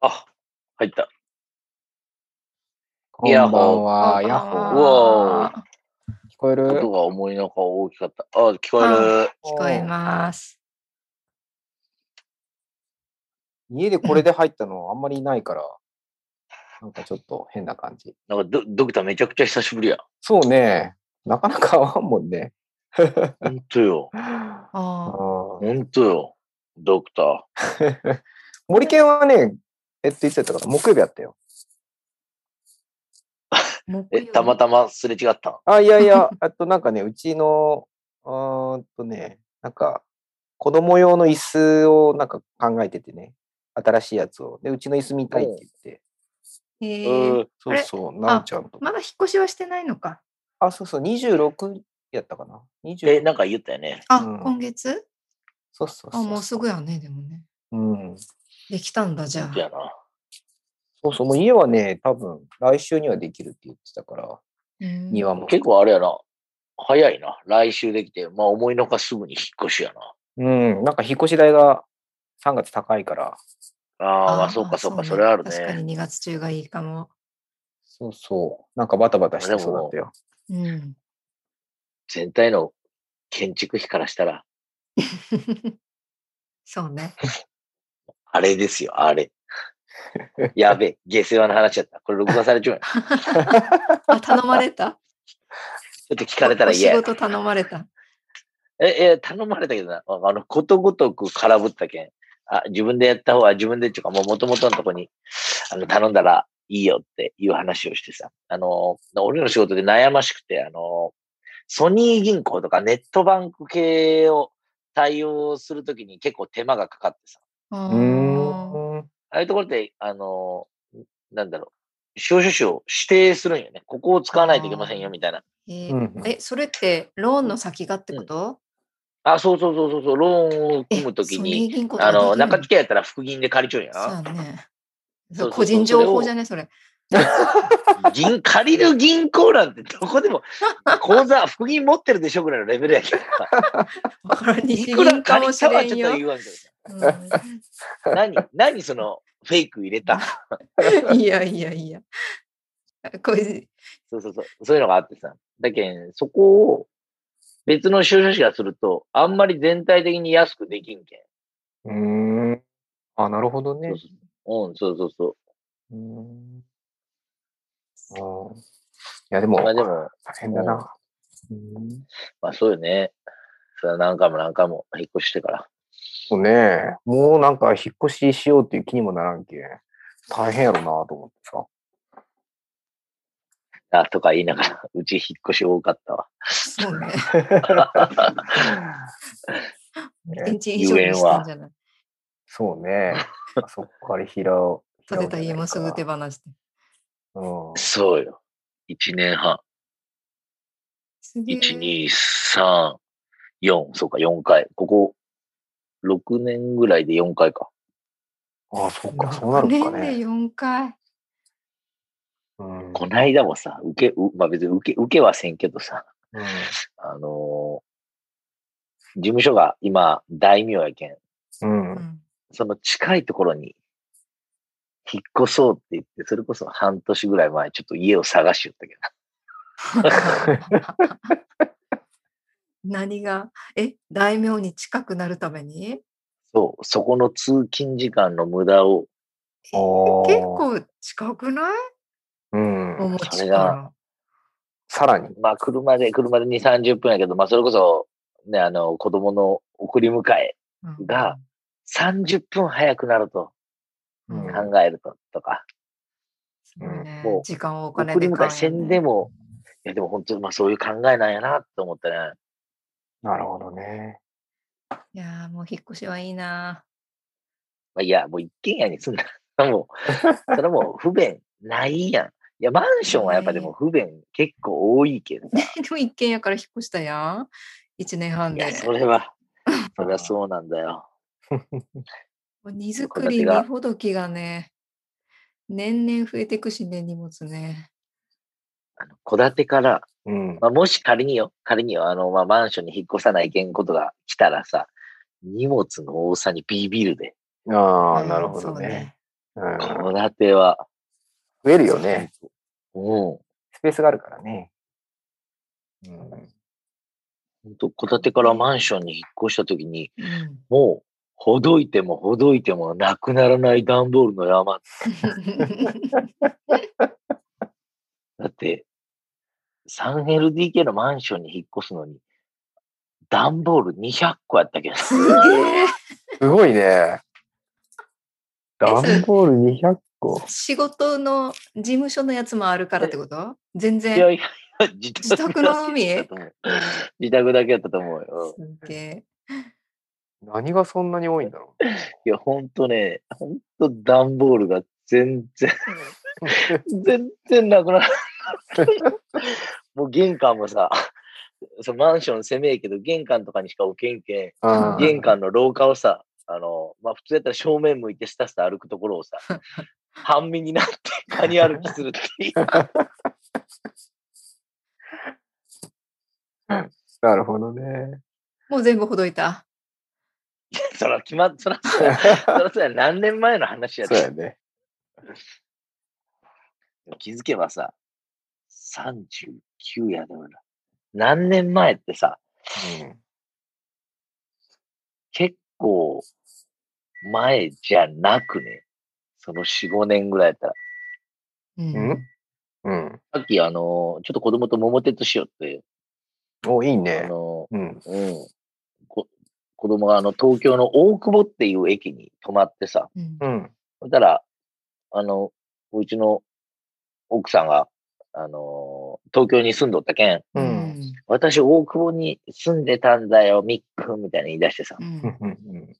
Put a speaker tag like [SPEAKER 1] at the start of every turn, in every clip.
[SPEAKER 1] あ、入った。
[SPEAKER 2] こ
[SPEAKER 1] イヤ
[SPEAKER 2] ん
[SPEAKER 1] ホ
[SPEAKER 2] ばん
[SPEAKER 1] ー。
[SPEAKER 2] は、ヤッホ
[SPEAKER 1] うわ
[SPEAKER 2] ー。聞こえる
[SPEAKER 1] 音が思いのほか大きかった。あ、聞こえる。
[SPEAKER 3] 聞こえます。
[SPEAKER 2] 家でこれで入ったのあんまりいないから、なんかちょっと変な感じ。
[SPEAKER 1] なんかド、ドクターめちゃくちゃ久しぶりや。
[SPEAKER 2] そうね、なかなか合わんもんね。
[SPEAKER 1] ほんと よ。
[SPEAKER 2] あ
[SPEAKER 3] ああ、
[SPEAKER 2] ー
[SPEAKER 1] ほんとよ。ドクター。
[SPEAKER 2] 森健はね、えっと、いつやったかな木曜日やったよ。
[SPEAKER 3] 木曜
[SPEAKER 1] え、
[SPEAKER 3] 日
[SPEAKER 1] たまたますれ違ったん
[SPEAKER 2] あ、いやいや、あとなんかね、うちの、うーんとね、なんか、子供用の椅子をなんか考えててね、新しいやつを。で、うちの椅子見たいって言って。
[SPEAKER 3] へ
[SPEAKER 1] う
[SPEAKER 3] え
[SPEAKER 1] ー
[SPEAKER 2] そうそう、なんちゃんと。
[SPEAKER 3] まだ引っ越しはしてないのか。
[SPEAKER 2] あ、そうそう、26やったかな。26
[SPEAKER 1] え、なんか言ったよね。
[SPEAKER 3] あ、
[SPEAKER 2] うん
[SPEAKER 3] 今月
[SPEAKER 2] そうそうそ
[SPEAKER 3] あ、
[SPEAKER 2] う。
[SPEAKER 3] もうすぐやね、でもね。
[SPEAKER 2] うん。
[SPEAKER 3] できたんだ、じゃ
[SPEAKER 1] い
[SPEAKER 3] あ。
[SPEAKER 1] やな。
[SPEAKER 2] そうそう、もう家はね、多分来週にはできるって言ってたから、
[SPEAKER 3] うん
[SPEAKER 2] 庭も。
[SPEAKER 1] 結構あれやな。早いな。来週できて、まあ思いのほかすぐに引っ越しや
[SPEAKER 2] うん、なんか引っ越し代が3月高いから、
[SPEAKER 1] な。ああ、まあ
[SPEAKER 3] ー
[SPEAKER 1] そうかそうか、
[SPEAKER 3] ね
[SPEAKER 1] それある
[SPEAKER 3] 確か
[SPEAKER 1] ね。
[SPEAKER 3] に2月中がいいかも。
[SPEAKER 2] そうそう、なんかバタバタしてそうだったよ。
[SPEAKER 3] うん。
[SPEAKER 1] 全体の建築費からしたら、
[SPEAKER 3] そ うね。
[SPEAKER 1] あれですよ、あ れ。やべえ、下世話の話やった。これ録画され ちゃうよ。
[SPEAKER 3] あ、頼まれた
[SPEAKER 1] ちょっと聞かれたら
[SPEAKER 3] お仕
[SPEAKER 1] 嫌や。
[SPEAKER 3] 事頼まれた。
[SPEAKER 1] え、え、頼まれたけどな、ああの、ことごとく空振ったけん。あ、自分でやった方は自分でっていうか、もう元々のとこに、あの、頼んだらいいよっていう話をしてさ。あの、俺の仕事で悩ましくて、あの、ソニー銀行とかネットバンク系を対応するときに結構手間がかかってさ。
[SPEAKER 3] あ
[SPEAKER 2] う
[SPEAKER 3] ー
[SPEAKER 2] ーん。
[SPEAKER 1] ああいうところって、あの、なんだろう、使用書士を指定するんよね。ここを使わないといけませんよ、みたいな。
[SPEAKER 3] え
[SPEAKER 2] う
[SPEAKER 3] ー
[SPEAKER 2] ん、
[SPEAKER 3] え、それってローンの先がってこと
[SPEAKER 1] あ、そうそうそうそうそう、ローンを組むとき
[SPEAKER 3] ソ
[SPEAKER 1] に、
[SPEAKER 3] ニー銀行とか
[SPEAKER 1] あ
[SPEAKER 3] できる
[SPEAKER 1] の、中付けやったら副銀で借りちゃうんや
[SPEAKER 3] そう
[SPEAKER 1] な。
[SPEAKER 3] やね。
[SPEAKER 1] そうそう
[SPEAKER 3] 個人情報じゃね、それ。
[SPEAKER 1] 銀、借りる銀行なんてどこで も、口座、副銀持ってるでしょぐらいのレベルやけどな。
[SPEAKER 3] わからん
[SPEAKER 1] い
[SPEAKER 3] 西
[SPEAKER 1] くら
[SPEAKER 3] 銀か
[SPEAKER 1] 借
[SPEAKER 3] も
[SPEAKER 1] り
[SPEAKER 3] したれ
[SPEAKER 1] は
[SPEAKER 3] ん
[SPEAKER 1] ちょっ
[SPEAKER 3] よ
[SPEAKER 1] と。言わんけどさ。
[SPEAKER 3] う
[SPEAKER 1] 何、何その、フェイク入れた。
[SPEAKER 3] んいやいやいや。これ
[SPEAKER 1] そうそうそう。そういうのがあってさ。だけん、そこを別の収集者がすると、あんまり全体的に安くできんけん。
[SPEAKER 2] うーん。あ、なるほどね
[SPEAKER 1] そう。そううん、そうそうそう
[SPEAKER 2] ーん。あーいや、で
[SPEAKER 1] う。
[SPEAKER 2] も、
[SPEAKER 1] まあで
[SPEAKER 2] 大
[SPEAKER 1] も、
[SPEAKER 2] 変だな。うん
[SPEAKER 1] まあそうよね。それは何回も何回も引っ越してから。
[SPEAKER 2] そうね。もうなんか引っ越ししようっていう気にもならんけん。大変やろなと思ってさ。
[SPEAKER 1] あ、とか言いながら、うち引っ越し多かったわ。
[SPEAKER 3] そう ね。
[SPEAKER 2] ね
[SPEAKER 3] 電池以上にしたんじゃない。
[SPEAKER 2] そう ね。あそこから平を。
[SPEAKER 3] 建てた家もすぐ手
[SPEAKER 2] ば。
[SPEAKER 3] 放して。
[SPEAKER 2] うん。
[SPEAKER 1] そうよ。1年半。
[SPEAKER 3] すげえ
[SPEAKER 1] 1、2、3、4。そうか、4回。ここ、6年ぐらいで4回か。
[SPEAKER 2] ああ、そっか、そうなるのか
[SPEAKER 3] 六年
[SPEAKER 2] ね。
[SPEAKER 3] で4回。
[SPEAKER 2] うん。
[SPEAKER 1] こないだもさ、受け、うまあ別に受け、受けはせんけどさ、
[SPEAKER 2] うん
[SPEAKER 1] あのー事務所が今、大名やけん、
[SPEAKER 2] うん。
[SPEAKER 3] う
[SPEAKER 2] うん
[SPEAKER 3] ん
[SPEAKER 1] その近いところに、引っ越そうって言って、それこそ半年ぐらい前、ちょっと家を探しよったけど。
[SPEAKER 3] 何が、え、大名に近くなるために
[SPEAKER 1] そう、そこの通勤時間の無駄を、
[SPEAKER 3] え
[SPEAKER 2] おー
[SPEAKER 3] 結構近くないお餅
[SPEAKER 1] それ
[SPEAKER 3] から
[SPEAKER 1] が。
[SPEAKER 2] さらに。
[SPEAKER 1] まあ、車で、車で2、30分やけど、まあ、それこそ、ね、あの、子供の送り迎え、
[SPEAKER 3] うん
[SPEAKER 1] が、30分早くなると
[SPEAKER 3] うん
[SPEAKER 2] うん
[SPEAKER 1] 考えると、とか、
[SPEAKER 3] そうね
[SPEAKER 1] もう
[SPEAKER 3] 時間をお金
[SPEAKER 1] 送
[SPEAKER 3] で
[SPEAKER 1] り
[SPEAKER 3] 買う
[SPEAKER 1] 迎え
[SPEAKER 3] よ
[SPEAKER 1] せん
[SPEAKER 3] ね
[SPEAKER 1] でも、いや、でも本当に、まあ、そういう考えなんやな、と思ったね。
[SPEAKER 2] なるほどね。
[SPEAKER 3] いやーもう引っ越しはいいな
[SPEAKER 1] まあ、いや、もう一軒家に住んだ。 もう、それもう不便ないやん。いや、マンションはやっぱでも不便結構多いけどさ。
[SPEAKER 3] ー でも一軒家から引っ越したやん1年半
[SPEAKER 1] い
[SPEAKER 3] で
[SPEAKER 1] や、それは、それはそうなんだよ。
[SPEAKER 3] もう荷造り
[SPEAKER 1] 戸建て
[SPEAKER 3] 荷
[SPEAKER 1] が
[SPEAKER 3] ほどきがね年々増えてくしね荷物ね
[SPEAKER 1] あの戸建てから、
[SPEAKER 2] うん。
[SPEAKER 1] まあ、もし仮によ、仮によ、あの、まあ、マンションに引っ越さないけんことが来たらさ、荷物の多さにビビるで。
[SPEAKER 2] ああ、
[SPEAKER 3] うん
[SPEAKER 2] なるほど
[SPEAKER 3] そう
[SPEAKER 2] ね。うん
[SPEAKER 1] 戸建ては。
[SPEAKER 2] 増えるよね。
[SPEAKER 1] うん。
[SPEAKER 2] スペースがあるからね。うん
[SPEAKER 1] 本当戸建てからマンションに引っ越した時に、
[SPEAKER 3] うん
[SPEAKER 1] もう、ほどいてもほどいてもなくならない段ボールの山。だって、3LDK のマンションに引っ越すのに、段ボール200個やったけど。
[SPEAKER 3] すげえ
[SPEAKER 2] すごいね。ダンボール200個。
[SPEAKER 3] 仕事の事務所のやつもあるからってこと全
[SPEAKER 1] いや
[SPEAKER 3] 然
[SPEAKER 1] いや、自
[SPEAKER 3] 宅のみ
[SPEAKER 1] だけだったと思う自宅だけやったと思うよ。
[SPEAKER 3] すげえ
[SPEAKER 2] 何がそんなに多いんだろう。
[SPEAKER 1] いや、ほんとね、ほんと段ボールが全然、全然なくなる。 もう玄関もさ、そうマンション狭いけど、玄関とかにしか置けんけ
[SPEAKER 2] あ
[SPEAKER 1] ん、
[SPEAKER 2] ー
[SPEAKER 1] 玄関の廊下をさ、あの、まあ、普通やったら正面向いてスタスタ歩くところをさ、半身になってカニ歩きするっていう。
[SPEAKER 2] なるほどね。
[SPEAKER 3] もう全部ほどいた
[SPEAKER 1] そら、決まっ、そらそうや、そらそうや、何年前の話やで
[SPEAKER 2] そうやね。
[SPEAKER 1] 気づけばさ、39やで俺ら。何年前ってさ、結構前じゃなくね。その4、5年ぐらいやったら。
[SPEAKER 3] うん
[SPEAKER 2] うん。うん
[SPEAKER 1] さっきあのー、ちょっと子供と桃鉄しようって、
[SPEAKER 2] お、いい
[SPEAKER 1] あ
[SPEAKER 2] ね。
[SPEAKER 1] の
[SPEAKER 2] うん。
[SPEAKER 1] ー、うん。こ子供があの、東京の大久保っていう駅に泊まってさ、
[SPEAKER 3] うん
[SPEAKER 2] うん。
[SPEAKER 1] そしたら、あの、うちの奥さんが、あのー、東京に住んどったけん、
[SPEAKER 2] う。
[SPEAKER 3] うんん
[SPEAKER 1] 私大久保に住んでたんだよ、みっくんみたいに言い出してさ、
[SPEAKER 3] うん
[SPEAKER 2] うんうん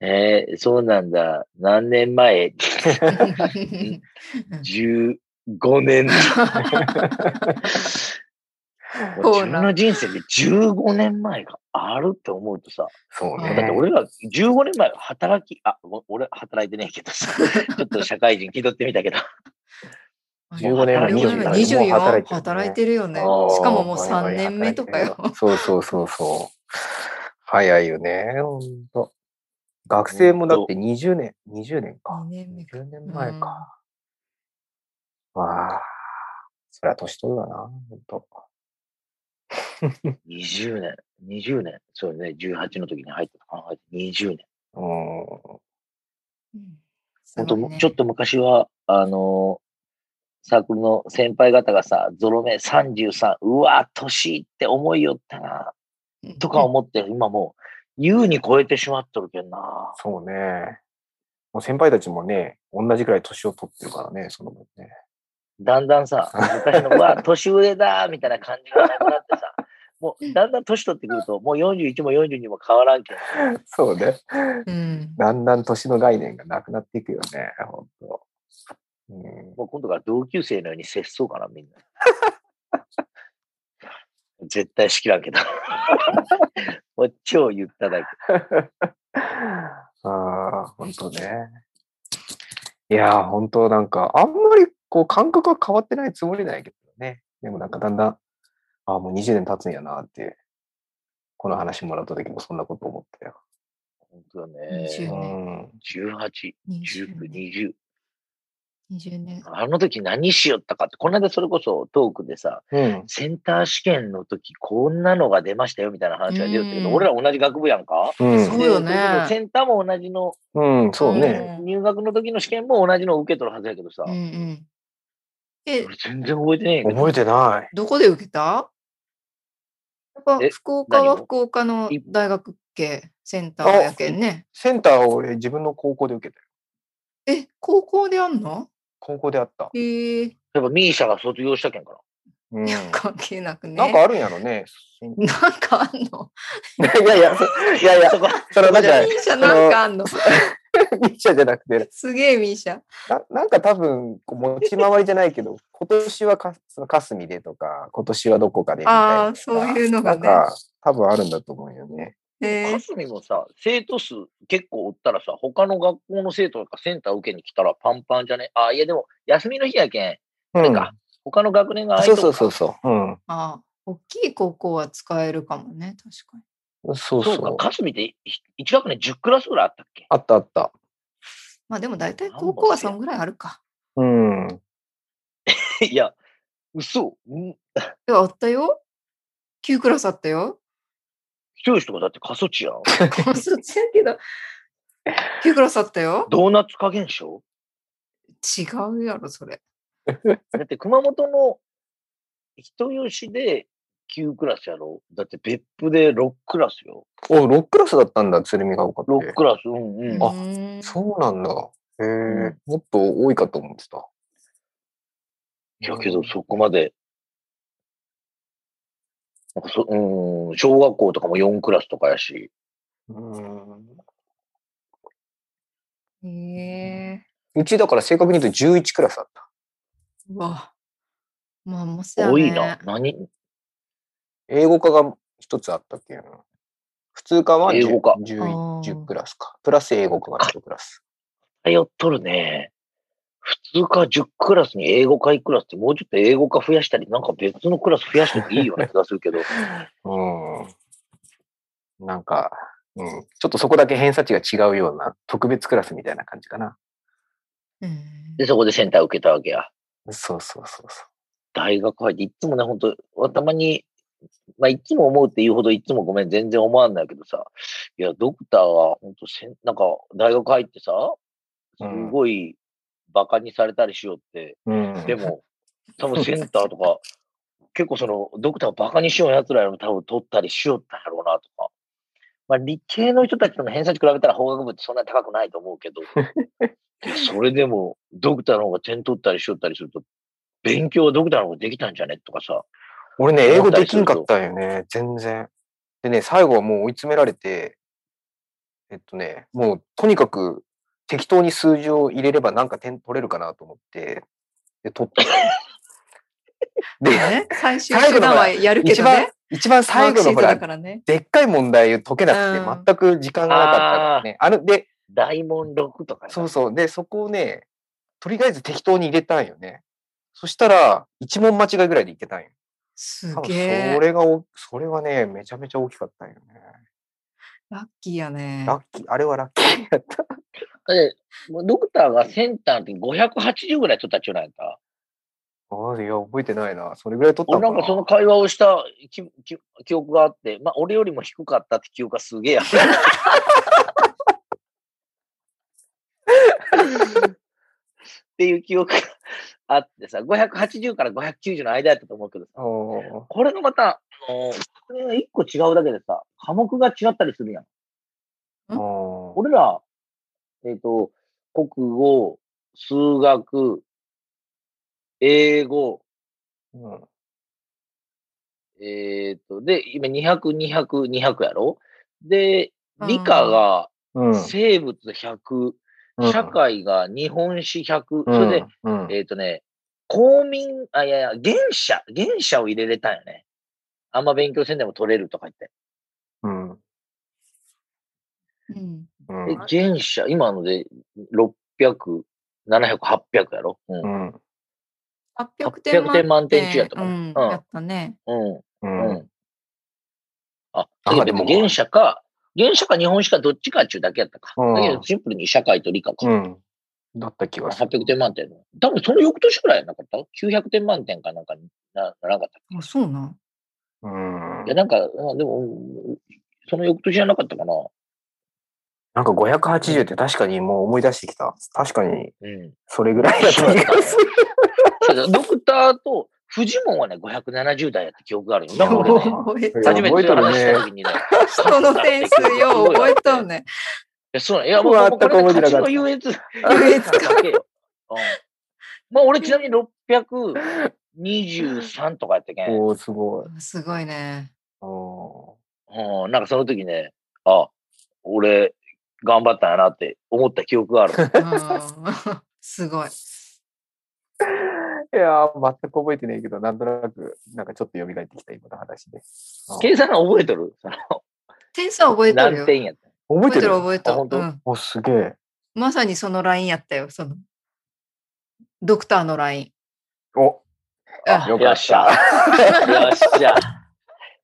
[SPEAKER 1] えー、そうなんだ。何年前 ?15 年。自
[SPEAKER 3] そう
[SPEAKER 1] 分
[SPEAKER 3] なん
[SPEAKER 1] の人生で15年前があるって思うとさ、
[SPEAKER 2] そう
[SPEAKER 1] だって
[SPEAKER 2] ね。
[SPEAKER 1] 俺ら15年前は働き、あ、ご俺働いてねえけど さ、ちょっと社会人気取ってみたけど、
[SPEAKER 2] 15年前
[SPEAKER 1] 15年前
[SPEAKER 3] 24
[SPEAKER 2] もう働いてるね
[SPEAKER 3] 働いてるよね。し
[SPEAKER 1] あー
[SPEAKER 3] かももう3年目とかよ。
[SPEAKER 2] そうそうそうそう。早いよね、ほんと。学生もだって20年、20年か
[SPEAKER 3] 2。年目か。
[SPEAKER 2] 20年前か。わあ、そりゃ年取るわな、ほんと。
[SPEAKER 1] 20年、20年、そうね、18の時に入ったと考えて20年。
[SPEAKER 2] うん。
[SPEAKER 3] うん
[SPEAKER 1] 本当、ちょっ。と昔は、あのーサークルの先輩方がさ、ゾロ目33、うわ、年いって思いよったな、
[SPEAKER 3] すごいね
[SPEAKER 1] とか思って、今もう、優に超えてしまっとるけんな。
[SPEAKER 2] そうね。もう先輩たちもね、同じくらい年を取ってるからね、その分ね。
[SPEAKER 1] だんだんさ、昔の、うわ、年上だ、みたいな感じがなくなってさ、もう、だんだん年取ってくると、もう41も42も変わらんけん。
[SPEAKER 2] そうね。
[SPEAKER 3] うん。
[SPEAKER 2] だんだん年の概念がなくなっていくよね、ほんと。うん、
[SPEAKER 1] もう今度から同級生のように接そうかな、みんな。 絶対仕切らんけど。 もう超言っただけ。
[SPEAKER 2] ああ、本当ね。いやー、本当なんか、あんまりこう感覚は変わってないつもりなんやけどね。でもなんかだんだん、ああ、もう20年経つんやなって、この話もらった時もそんなこと思ったよ。
[SPEAKER 1] 本当だね。
[SPEAKER 3] 20
[SPEAKER 2] う
[SPEAKER 3] ね
[SPEAKER 2] ん。
[SPEAKER 1] 18、
[SPEAKER 3] 20
[SPEAKER 1] 19、
[SPEAKER 3] 年。
[SPEAKER 1] 20。
[SPEAKER 3] 20年。
[SPEAKER 1] あの時何しよったかって、この間それこそトークでさ、
[SPEAKER 2] うん。
[SPEAKER 1] センター試験の時こんなのが出ましたよみたいな話が出よったけど、
[SPEAKER 3] うん
[SPEAKER 1] 俺ら同じ学部やんか
[SPEAKER 2] うん
[SPEAKER 3] そうよね
[SPEAKER 1] でれこそセンターも同じの、
[SPEAKER 2] うん、そうね。
[SPEAKER 3] うん
[SPEAKER 1] 入学の時の試験も同じのを受け取るはずやけどさ、
[SPEAKER 3] うんうん。え、
[SPEAKER 1] 俺全然覚えてねえけど、
[SPEAKER 2] 覚えてない。
[SPEAKER 3] どこで受けたやっぱ
[SPEAKER 1] え
[SPEAKER 3] 福岡は
[SPEAKER 1] 何を
[SPEAKER 3] 福岡の
[SPEAKER 1] い
[SPEAKER 3] 大学系センターやけんね。
[SPEAKER 2] センターを俺自分の高校で受けたよ。
[SPEAKER 3] え、高校であんの
[SPEAKER 2] 高校であった。
[SPEAKER 3] へえ、
[SPEAKER 1] やっぱミーシャが卒業したけんから。
[SPEAKER 2] うん。
[SPEAKER 3] 関係なくね。
[SPEAKER 2] なんかあるんやろね。
[SPEAKER 3] なんかあんの
[SPEAKER 2] いやいや、そいやいや、
[SPEAKER 1] そこ、
[SPEAKER 2] それはなんか、
[SPEAKER 3] ミーシャなんかあんの
[SPEAKER 2] ミーシャじゃなくて、
[SPEAKER 3] すげえミーシャ。
[SPEAKER 2] ななんか多分こう持ち回りじゃないけど今年はかその霞でとか今年はどこかでみたいな
[SPEAKER 3] あーそういうのがね
[SPEAKER 2] なんか多分あるんだと思うよね。
[SPEAKER 3] え
[SPEAKER 1] か
[SPEAKER 3] ー、
[SPEAKER 1] すみもさ、生徒数結構おったらさ、他の学校の生徒がセンター受けに来たらパンパンじゃねあ、いやでも、休みの日やけん、
[SPEAKER 2] うん
[SPEAKER 1] か他の学年が空い
[SPEAKER 2] そ
[SPEAKER 1] と
[SPEAKER 2] う
[SPEAKER 1] る
[SPEAKER 2] そうそうそう。うん。
[SPEAKER 3] あ大きい高校は使えるかもね、確かに。
[SPEAKER 2] そう
[SPEAKER 1] そ
[SPEAKER 2] そうう。
[SPEAKER 1] か、かすみって1学年10クラスぐらいあったっけ
[SPEAKER 2] あったあった。
[SPEAKER 3] まあでも大体
[SPEAKER 1] 何
[SPEAKER 3] 高校は
[SPEAKER 1] 本せ
[SPEAKER 3] そ
[SPEAKER 1] や
[SPEAKER 3] んぐらいあるか。
[SPEAKER 2] うん。
[SPEAKER 1] いや、嘘うん。
[SPEAKER 3] いや、あったよ。9クラスあったよ。
[SPEAKER 1] ひとしとかだって過疎地やん。
[SPEAKER 3] そっちやけど。9クラスあったよ。
[SPEAKER 1] ドーナツ化現 象
[SPEAKER 3] 違うやろ、それ。
[SPEAKER 1] だって熊本の人吉で9クラスやろだって別府で6クラスよ。
[SPEAKER 2] お、6クラスだったんだ、鶴見が多かった。
[SPEAKER 1] 6クラス、うんうん。
[SPEAKER 2] あ
[SPEAKER 3] うーん
[SPEAKER 2] そうなんだ。へ
[SPEAKER 1] う
[SPEAKER 2] え、もっと多いかと思ってた。
[SPEAKER 1] いやけど、そこまで。なんかそ、うん、小学校とかも4クラスとかやし。
[SPEAKER 2] うん。
[SPEAKER 3] へえ
[SPEAKER 2] うちだから正確に言うと11クラスあった。
[SPEAKER 3] うわ。まあ、もしやね。
[SPEAKER 1] 多いな。何
[SPEAKER 2] 英語科が一つあったっていうの。普通科は
[SPEAKER 1] 英語科
[SPEAKER 2] 10,
[SPEAKER 3] あー
[SPEAKER 2] 10クラスか。プラス英語科が1クラス。
[SPEAKER 1] 通っとるね。普通科10クラスに英語科1クラスって、もうちょっと英語科増やしたり、なんか別のクラス増やしてもいいような気がするけ ど。
[SPEAKER 2] うん。なんか、うん。ちょっとそこだけ偏差値が違うような特別クラスみたいな感じかな。
[SPEAKER 3] うん
[SPEAKER 1] で、そこでセンター受けたわけや。
[SPEAKER 2] そうそうそうそ
[SPEAKER 1] 大学入って、いつもね、本当たまに、まあ、いつも思うって言うほど、いつもごめん、全然思わんないけどさ、いや、ドクターは、本当せんなんか、大学入ってさ、す
[SPEAKER 2] うん
[SPEAKER 1] ごい、バカにされたりしようって、
[SPEAKER 2] う。うん。
[SPEAKER 1] でも、多分センターとか、結構その、ドクターをバカにしようやつらも多分取ったりしよったんやろうな、とか。まあ、理系の人たちとの偏差値比べたら法学部ってそんなに高くないと思うけど、いやそれでも、ドクターの方が点取ったりしよったりすると、勉強はドクターの方ができたんじゃねとかさ、
[SPEAKER 2] 俺ね、英語できんかったんよね、全然。でね、最後はもう追い詰められて、えっとね、もうとにかく適当に数字を入れればなんか点取れるかなと思って、で、取った。で、
[SPEAKER 3] ね、最終手段はやるけ
[SPEAKER 2] 一
[SPEAKER 3] ど
[SPEAKER 2] 番
[SPEAKER 3] ね。、
[SPEAKER 2] 一番最後のほ
[SPEAKER 3] マークシートだ
[SPEAKER 2] ら
[SPEAKER 3] か、らね。
[SPEAKER 2] でっかい問題を解けなく
[SPEAKER 3] うん
[SPEAKER 2] て、全く時間がなかったからね。あの、で、
[SPEAKER 1] 大問6とか
[SPEAKER 2] そう
[SPEAKER 1] そ
[SPEAKER 2] そう。で、そこをね、とりあえず適当に入れたんよね。そしたら、一問間違いぐらいでいけたんよ。
[SPEAKER 3] す
[SPEAKER 2] 多分
[SPEAKER 3] げ
[SPEAKER 2] そ
[SPEAKER 3] え。
[SPEAKER 2] れがお、それはね、めちゃめちゃ大きかったんよね。
[SPEAKER 3] ラッキーやね。
[SPEAKER 2] ラッキー、あれはラッキーやった。
[SPEAKER 1] う。で、もうドクターがセンターって580ぐらい取ったっちゅうなんやった。
[SPEAKER 2] あいや、覚えてないな。それぐらい取った
[SPEAKER 1] 俺
[SPEAKER 2] の
[SPEAKER 1] なん
[SPEAKER 2] かな。
[SPEAKER 1] かその会話をした記記記憶があって、まあ俺よりも低かったって記憶がすげえある。っていう記憶があってさ、580から590の間やったと思うけどさ、
[SPEAKER 2] お
[SPEAKER 1] これがまた、あのこれが一個違うだけでさ、科目が違ったりするやん。
[SPEAKER 2] ーおー
[SPEAKER 1] 俺ら、えっ、と、国語、数学、英語、
[SPEAKER 2] うん
[SPEAKER 1] えっ、と、で、今200、200、200やろで、理科が
[SPEAKER 2] うん。
[SPEAKER 1] 生物100、
[SPEAKER 2] うん
[SPEAKER 1] 社、会が日本史100、
[SPEAKER 2] うん、
[SPEAKER 1] それで、
[SPEAKER 2] うん、
[SPEAKER 1] えっ、とね、公民、あ、いやいや、原社、原社を入れれたんよね。あんま勉強せんでも取れるとか言って。
[SPEAKER 2] うん、
[SPEAKER 3] うん。
[SPEAKER 2] うん、
[SPEAKER 1] で、原社、今ので600、700、800やろうん
[SPEAKER 2] うん、
[SPEAKER 3] 800点満点
[SPEAKER 1] 800満点中やったか
[SPEAKER 3] う。
[SPEAKER 1] なんうん
[SPEAKER 3] やったね。
[SPEAKER 1] うん。
[SPEAKER 2] う。
[SPEAKER 1] うんん。あ、
[SPEAKER 2] あ
[SPEAKER 1] だけ
[SPEAKER 2] で
[SPEAKER 1] ど
[SPEAKER 2] も
[SPEAKER 1] 原社か、原社か日本史かどっちかっちゅうだけやったか。
[SPEAKER 2] うん
[SPEAKER 1] だけどシンプルに社会と理科か。
[SPEAKER 2] うん。だった気がする。
[SPEAKER 1] 800点満点の。多分その翌年くらいやなかった ?900 点満点かなんかになならなかったっけ
[SPEAKER 3] あ、そ うなん。
[SPEAKER 2] うん
[SPEAKER 1] いや、。なんか、うんでも、うんその翌年じゃなかったかな。
[SPEAKER 2] なんか580って確かにもう思い出してきた。確かに、
[SPEAKER 1] うん。
[SPEAKER 2] それぐらいだった気がする。
[SPEAKER 1] そうだドクターと、フジモンはね、570代やった記憶があるよ。なんか俺ね、
[SPEAKER 3] 覚えて
[SPEAKER 2] いや
[SPEAKER 1] 初めてそういう話し
[SPEAKER 2] 覚えと
[SPEAKER 1] た
[SPEAKER 2] る
[SPEAKER 1] 時にね。
[SPEAKER 3] 人の点数よう覚えとんね。
[SPEAKER 1] いや、そうなんいや、もう、
[SPEAKER 2] うわ
[SPEAKER 1] もうこれ
[SPEAKER 2] あ
[SPEAKER 1] ね
[SPEAKER 2] ったか
[SPEAKER 1] 勝ちの
[SPEAKER 2] 覚えて
[SPEAKER 1] 優越、優
[SPEAKER 3] 優越
[SPEAKER 1] だけよ。うん。まあ、俺ちなみに623とかやったけん。
[SPEAKER 2] おー、すごい。
[SPEAKER 3] すごいね。
[SPEAKER 2] お
[SPEAKER 1] うん、なんかその時ね、あ、俺、頑張ったんやなって思った記憶があ る。
[SPEAKER 3] うん すごい。
[SPEAKER 2] ーいやー、全く覚えてないけど、なんとなく、なんかちょっと蘇ってきた今の話で。あー
[SPEAKER 1] 計算覚えとるその
[SPEAKER 3] 点数は覚えてるよ。
[SPEAKER 1] 何
[SPEAKER 3] 覚
[SPEAKER 1] 点やった
[SPEAKER 2] 覚え
[SPEAKER 3] え
[SPEAKER 2] て
[SPEAKER 3] て
[SPEAKER 2] る
[SPEAKER 3] る覚えて
[SPEAKER 1] あ
[SPEAKER 3] る
[SPEAKER 1] 本当
[SPEAKER 3] うん。
[SPEAKER 2] お、すげえ。
[SPEAKER 3] まさにそのラインやったよ。そのドクターのライン。
[SPEAKER 2] お、
[SPEAKER 3] あ
[SPEAKER 2] よ
[SPEAKER 1] よ
[SPEAKER 2] か
[SPEAKER 1] っ
[SPEAKER 2] っ
[SPEAKER 1] しゃ
[SPEAKER 2] た。。
[SPEAKER 1] よっしゃ。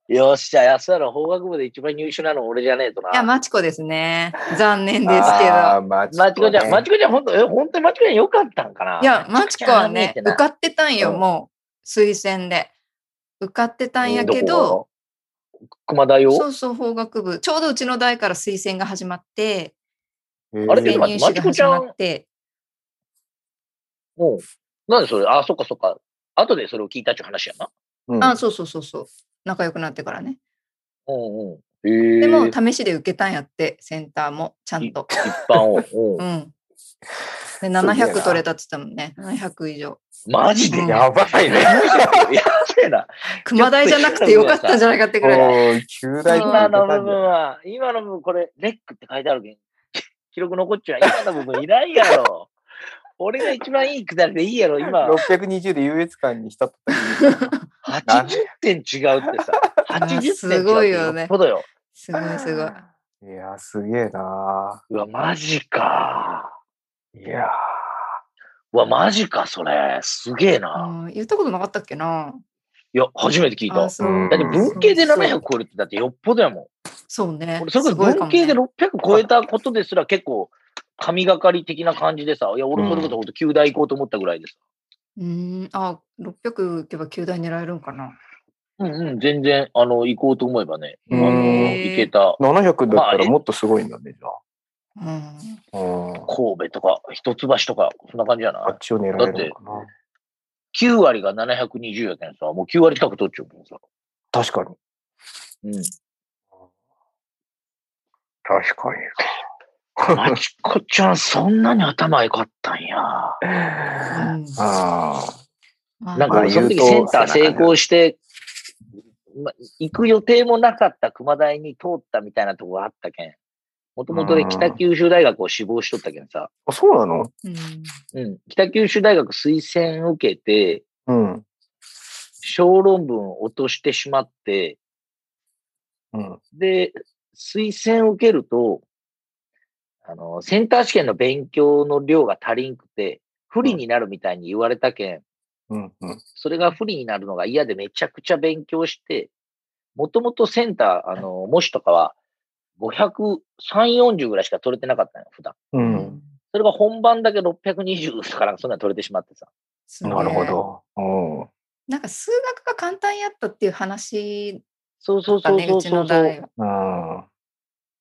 [SPEAKER 1] よっしゃ、安原法学部で一番優秀なの俺じゃねえとな。
[SPEAKER 3] いや、マチコですね。残念ですけ
[SPEAKER 2] あ
[SPEAKER 3] ど。
[SPEAKER 2] ーマチコ
[SPEAKER 1] マチコちゃん、
[SPEAKER 2] ね
[SPEAKER 1] マチコちゃん、本当、え、本当にマチコちゃんよかったんかない
[SPEAKER 3] いや、マチコはね、受かってたんよ、
[SPEAKER 1] うん
[SPEAKER 3] もう、推薦で。受かってたんやけ
[SPEAKER 1] ど
[SPEAKER 3] ど、
[SPEAKER 1] こ熊田よ。
[SPEAKER 3] そうそう、法学部。ちょうどうちの代から推薦が始まって、
[SPEAKER 1] あれ
[SPEAKER 3] 推
[SPEAKER 1] で
[SPEAKER 3] 薦
[SPEAKER 1] も待っ
[SPEAKER 3] 入
[SPEAKER 1] て
[SPEAKER 3] 試が始ま
[SPEAKER 1] マチコ
[SPEAKER 3] って、
[SPEAKER 1] うん。なんでそれ、あ、そっかそっか。後でそれを聞いたっていう話やな。
[SPEAKER 2] うん
[SPEAKER 3] あ、そうそうそうそう。仲良くなってからね。
[SPEAKER 1] うんうん。へえ。
[SPEAKER 3] でも、試しで受けたんやって、センターも、ちゃんと。
[SPEAKER 1] 一般を。う
[SPEAKER 3] うんん。で、
[SPEAKER 2] げえな
[SPEAKER 3] 700取れたって言ったもんね。700以上。
[SPEAKER 1] マジで
[SPEAKER 3] うん
[SPEAKER 2] やばいね。
[SPEAKER 1] やべえな。
[SPEAKER 3] 熊大じゃなくてよかったんじゃないかって
[SPEAKER 2] お
[SPEAKER 3] くらい。
[SPEAKER 2] ー、9大
[SPEAKER 3] そう
[SPEAKER 1] 今
[SPEAKER 3] なん
[SPEAKER 1] の部分は、今の部分、これ、レックって書いてあるけん。 記録残っちゃう。今の部分いないやろ。 俺が一番いいくだりでいいやろ、今。
[SPEAKER 2] 620で優越感に浸った時に。
[SPEAKER 1] 80点違うってさ。80点違う。
[SPEAKER 3] すごいよね
[SPEAKER 1] そうだよ。
[SPEAKER 3] すごいすごい。
[SPEAKER 2] いや、すげえな
[SPEAKER 1] うわ、マジか。
[SPEAKER 2] いや
[SPEAKER 1] うわ、マジか、それ。すげえな。
[SPEAKER 3] うん言ったことなかったっけない
[SPEAKER 1] や、初めて聞いた。だ
[SPEAKER 3] あ
[SPEAKER 1] って
[SPEAKER 3] そう
[SPEAKER 2] うんだ
[SPEAKER 1] 文系で
[SPEAKER 3] そう
[SPEAKER 1] 700超えるって、だってよっぽどやもん。
[SPEAKER 3] そうね。
[SPEAKER 1] 俺、それこそ
[SPEAKER 3] すごいかも
[SPEAKER 1] 文
[SPEAKER 3] ね
[SPEAKER 1] 系で600超えたことですら結構、神がかり的な感じでさ、いや、俺それこそ本当9大行こうと思ったぐらいです。
[SPEAKER 3] うーん、あ、600いけば9台狙えるんかな。
[SPEAKER 1] うんうん、全然、あの、行こうと思えばね、あ
[SPEAKER 2] うん
[SPEAKER 1] の、行けた
[SPEAKER 2] ー。700だったらもっとすごいんだね、じゃ
[SPEAKER 3] うん、
[SPEAKER 2] あ。うん。
[SPEAKER 1] 神戸とか、一橋とか、そんな感じじゃ
[SPEAKER 2] あ
[SPEAKER 1] ない
[SPEAKER 2] っちを狙えるのかな。
[SPEAKER 1] ?9 割が720やけんさ、もう9割近く取っちゃうもんさ。
[SPEAKER 2] 確かに。
[SPEAKER 1] うん。
[SPEAKER 2] 確かに。
[SPEAKER 1] マチコちゃん、そんなに頭良かったんや。
[SPEAKER 2] あ
[SPEAKER 3] うん
[SPEAKER 2] あー。
[SPEAKER 3] まあ
[SPEAKER 1] なんか、その時センター成功して、ま、行く予定もなかった熊大に通ったみたいなとこがあったけん。もともとで北九州大学を志望しとったけんさ。
[SPEAKER 2] あ、そうなの
[SPEAKER 3] うん
[SPEAKER 1] うん。北九州大学推薦受けて、
[SPEAKER 2] うん。
[SPEAKER 1] 小論文を落としてしまって、
[SPEAKER 2] うん。
[SPEAKER 1] で、推薦を受けると、あの、センター試験の勉強の量が足りんくて、不利になるみたいに言われたけん、
[SPEAKER 2] うん。うん。
[SPEAKER 1] それが不利になるのが嫌でめちゃくちゃ勉強して、もともとセンター、あの、模試とかは、500、340ぐらいしか取れてなかったのよ、普段。
[SPEAKER 2] う。
[SPEAKER 3] うんん
[SPEAKER 1] それが本番だけ620とかなんかそんなの取れてしまってさ。
[SPEAKER 3] すご
[SPEAKER 2] な
[SPEAKER 3] い
[SPEAKER 2] るほど。うん。
[SPEAKER 3] なんか数学が簡単やったっていう話
[SPEAKER 1] そうそう
[SPEAKER 3] だ
[SPEAKER 1] そう
[SPEAKER 3] ね、
[SPEAKER 1] そうう
[SPEAKER 3] ち
[SPEAKER 1] そ
[SPEAKER 3] の
[SPEAKER 1] うそう。
[SPEAKER 3] 代は。
[SPEAKER 2] うん。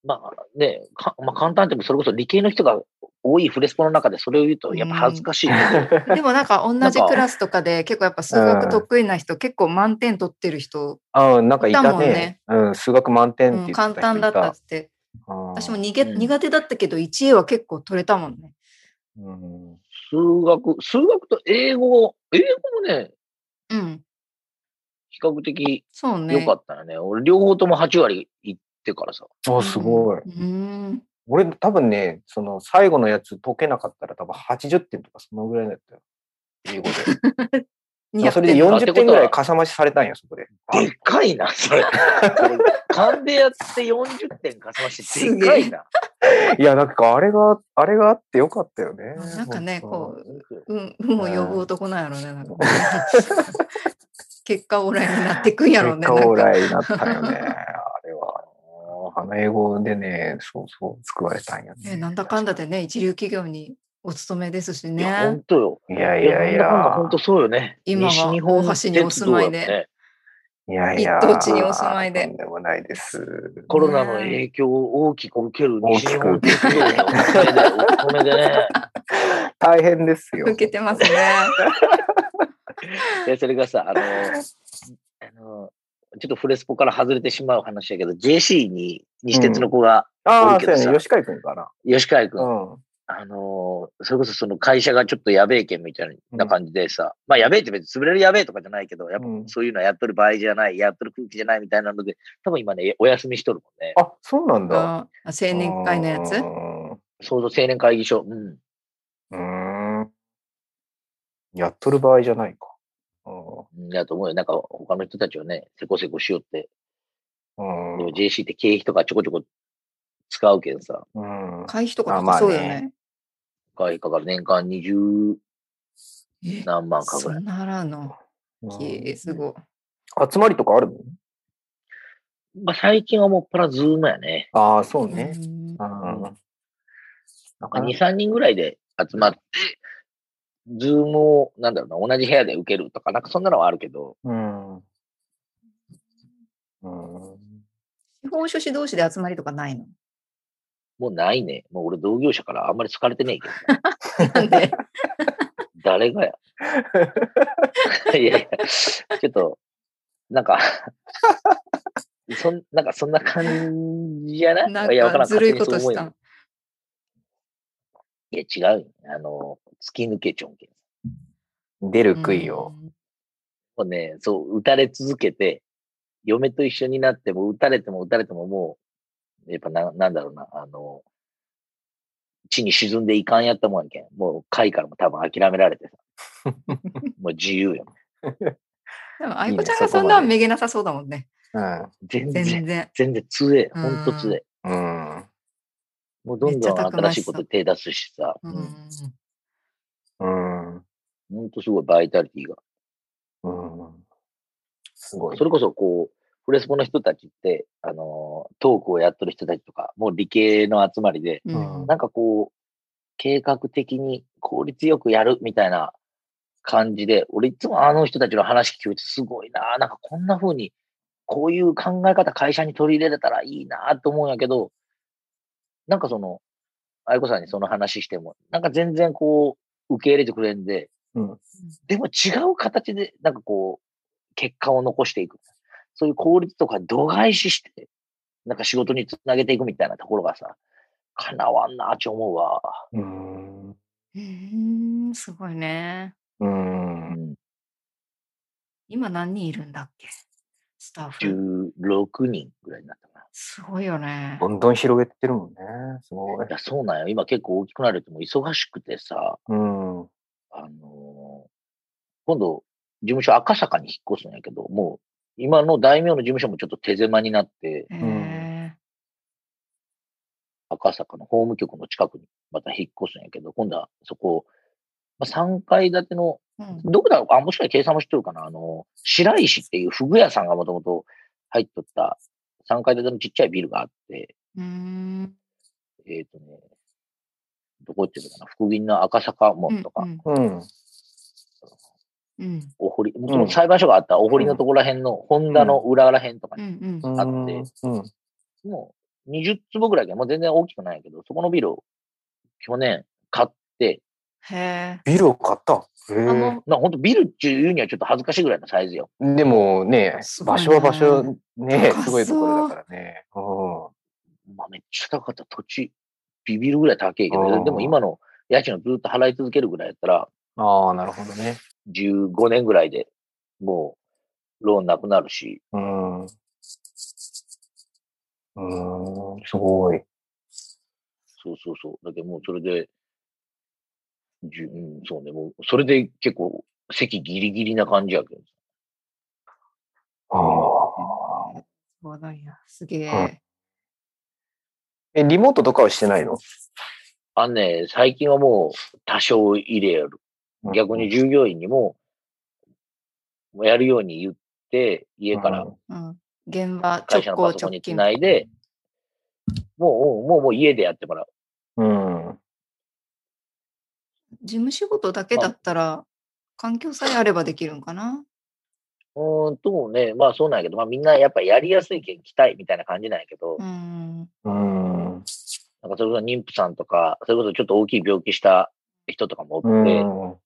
[SPEAKER 1] まあね、かまあ、簡単ってもそれこそ理系の人が多いフレスポの中でそれを言うとやっぱ恥ずかしいね、
[SPEAKER 3] でもなんか同じクラスとかで結構やっぱ数 学得意な人、結構満点取ってる人、
[SPEAKER 2] ああ、なんかい
[SPEAKER 3] いた
[SPEAKER 2] た
[SPEAKER 3] もんね
[SPEAKER 2] ね。うん。数学満点っ
[SPEAKER 3] う
[SPEAKER 2] て
[SPEAKER 3] ん
[SPEAKER 2] 言ってた
[SPEAKER 3] 簡
[SPEAKER 2] 人いた。
[SPEAKER 3] 単だったって言って。
[SPEAKER 2] うん。
[SPEAKER 3] 私も逃げ、
[SPEAKER 1] うん
[SPEAKER 3] 苦手だったけど、1A は結構取れたもんね。
[SPEAKER 2] うん。
[SPEAKER 1] 数学、数学と英語、英語もね、
[SPEAKER 3] うん、
[SPEAKER 1] 比較的
[SPEAKER 3] そうね。
[SPEAKER 1] 良かったよね。俺両方とも8割いってからさ。
[SPEAKER 2] あ、すごい。
[SPEAKER 3] うん。
[SPEAKER 2] 俺多分ね、その最後のやつ解けなかったら多分80点とかそのぐらいだったよ。英 語で。
[SPEAKER 3] 似合って
[SPEAKER 2] そ
[SPEAKER 3] る
[SPEAKER 2] れで
[SPEAKER 1] よ
[SPEAKER 2] 40点ぐらいかさ増しされたんよ、そこで。
[SPEAKER 1] でっかいな、そ れ。勘でやって40点かさまして、
[SPEAKER 3] す
[SPEAKER 1] でっ
[SPEAKER 3] げえ
[SPEAKER 1] かいな。
[SPEAKER 2] いや、なんかあれが、あれがあってよかったよね。
[SPEAKER 3] なんかね、こ
[SPEAKER 2] う。
[SPEAKER 3] う、うん、運を呼ぶ男なんやろね。なんか 結果オーライになってくんやろうね。
[SPEAKER 2] 結果オー
[SPEAKER 3] なんか
[SPEAKER 2] ライになった よね。あれは。あの英語でね、そうそう、救われたんよ
[SPEAKER 3] ね
[SPEAKER 2] ね。
[SPEAKER 3] なんだかんだでね、一流企業にお勤めですし
[SPEAKER 1] いや、ほ
[SPEAKER 3] ね
[SPEAKER 1] ん。とよ。
[SPEAKER 2] いやいや
[SPEAKER 1] な
[SPEAKER 2] い
[SPEAKER 1] んだかんだ
[SPEAKER 2] や
[SPEAKER 1] ほ。んとそうよね。
[SPEAKER 3] 今は
[SPEAKER 1] 西日本
[SPEAKER 3] 大橋にお住ま
[SPEAKER 1] 鉄道やもん
[SPEAKER 3] いで
[SPEAKER 1] ね
[SPEAKER 2] いやいや。
[SPEAKER 3] 一等地にお住まいで
[SPEAKER 2] とんでもないです。
[SPEAKER 1] コロナの影響を大きく受ける西日本
[SPEAKER 2] 大き
[SPEAKER 1] 鉄道のおかげで、おかげでね。
[SPEAKER 2] 大変ですよ。
[SPEAKER 3] 受けてますね。
[SPEAKER 1] で、それがさ、あの、あの、ちょっとフレスポから外れてしまう話やけど、JC に西鉄の子が、
[SPEAKER 2] あ
[SPEAKER 1] 多い
[SPEAKER 2] あ、
[SPEAKER 1] け
[SPEAKER 2] そう
[SPEAKER 1] どさ
[SPEAKER 2] やね。吉川君かな。
[SPEAKER 1] 吉川君、
[SPEAKER 2] うん。
[SPEAKER 1] あのーそれこそその会社がちょっとやべえけんみたいな感じでさ、まあやべえって別に潰れるやべえとかじゃないけど、やっぱ
[SPEAKER 2] うん
[SPEAKER 1] そういうのはやっとる場合じゃない、やっとる空気じゃないみたいなので、多分今ね、お休みしとるもんね。
[SPEAKER 2] あ、そうなんだ。
[SPEAKER 3] あ青年会のやつ
[SPEAKER 2] う。ーん
[SPEAKER 1] そうそう青年会議所。うん。
[SPEAKER 2] うーん。やっとる場合じゃないか。う
[SPEAKER 1] うんだと思うよ。なんか他の人たちをね、せこせこしよって。
[SPEAKER 2] ん。
[SPEAKER 1] で
[SPEAKER 2] う
[SPEAKER 1] も JC って経費とかちょこちょこ使うけんさ、
[SPEAKER 2] ん。うん。
[SPEAKER 3] 会費とか
[SPEAKER 2] あま
[SPEAKER 3] 高
[SPEAKER 2] あ
[SPEAKER 3] そうよね
[SPEAKER 2] ね。
[SPEAKER 1] 会費かかる年間20
[SPEAKER 3] え
[SPEAKER 1] 何万かぐ
[SPEAKER 3] そ
[SPEAKER 1] らい。
[SPEAKER 3] んならの。
[SPEAKER 2] うん
[SPEAKER 3] えーすごい。
[SPEAKER 2] 集まりとかあるの
[SPEAKER 1] まあ、最近はもっぱらズームやね。
[SPEAKER 2] ああ、そうね。
[SPEAKER 3] う
[SPEAKER 2] う
[SPEAKER 3] ん
[SPEAKER 2] ん。なん
[SPEAKER 1] ま
[SPEAKER 2] か
[SPEAKER 1] あ、2、
[SPEAKER 2] ね
[SPEAKER 1] 3人ぐらいで集まって、ズームを、なんだろうな、同じ部屋で受けるとか、なんかそんなのはあるけど、
[SPEAKER 2] うん。うん。
[SPEAKER 3] 基本書士同士で集まりとかないの。
[SPEAKER 1] もうないね。もう俺同業者からあんまり好かれてねえけど、
[SPEAKER 3] なん で
[SPEAKER 1] 誰がや。いやいや、ちょっと、なんか、そんなんかそんな感じやない
[SPEAKER 3] ない
[SPEAKER 1] や、わ
[SPEAKER 3] ん
[SPEAKER 1] から
[SPEAKER 3] か
[SPEAKER 1] ん。
[SPEAKER 3] ずるいこと
[SPEAKER 1] 勝手にそう思う
[SPEAKER 3] した
[SPEAKER 1] よ
[SPEAKER 3] の。
[SPEAKER 1] いや、違うよ。あの、突き抜けちょんけん。
[SPEAKER 2] 出る杭を。
[SPEAKER 3] うん。
[SPEAKER 1] もうね、そう、打たれ続けて、嫁と一緒になっても、打たれても打たれても、もう、やっぱな、なんだろうな、あの、地に沈んでいかんやったもんやけん。もう、会からも多分諦められて さ。もう自由よ。
[SPEAKER 3] でも、あいこちゃんがそんなんめげなさそうだもんね。
[SPEAKER 2] うん。
[SPEAKER 1] 全然、
[SPEAKER 3] 全然。
[SPEAKER 1] 全然強え。
[SPEAKER 3] うん
[SPEAKER 1] ほんと強え。
[SPEAKER 2] うん。
[SPEAKER 1] もうどんどん
[SPEAKER 3] めっちゃたく
[SPEAKER 1] 新
[SPEAKER 3] ま
[SPEAKER 1] し
[SPEAKER 3] し
[SPEAKER 1] い
[SPEAKER 3] そ
[SPEAKER 1] こ
[SPEAKER 3] う
[SPEAKER 1] と手出すしさ。
[SPEAKER 3] う
[SPEAKER 1] うんん
[SPEAKER 2] うん。
[SPEAKER 1] ほんとすごいバイタリティが。
[SPEAKER 2] うん。すごい。
[SPEAKER 1] それこそこう、フレスポの人たちって、あのー、トークをやってる人たちとか、もう理系の集まりで、
[SPEAKER 3] うん
[SPEAKER 1] なんかこう、計画的に効率よくやるみたいな感じで、俺いつもあの人たちの話聞くとすごいな、なんかこんな風に、こういう考え方会社に取り入れれたらいいなと思うんやけど、なんかその、愛子さんにその話しても、なんか全然こう、受け入れてくれんで、
[SPEAKER 2] うん
[SPEAKER 1] でも違う形で、なんかこう、結果を残していく。そういう効率とか度外視して、なんか仕事につなげていくみたいなところがさ、かなわんなって思うわ。
[SPEAKER 2] うん。
[SPEAKER 3] うん。すごいね。
[SPEAKER 2] うん。
[SPEAKER 3] 今何人いるんだっけスタッフ。
[SPEAKER 1] 16人ぐらいになったかな。
[SPEAKER 3] すごいよね
[SPEAKER 2] ど。んどん広げてるもんね。すごい
[SPEAKER 1] い。や、そうなんよ。今結構大きくなるともう忙しくてさ、
[SPEAKER 2] うん。
[SPEAKER 1] あのー今度、事務所赤坂に引っ越すんやけど、もう、今の大名の事務所もちょっと手狭になって、
[SPEAKER 3] へ
[SPEAKER 2] ん
[SPEAKER 3] え
[SPEAKER 1] 赤坂の法務局の近くにまた引っ越すんやけど、今度はそこ、まあ、3階建ての
[SPEAKER 3] うん
[SPEAKER 1] どこだろうあ、もしかして計算も知ってるかなあの、白石っていうフグ屋さんがもともと入っとった3階建てのちっちゃいビルがあって、
[SPEAKER 3] うん。
[SPEAKER 1] えっ、とね、どこ行ってるかな福銀の赤坂門とか、
[SPEAKER 3] うん
[SPEAKER 2] うん。
[SPEAKER 3] うん。
[SPEAKER 1] お堀、もうその裁判所があったお堀のところら辺の、ホンダの裏ら辺とか
[SPEAKER 3] う
[SPEAKER 1] に、
[SPEAKER 3] ん。
[SPEAKER 2] う。
[SPEAKER 3] うん
[SPEAKER 1] あって
[SPEAKER 2] うん。
[SPEAKER 1] もう20坪ぐらいで、もう全然大きくないんやけど、そこのビルを去年買って、
[SPEAKER 3] ん。へえ。
[SPEAKER 2] ビルを買った。
[SPEAKER 3] あ
[SPEAKER 2] へ
[SPEAKER 3] の、
[SPEAKER 1] な本当ビルっていうにはちょっと恥ずかしいぐらいのサイズよ。
[SPEAKER 2] え。でもね、
[SPEAKER 3] すごい
[SPEAKER 2] 場所
[SPEAKER 3] ね
[SPEAKER 2] は場所、ね、
[SPEAKER 3] 高そう
[SPEAKER 2] すごいところだからね。う
[SPEAKER 1] まあ、めっちゃ高かった。土地、ビビるぐらい高いけ
[SPEAKER 2] あ
[SPEAKER 1] ど、
[SPEAKER 2] ー
[SPEAKER 1] でも今の家賃をずっと払い続けるぐらいやったら、
[SPEAKER 2] ん。ああ、なるほどね。
[SPEAKER 1] 15年ぐらいでもうローンなくなるし、
[SPEAKER 2] うん。うん、すごい。
[SPEAKER 1] そうそうそう。だけどもうそれで、じゅうん、そうね、もうそれで結構席ギリギリな感じやけど。
[SPEAKER 2] ああ。
[SPEAKER 3] そうなんや。すげ
[SPEAKER 2] う
[SPEAKER 3] え。
[SPEAKER 2] え、リモートとかはしてないの
[SPEAKER 1] あのね、最近はもう多少入れる。逆に従業員にも、もうやるように言って、家から
[SPEAKER 3] うん。現場
[SPEAKER 1] 会
[SPEAKER 3] 直
[SPEAKER 1] 社の
[SPEAKER 3] 行
[SPEAKER 1] パソコン
[SPEAKER 3] 直
[SPEAKER 1] に
[SPEAKER 3] 近
[SPEAKER 1] つ。ないで、もう、もう、もう家でやってもらう。
[SPEAKER 2] うん。うん。
[SPEAKER 3] 事務仕事だけだったら、環境さえあればできるんかな。
[SPEAKER 1] うーんとね、まあそうなんやけど、まあみんなやっぱやりやすいけん来たいみたいな感じなんやけど、
[SPEAKER 3] うん。
[SPEAKER 2] うん。うん。
[SPEAKER 1] なんかそれこそ妊婦さんとか、それこそちょっと大きい病気した人とかもおって、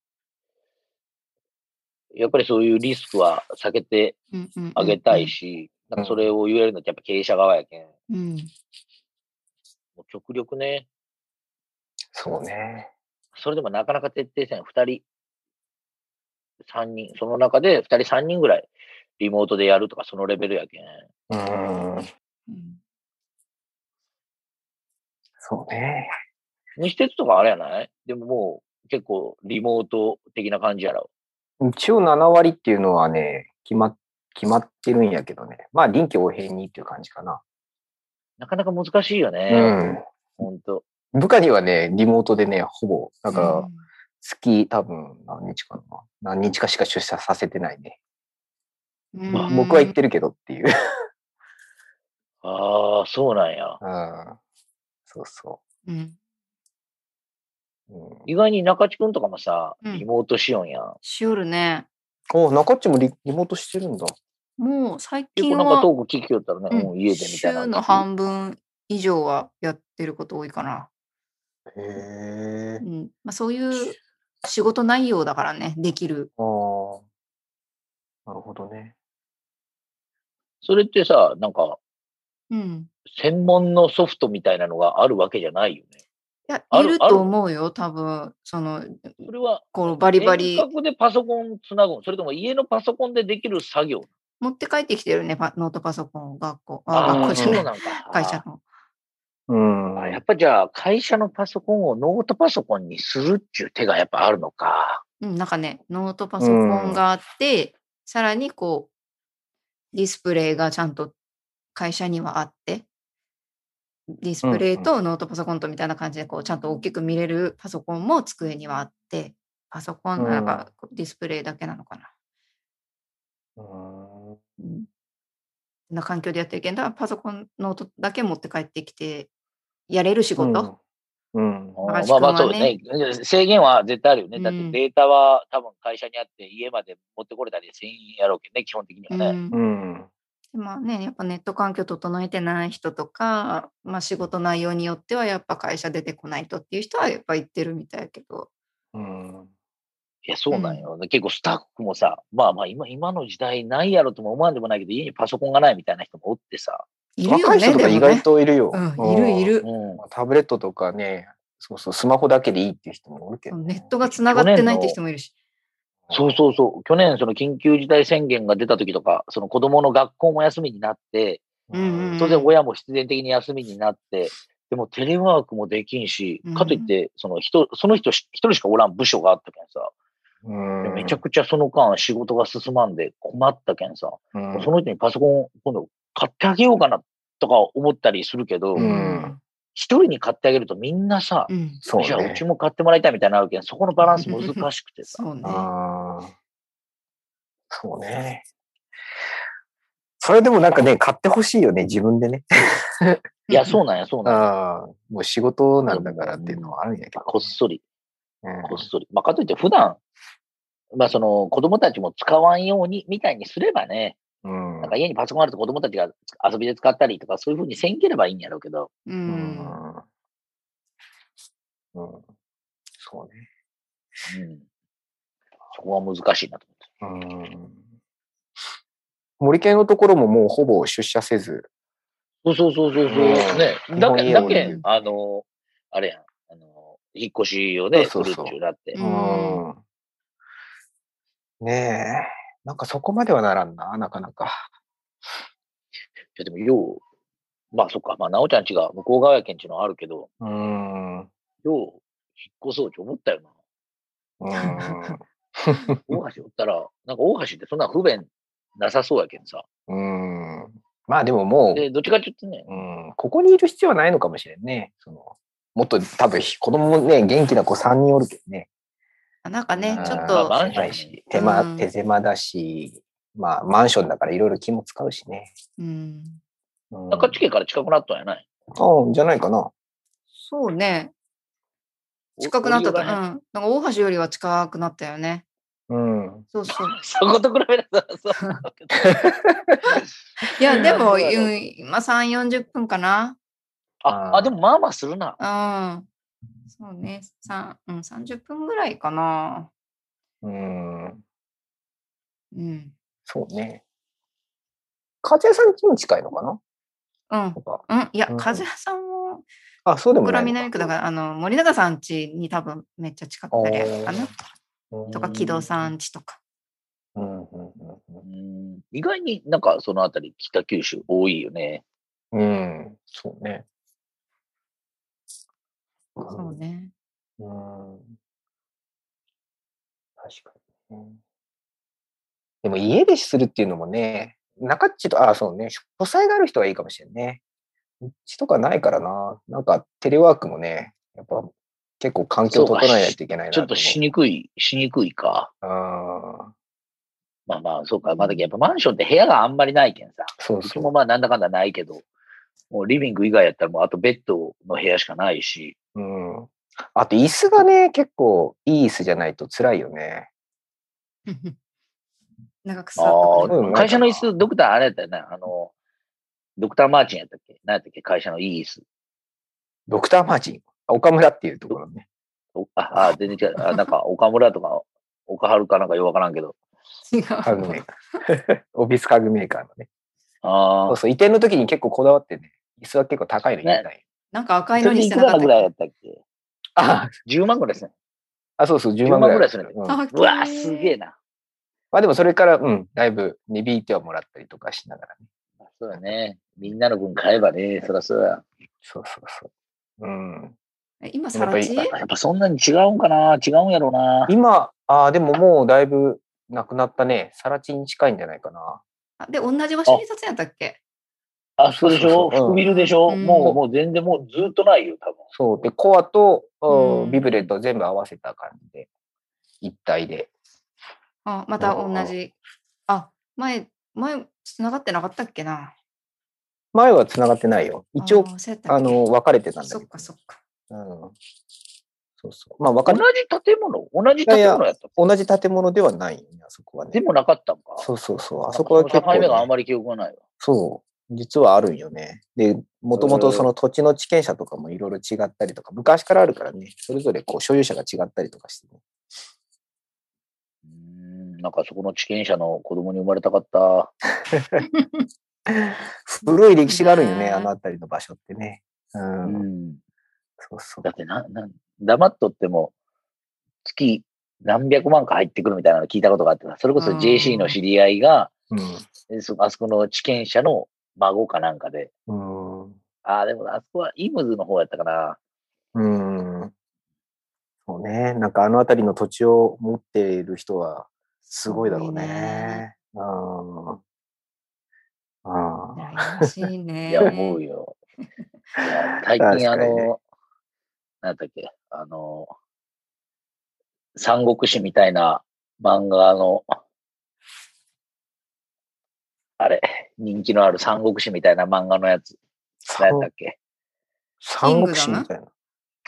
[SPEAKER 1] やっぱりそういうリスクは避けて
[SPEAKER 3] うんうんうん
[SPEAKER 1] あげたい。し、
[SPEAKER 2] ん
[SPEAKER 1] なんかそれを言えるのってやっぱ経営者側やけん、も
[SPEAKER 3] うん。
[SPEAKER 1] う極力ね、
[SPEAKER 2] そうね。
[SPEAKER 1] それでもなかなか徹底せん、二人、三人、その中で二人三人ぐらいリモートでやるとか、そのレベルやけん。
[SPEAKER 2] うん。
[SPEAKER 3] うん
[SPEAKER 2] そうね。
[SPEAKER 1] 西鉄とかあれやないでももう結構リモート的な感じやろ。
[SPEAKER 2] 一応7割っていうのはね、決まっ決まってるんやけどね。まあ、臨機応変にっていう感じかな。
[SPEAKER 1] なかなか難しいよね。ほんと。
[SPEAKER 2] うん。部下にはね、リモートでね、ほぼ、だから、
[SPEAKER 3] うん
[SPEAKER 2] 月多分何日かな。何日かしか出社させてないね。
[SPEAKER 3] うん
[SPEAKER 2] 僕は行ってるけどっていう。
[SPEAKER 1] ああ、そうなんや。
[SPEAKER 2] うん。そうそ
[SPEAKER 3] うん。
[SPEAKER 2] う。うん、
[SPEAKER 1] 意外に中地くんとかもさ、
[SPEAKER 3] うん
[SPEAKER 1] リモートしよんやん。
[SPEAKER 3] しおるね。
[SPEAKER 2] お中っちもリリモートしてるんだ。
[SPEAKER 3] もう最
[SPEAKER 1] 結
[SPEAKER 3] 近
[SPEAKER 1] 構なんかト
[SPEAKER 3] は、
[SPEAKER 1] ーク聞きよったらね、
[SPEAKER 3] うん
[SPEAKER 1] うん、家でみたいな。
[SPEAKER 3] 週の半分以上はやってること多いかな。
[SPEAKER 2] へえ
[SPEAKER 3] う。んまあ、そういう仕事内容だからね、できる。
[SPEAKER 2] ああ。なるほどね。
[SPEAKER 1] それってさ、なんか、
[SPEAKER 3] うん。
[SPEAKER 1] 専門のソフトみたいなのがあるわけじゃないよね。
[SPEAKER 3] いや、
[SPEAKER 1] あ
[SPEAKER 3] い
[SPEAKER 1] る
[SPEAKER 3] る
[SPEAKER 1] ある
[SPEAKER 3] と思うよ、多分。その、
[SPEAKER 1] それは、
[SPEAKER 3] このバリバリ
[SPEAKER 1] 遠隔でパソコンつなぐんそれとも家のパソコンでできる作業
[SPEAKER 3] 持って帰ってきてるね、パノートパソコンを学校。
[SPEAKER 2] あ
[SPEAKER 3] あ、
[SPEAKER 2] ー
[SPEAKER 3] 学校じゃ
[SPEAKER 1] そう
[SPEAKER 3] ない。
[SPEAKER 1] なんか。
[SPEAKER 3] 会社の。
[SPEAKER 2] うん。
[SPEAKER 1] あやっぱじゃあ、会社のパソコンをノートパソコンにするっちゅう手がやっぱあるのか。
[SPEAKER 3] うん、なんかね、ノートパソコンがあって、さらにこう、ディスプレイがちゃんと会社にはあって、ディスプレイとノートパソコンとみたいな感じで、こう、ちゃんと大きく見れるパソコンも机にはあって、パソコンなのか、ディスプレイだけなのかな。
[SPEAKER 2] うん
[SPEAKER 3] うん、そんな環境でやってるけど、だからパソコン、ノートだけ持って帰ってきて、やれる仕事、
[SPEAKER 2] うん。うん。
[SPEAKER 1] ま
[SPEAKER 3] 中
[SPEAKER 1] あ
[SPEAKER 3] 地君
[SPEAKER 1] ま
[SPEAKER 3] はね
[SPEAKER 1] あそうね。制限は絶対あるよね。
[SPEAKER 3] うん
[SPEAKER 1] だってデータは多分会社にあって家まで持ってこれたりせんやろうけどね、基本的には
[SPEAKER 3] う
[SPEAKER 1] ね。
[SPEAKER 3] ん
[SPEAKER 2] うん。
[SPEAKER 3] でまあね、やっぱネット環境整えてない人とか、まあ、仕事内容によってはやっぱ会社出てこないとっていう人はやっぱ言ってるみたいやけど、
[SPEAKER 2] うん。
[SPEAKER 1] いや、そうなんよ。結構スタッフもさ、まあまあ今今の時代ないやろとも思わんでもないけど、家にパソコンがないみたいな人もおってさ。
[SPEAKER 3] いる
[SPEAKER 2] 若
[SPEAKER 3] よ
[SPEAKER 2] い人
[SPEAKER 3] ね、
[SPEAKER 2] とか
[SPEAKER 3] で
[SPEAKER 2] 意
[SPEAKER 3] もね
[SPEAKER 2] 外。といるよ。
[SPEAKER 3] うん、いるい。る
[SPEAKER 1] う。ん。
[SPEAKER 2] タブレットとかね、そうそう、スマホだけでいいっていう人もおるけど。
[SPEAKER 3] ネットがつながってないって人もいるし。
[SPEAKER 1] そうそうそう。去年その緊急事態宣言が出た時とか、その子供の学校も休みになって、
[SPEAKER 3] うんうん
[SPEAKER 1] 当然親も必然的に休みになって、でもテレワークもできんし
[SPEAKER 3] うん、
[SPEAKER 1] かといって、その人、その人し一人しかおらん部署があったけんさ、
[SPEAKER 2] うん。
[SPEAKER 1] めちゃくちゃその間仕事が進まんで困ったけんさ、
[SPEAKER 2] うん
[SPEAKER 1] その人にパソコン今度買ってあげようかなとか思ったりするけど、
[SPEAKER 2] う
[SPEAKER 1] 一、
[SPEAKER 2] ん
[SPEAKER 1] 人に買ってあげるとみんなさ、
[SPEAKER 3] うん
[SPEAKER 2] そう
[SPEAKER 1] じゃあう
[SPEAKER 2] ね
[SPEAKER 1] ち。も買ってもらいたいみたいになるけん、そこのバランス難しくてさ。
[SPEAKER 3] そうね。
[SPEAKER 2] ああ。そうね。それでもなんかね、買ってほしいよね、自分でね。
[SPEAKER 1] いや、そうなんや、そうなんや。
[SPEAKER 2] ああ、もう仕事なんだからっていうのはあるんやけど。
[SPEAKER 1] こっそり。
[SPEAKER 2] うん
[SPEAKER 1] こっそり。まあ、かといって普段、まあ、その、子供たちも使わんように、みたいにすればね、
[SPEAKER 2] うん
[SPEAKER 1] なんか家にパソコンあると子供たちが遊びで使ったりとか、そういうふうにせんければいいんやろうけど、
[SPEAKER 3] う。
[SPEAKER 2] うんん。うん。そうね。
[SPEAKER 1] うん。そこは難しいなと思って。
[SPEAKER 2] うん。森健のところももうほぼ出社せず。
[SPEAKER 1] そうそうそうそうそう。
[SPEAKER 2] うん
[SPEAKER 1] ね。
[SPEAKER 2] 日
[SPEAKER 1] だ
[SPEAKER 2] 本
[SPEAKER 1] け、
[SPEAKER 2] 家
[SPEAKER 1] だ
[SPEAKER 2] を
[SPEAKER 1] け
[SPEAKER 2] ね、
[SPEAKER 1] あの、あれやん、あの、引っ越しをね、す
[SPEAKER 2] そ
[SPEAKER 1] る
[SPEAKER 2] う
[SPEAKER 1] っ
[SPEAKER 2] そうそう
[SPEAKER 1] ていうなって
[SPEAKER 3] う。
[SPEAKER 2] うんねえ。なんかそこまではならんな、なかなか。
[SPEAKER 1] いやでも、よう、まあそっか、まあ、なおちゃんちが向こう側やけんちのあるけど、
[SPEAKER 2] うん。うん。
[SPEAKER 1] よう、引っ越そうって思ったよな。大橋おったら、なんか大橋ってそんな不便なさそうやけんさ。
[SPEAKER 2] うん。まあでももう、
[SPEAKER 1] で、どっちかって言ってね、
[SPEAKER 2] うん、ここにいる必要はないのかもしれんね。そのもっと多分子供もね、元気な子3人おるけどね。
[SPEAKER 3] なんかね
[SPEAKER 1] う、ん
[SPEAKER 3] ちょっ
[SPEAKER 1] まあまあ
[SPEAKER 3] と、
[SPEAKER 2] 狭いし、手間、
[SPEAKER 3] うん
[SPEAKER 2] 手狭だし、まあマンションだからいろいろ気も使うしね。
[SPEAKER 3] うん。
[SPEAKER 2] うん、
[SPEAKER 1] 中地家から近くなったんやない
[SPEAKER 2] あじゃないかな。
[SPEAKER 3] そうね。近くなった
[SPEAKER 1] お
[SPEAKER 3] と。うん。
[SPEAKER 1] お湯がね
[SPEAKER 3] なんか大橋よりは近くなったよね。
[SPEAKER 2] うん。
[SPEAKER 3] そうそう。
[SPEAKER 1] そこと比べたらそうだけど。
[SPEAKER 3] いや、でも、う
[SPEAKER 1] そうだろうん
[SPEAKER 3] 今3、40分かな。
[SPEAKER 1] あ、あでもまあまあするな。
[SPEAKER 3] うん。そうね。三うん、30分ぐらいかな。
[SPEAKER 2] うん。
[SPEAKER 3] うん。
[SPEAKER 2] そうね。風さん家に近いのかな
[SPEAKER 3] うん
[SPEAKER 2] と。か。
[SPEAKER 3] うん、いや、
[SPEAKER 2] うん
[SPEAKER 3] 風さんも、
[SPEAKER 2] あ、そうで
[SPEAKER 3] 小
[SPEAKER 2] もな
[SPEAKER 3] 倉
[SPEAKER 2] いの
[SPEAKER 3] 南区だから、あの、森永さん家に多分めっちゃ近くなりゃるかな。
[SPEAKER 2] うん
[SPEAKER 3] とか、木戸さん家とか。
[SPEAKER 2] うんうんうんうん
[SPEAKER 1] うん意外になんかそのあたり北九州多いよね。
[SPEAKER 2] うん、そうね。
[SPEAKER 3] そうね。
[SPEAKER 2] うん。確かにね。でも家出するっていうのもね、中っちと、あ、そうね、書斎がある人はいいかもしれんね。うちとかないからな。なんかテレワークもね、やっぱ結構環境整えないといけないな
[SPEAKER 1] ちょっとしにくい、しにくいか。
[SPEAKER 2] ああ、
[SPEAKER 1] まあまあ、そうか。まあだけどやっぱマンションって部屋があんまりないけんさ。
[SPEAKER 2] そう
[SPEAKER 1] うち
[SPEAKER 2] そ
[SPEAKER 1] も
[SPEAKER 2] う。
[SPEAKER 1] まあなんだかんだないけど、もうリビング以外やったらもうあとベッドの部屋しかないし、
[SPEAKER 2] うん。あと椅子がね、結構いい椅子じゃないと辛いよね。
[SPEAKER 3] 長く座
[SPEAKER 1] あ
[SPEAKER 3] っ
[SPEAKER 1] あ
[SPEAKER 3] たから
[SPEAKER 2] う
[SPEAKER 1] ー、
[SPEAKER 2] ん
[SPEAKER 1] 会社の椅子、ドクターあれやったよね、あの、ドクターマーチンやったっけ何やったっけ会社のいい椅子。
[SPEAKER 2] ドクターマーチン。岡村っていうところね。
[SPEAKER 1] おあ、あ全然違う。あなんか、岡村とか、岡春かなんかよくわからんけど。
[SPEAKER 3] 違
[SPEAKER 2] 家具
[SPEAKER 3] う。
[SPEAKER 2] メーカー。オフィス家具メーカーのね。
[SPEAKER 1] あ
[SPEAKER 2] そ
[SPEAKER 1] あ
[SPEAKER 2] う、そう、移転の時に結構こだわってね、椅子は結構高いの入れない。
[SPEAKER 3] なんか赤い
[SPEAKER 1] 一
[SPEAKER 3] の
[SPEAKER 1] 人
[SPEAKER 3] にし
[SPEAKER 1] い
[SPEAKER 3] て
[SPEAKER 1] く
[SPEAKER 3] なからった
[SPEAKER 1] ぐ
[SPEAKER 3] っ
[SPEAKER 1] らいや
[SPEAKER 3] け。
[SPEAKER 1] ったっけ
[SPEAKER 2] あ
[SPEAKER 1] 10万ぐらいですね。
[SPEAKER 2] あ、そうそう、10万ぐらい。
[SPEAKER 1] 10万ぐ
[SPEAKER 2] うん
[SPEAKER 3] 高いう
[SPEAKER 1] わーすげえな。
[SPEAKER 2] まあでもそれから、うん、だいぶ値引いてはもらったりとかしながらね。
[SPEAKER 1] そうだね。みんなの分買えばね、そらそうだ。
[SPEAKER 2] そうそうそう。うん。
[SPEAKER 3] 今、さらち
[SPEAKER 2] やっ
[SPEAKER 1] やっぱそんなに違うんかな違うんやろうな。
[SPEAKER 2] 今、ああ、でももうだいぶなくなったね。さらちに近いんじゃないかな。
[SPEAKER 3] あで、同じ場所に立つんやったっけ
[SPEAKER 1] あ、そうでし
[SPEAKER 2] そ
[SPEAKER 1] ょ
[SPEAKER 2] うそうそううん
[SPEAKER 1] 福ビルでしょ
[SPEAKER 3] うん
[SPEAKER 1] もう、もう全然もうずっとないよ、多分。
[SPEAKER 2] そう。で、コアと、
[SPEAKER 3] う
[SPEAKER 2] うんん、ビブレット全部合わせた感じで、一体で。
[SPEAKER 3] あまた
[SPEAKER 2] う
[SPEAKER 3] 同
[SPEAKER 2] ん
[SPEAKER 3] じ。あ、前、前、つながってなかったっけな。
[SPEAKER 2] 前は繋がってないよ。一応
[SPEAKER 3] あ、ー、そうやったっけ
[SPEAKER 2] あの、分かれてたんだけど。
[SPEAKER 3] そっかそっか。
[SPEAKER 2] うん。そうそう。まあ、分か
[SPEAKER 1] 同
[SPEAKER 2] れ
[SPEAKER 1] じ、建物同じ建物やった。
[SPEAKER 2] 同じ建物ではないよね、あそこはね
[SPEAKER 1] で。もなかったんか。
[SPEAKER 2] そうそうそう。
[SPEAKER 1] あ
[SPEAKER 2] あそこは結
[SPEAKER 1] 境
[SPEAKER 2] 構、
[SPEAKER 1] 目があん
[SPEAKER 2] ね、
[SPEAKER 1] まり記憶がないわ。
[SPEAKER 2] そう。実はあるんよね。で、もともとその土地の地権者とかもいろいろ違ったりとか、昔からあるからね、それぞれこう所有者が違ったりとかしてね、
[SPEAKER 1] うーん、なんかそこの地権者の子供に生まれたかった。
[SPEAKER 2] 古い歴史があるんよ
[SPEAKER 3] ね
[SPEAKER 2] ね、あの辺りの場所ってね。うん。
[SPEAKER 1] うん。
[SPEAKER 2] そうそう
[SPEAKER 1] だ。ってな、な、黙っとっても、月何百万か入ってくるみたいなの聞いたことがあってさそれこそ
[SPEAKER 3] うん
[SPEAKER 1] JC の知り合いが、
[SPEAKER 2] うん。
[SPEAKER 1] えそあそこの地権者の孫かなんかで、
[SPEAKER 2] うん。
[SPEAKER 1] ああ、でもあそこはイムズの方やったかな。
[SPEAKER 2] うん。そうね。なんかあの辺りの土地を持っている人はすごいだろうね。うん。ああ。
[SPEAKER 3] 羨ましいね。
[SPEAKER 1] いや、思う よ。いや最近、あ
[SPEAKER 2] 確かにね
[SPEAKER 1] の、なんだっけ、あの、三国志みたいな漫画の、あれ、人気のある三国志みたいな漫画のやつ、何やったっけ
[SPEAKER 2] 三国志みたいな。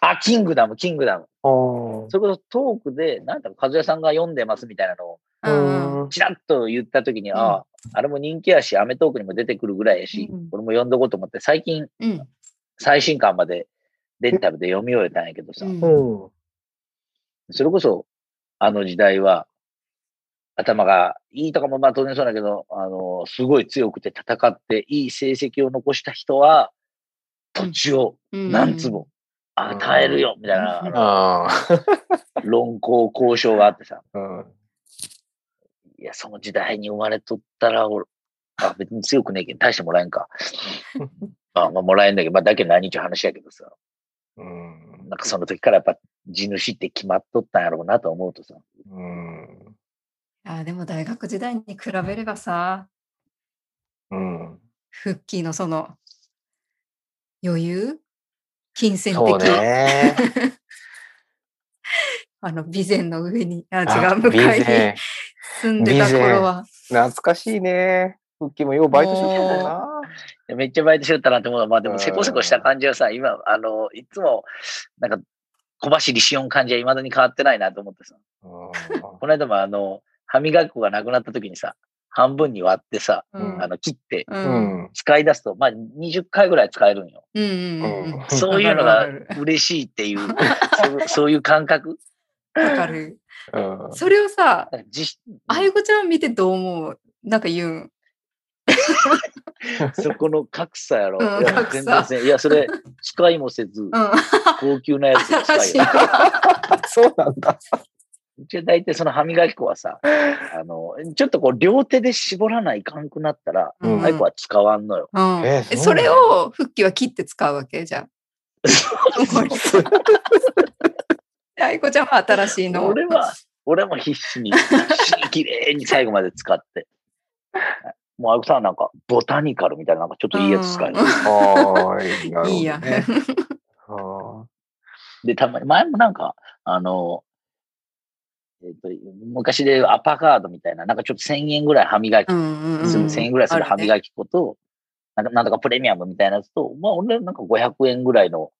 [SPEAKER 1] あ、キングダム、キングダム。
[SPEAKER 2] あー
[SPEAKER 1] それこそトークで、なんだろう、和也さんが読んでますみたいなのを、
[SPEAKER 3] うんうん。
[SPEAKER 1] ちらっと言ったときに、
[SPEAKER 3] うん
[SPEAKER 1] ああ、あれも人気やし、アメトークにも出てくるぐらいやし、
[SPEAKER 3] うん
[SPEAKER 1] 俺も読んどこうと思って、最近、
[SPEAKER 3] うん。
[SPEAKER 1] 最新刊までレンタルで読み終えたんやけどさ、
[SPEAKER 3] うん
[SPEAKER 2] うん。
[SPEAKER 1] それこそあの時代は頭がいいとかもまあ当然そうだけど、あの、すごい強くて戦っていい成績を残した人は土地を
[SPEAKER 3] うん
[SPEAKER 1] 何坪与えるよみたいな
[SPEAKER 3] うん
[SPEAKER 1] あの
[SPEAKER 2] ああ。
[SPEAKER 1] 論考交渉があってさ、
[SPEAKER 2] うん。
[SPEAKER 1] いや、その時代に生まれとったら俺、あ、別に強くねえけん、大してもらえん か。あまあ、もらえんだけど、まあ、だけど何日話やけどさ、
[SPEAKER 2] うん
[SPEAKER 1] なんかその時からやっぱ地主って決まっとったんやろうなと思うとさ、
[SPEAKER 2] うん。
[SPEAKER 3] あーでも大学時代に比べればさ、
[SPEAKER 2] うん。
[SPEAKER 3] フッキーのその余裕金銭
[SPEAKER 2] そう
[SPEAKER 3] 的、
[SPEAKER 2] ね。
[SPEAKER 3] あの備前の上に、あ
[SPEAKER 2] あ
[SPEAKER 3] 違う、向かい
[SPEAKER 2] 備前
[SPEAKER 3] に住んでた頃は、
[SPEAKER 2] 懐かしいね。復帰もようバイトしてたもんな。
[SPEAKER 1] でめっちゃバイトしよったなって思うのはまあで
[SPEAKER 2] う
[SPEAKER 1] も、
[SPEAKER 2] ん
[SPEAKER 1] せこせこした感じはさ、今、あの、いつも、なんか、小走りしよん感じは未だに変わってないなと思ってさ、
[SPEAKER 2] うん
[SPEAKER 1] この間もあの、歯磨き粉がなくなった時にさ、半分に割ってさ、
[SPEAKER 2] うん
[SPEAKER 1] あの、切って、
[SPEAKER 3] う。
[SPEAKER 2] うんん。
[SPEAKER 1] 使い出すと、まあ、20回ぐらい使えるんよ。
[SPEAKER 3] うんうんうんうん。
[SPEAKER 1] そういうの
[SPEAKER 3] わか
[SPEAKER 1] が
[SPEAKER 3] るわかる
[SPEAKER 1] 嬉しいっていう、そうそういう感覚。
[SPEAKER 3] わかる。
[SPEAKER 2] うん
[SPEAKER 3] それをさ、
[SPEAKER 1] なんか実
[SPEAKER 3] あゆこちゃん見てどう思うなんか言うん。
[SPEAKER 1] そこの格差やろ。
[SPEAKER 3] うん
[SPEAKER 1] いや
[SPEAKER 3] 格差
[SPEAKER 1] 全然せんいや、そ れ、使いもせず、
[SPEAKER 3] うん。
[SPEAKER 1] 高級なやつを使
[SPEAKER 3] 新
[SPEAKER 1] い
[SPEAKER 3] しいわ。
[SPEAKER 2] そうなんだ。
[SPEAKER 1] うちは大体その歯磨き粉はさ、あの、ちょっとこう両手で絞らないかんくなったら、
[SPEAKER 2] うん
[SPEAKER 1] 歯磨き粉は使わんのよ。
[SPEAKER 3] うん
[SPEAKER 2] えー
[SPEAKER 3] え
[SPEAKER 2] そ
[SPEAKER 3] そう
[SPEAKER 2] なの
[SPEAKER 3] れを復帰は切って使うわけじゃん。あいこちゃんは新しいの。
[SPEAKER 1] 俺は、俺はもう必死に、必死に綺麗に最後まで使って。 もうあゆこさんはなんか、ボタニカルみたいな、なんかちょっといいやつ使える。
[SPEAKER 3] う
[SPEAKER 2] はーい。なるほど
[SPEAKER 3] ん。
[SPEAKER 2] ね
[SPEAKER 3] い いや。
[SPEAKER 2] あー
[SPEAKER 1] で、たまに、前もなんか、あの、えっ、と、昔でアパカードみたいな、なんかちょっと1000円ぐらい歯磨き
[SPEAKER 3] う、んうんうん。
[SPEAKER 1] する1000円ぐらいする歯
[SPEAKER 3] あるね
[SPEAKER 1] 磨き粉と、なんかなんとかプレミアムみたいなやつと、まあ俺なんか500円ぐらいの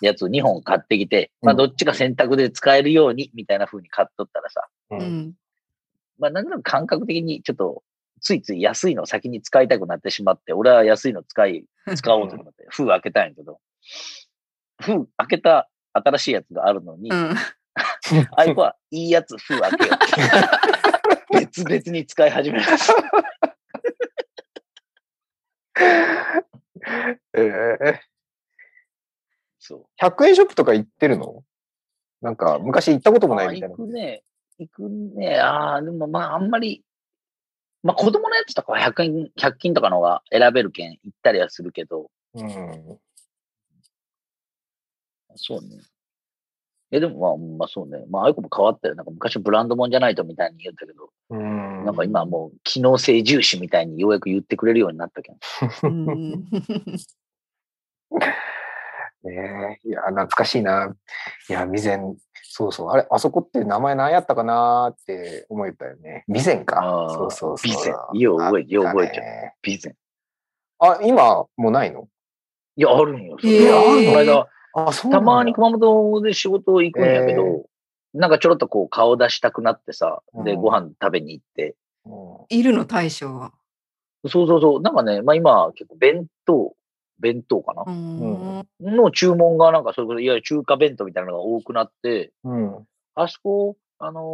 [SPEAKER 1] やつ2本買ってきて、まあどっちか選択で使えるようにみたいな風に買っとったらさ、
[SPEAKER 2] うん
[SPEAKER 3] うん。
[SPEAKER 1] まあなんとなく感覚的にちょっとついつい安いのを先に使いたくなってしまって、俺は安いの使 い、使おうと思って、封開けたんやけど、封開けた新しいやつがあるのに、
[SPEAKER 3] うん。
[SPEAKER 1] あいこはいいやつ、封開けよう。 別々に使い始めました。
[SPEAKER 2] ええ
[SPEAKER 1] そう。
[SPEAKER 2] 100円ショップとか行ってるのなんか、昔行ったこともないみたい
[SPEAKER 1] あ
[SPEAKER 2] な
[SPEAKER 1] 行。くね。行くね。ああ、でもまああんまり、まあ子供のやつとかは100円、100均とかの方が選べるけん行ったりはするけど、
[SPEAKER 2] うん。
[SPEAKER 1] そうね。え、でもまあ、まあそうね。まああいこも変わったよ。なんか昔ブランドもんじゃないとみたいに言ったけど、
[SPEAKER 2] うん
[SPEAKER 1] なんか今はもう機能性重視みたいにようやく言ってくれるようになったけん。
[SPEAKER 3] うん
[SPEAKER 2] ねえ、いや、懐かしいな。いや、備前、そうそう、あれ、あそこって名前何やったかなーって思えたよね。備前か
[SPEAKER 1] あ。ー
[SPEAKER 2] そうそうそう。
[SPEAKER 1] 備前よう覚えよう覚えちゃ
[SPEAKER 2] う。
[SPEAKER 1] 備前。
[SPEAKER 2] あ、今もうないの
[SPEAKER 1] いや、あるんよ。それ
[SPEAKER 3] へ
[SPEAKER 1] こ
[SPEAKER 2] ー
[SPEAKER 1] の間、
[SPEAKER 2] あ、そうな
[SPEAKER 1] た
[SPEAKER 2] んだ
[SPEAKER 1] まに熊本で仕事行くんやけど、
[SPEAKER 2] へ
[SPEAKER 1] なんかちょろっとこう顔出したくなってさ、で、
[SPEAKER 2] うん
[SPEAKER 1] ご飯食べに行って、
[SPEAKER 2] うん
[SPEAKER 3] いるの大将は。
[SPEAKER 1] そうそうそう。なんかね、まあ今、結構弁当、弁当かな
[SPEAKER 3] う、ん。
[SPEAKER 1] の注文がなんか、それこそ、いわゆる中華弁当みたいなのが多くなって、
[SPEAKER 2] うん。
[SPEAKER 1] あそこ、あのー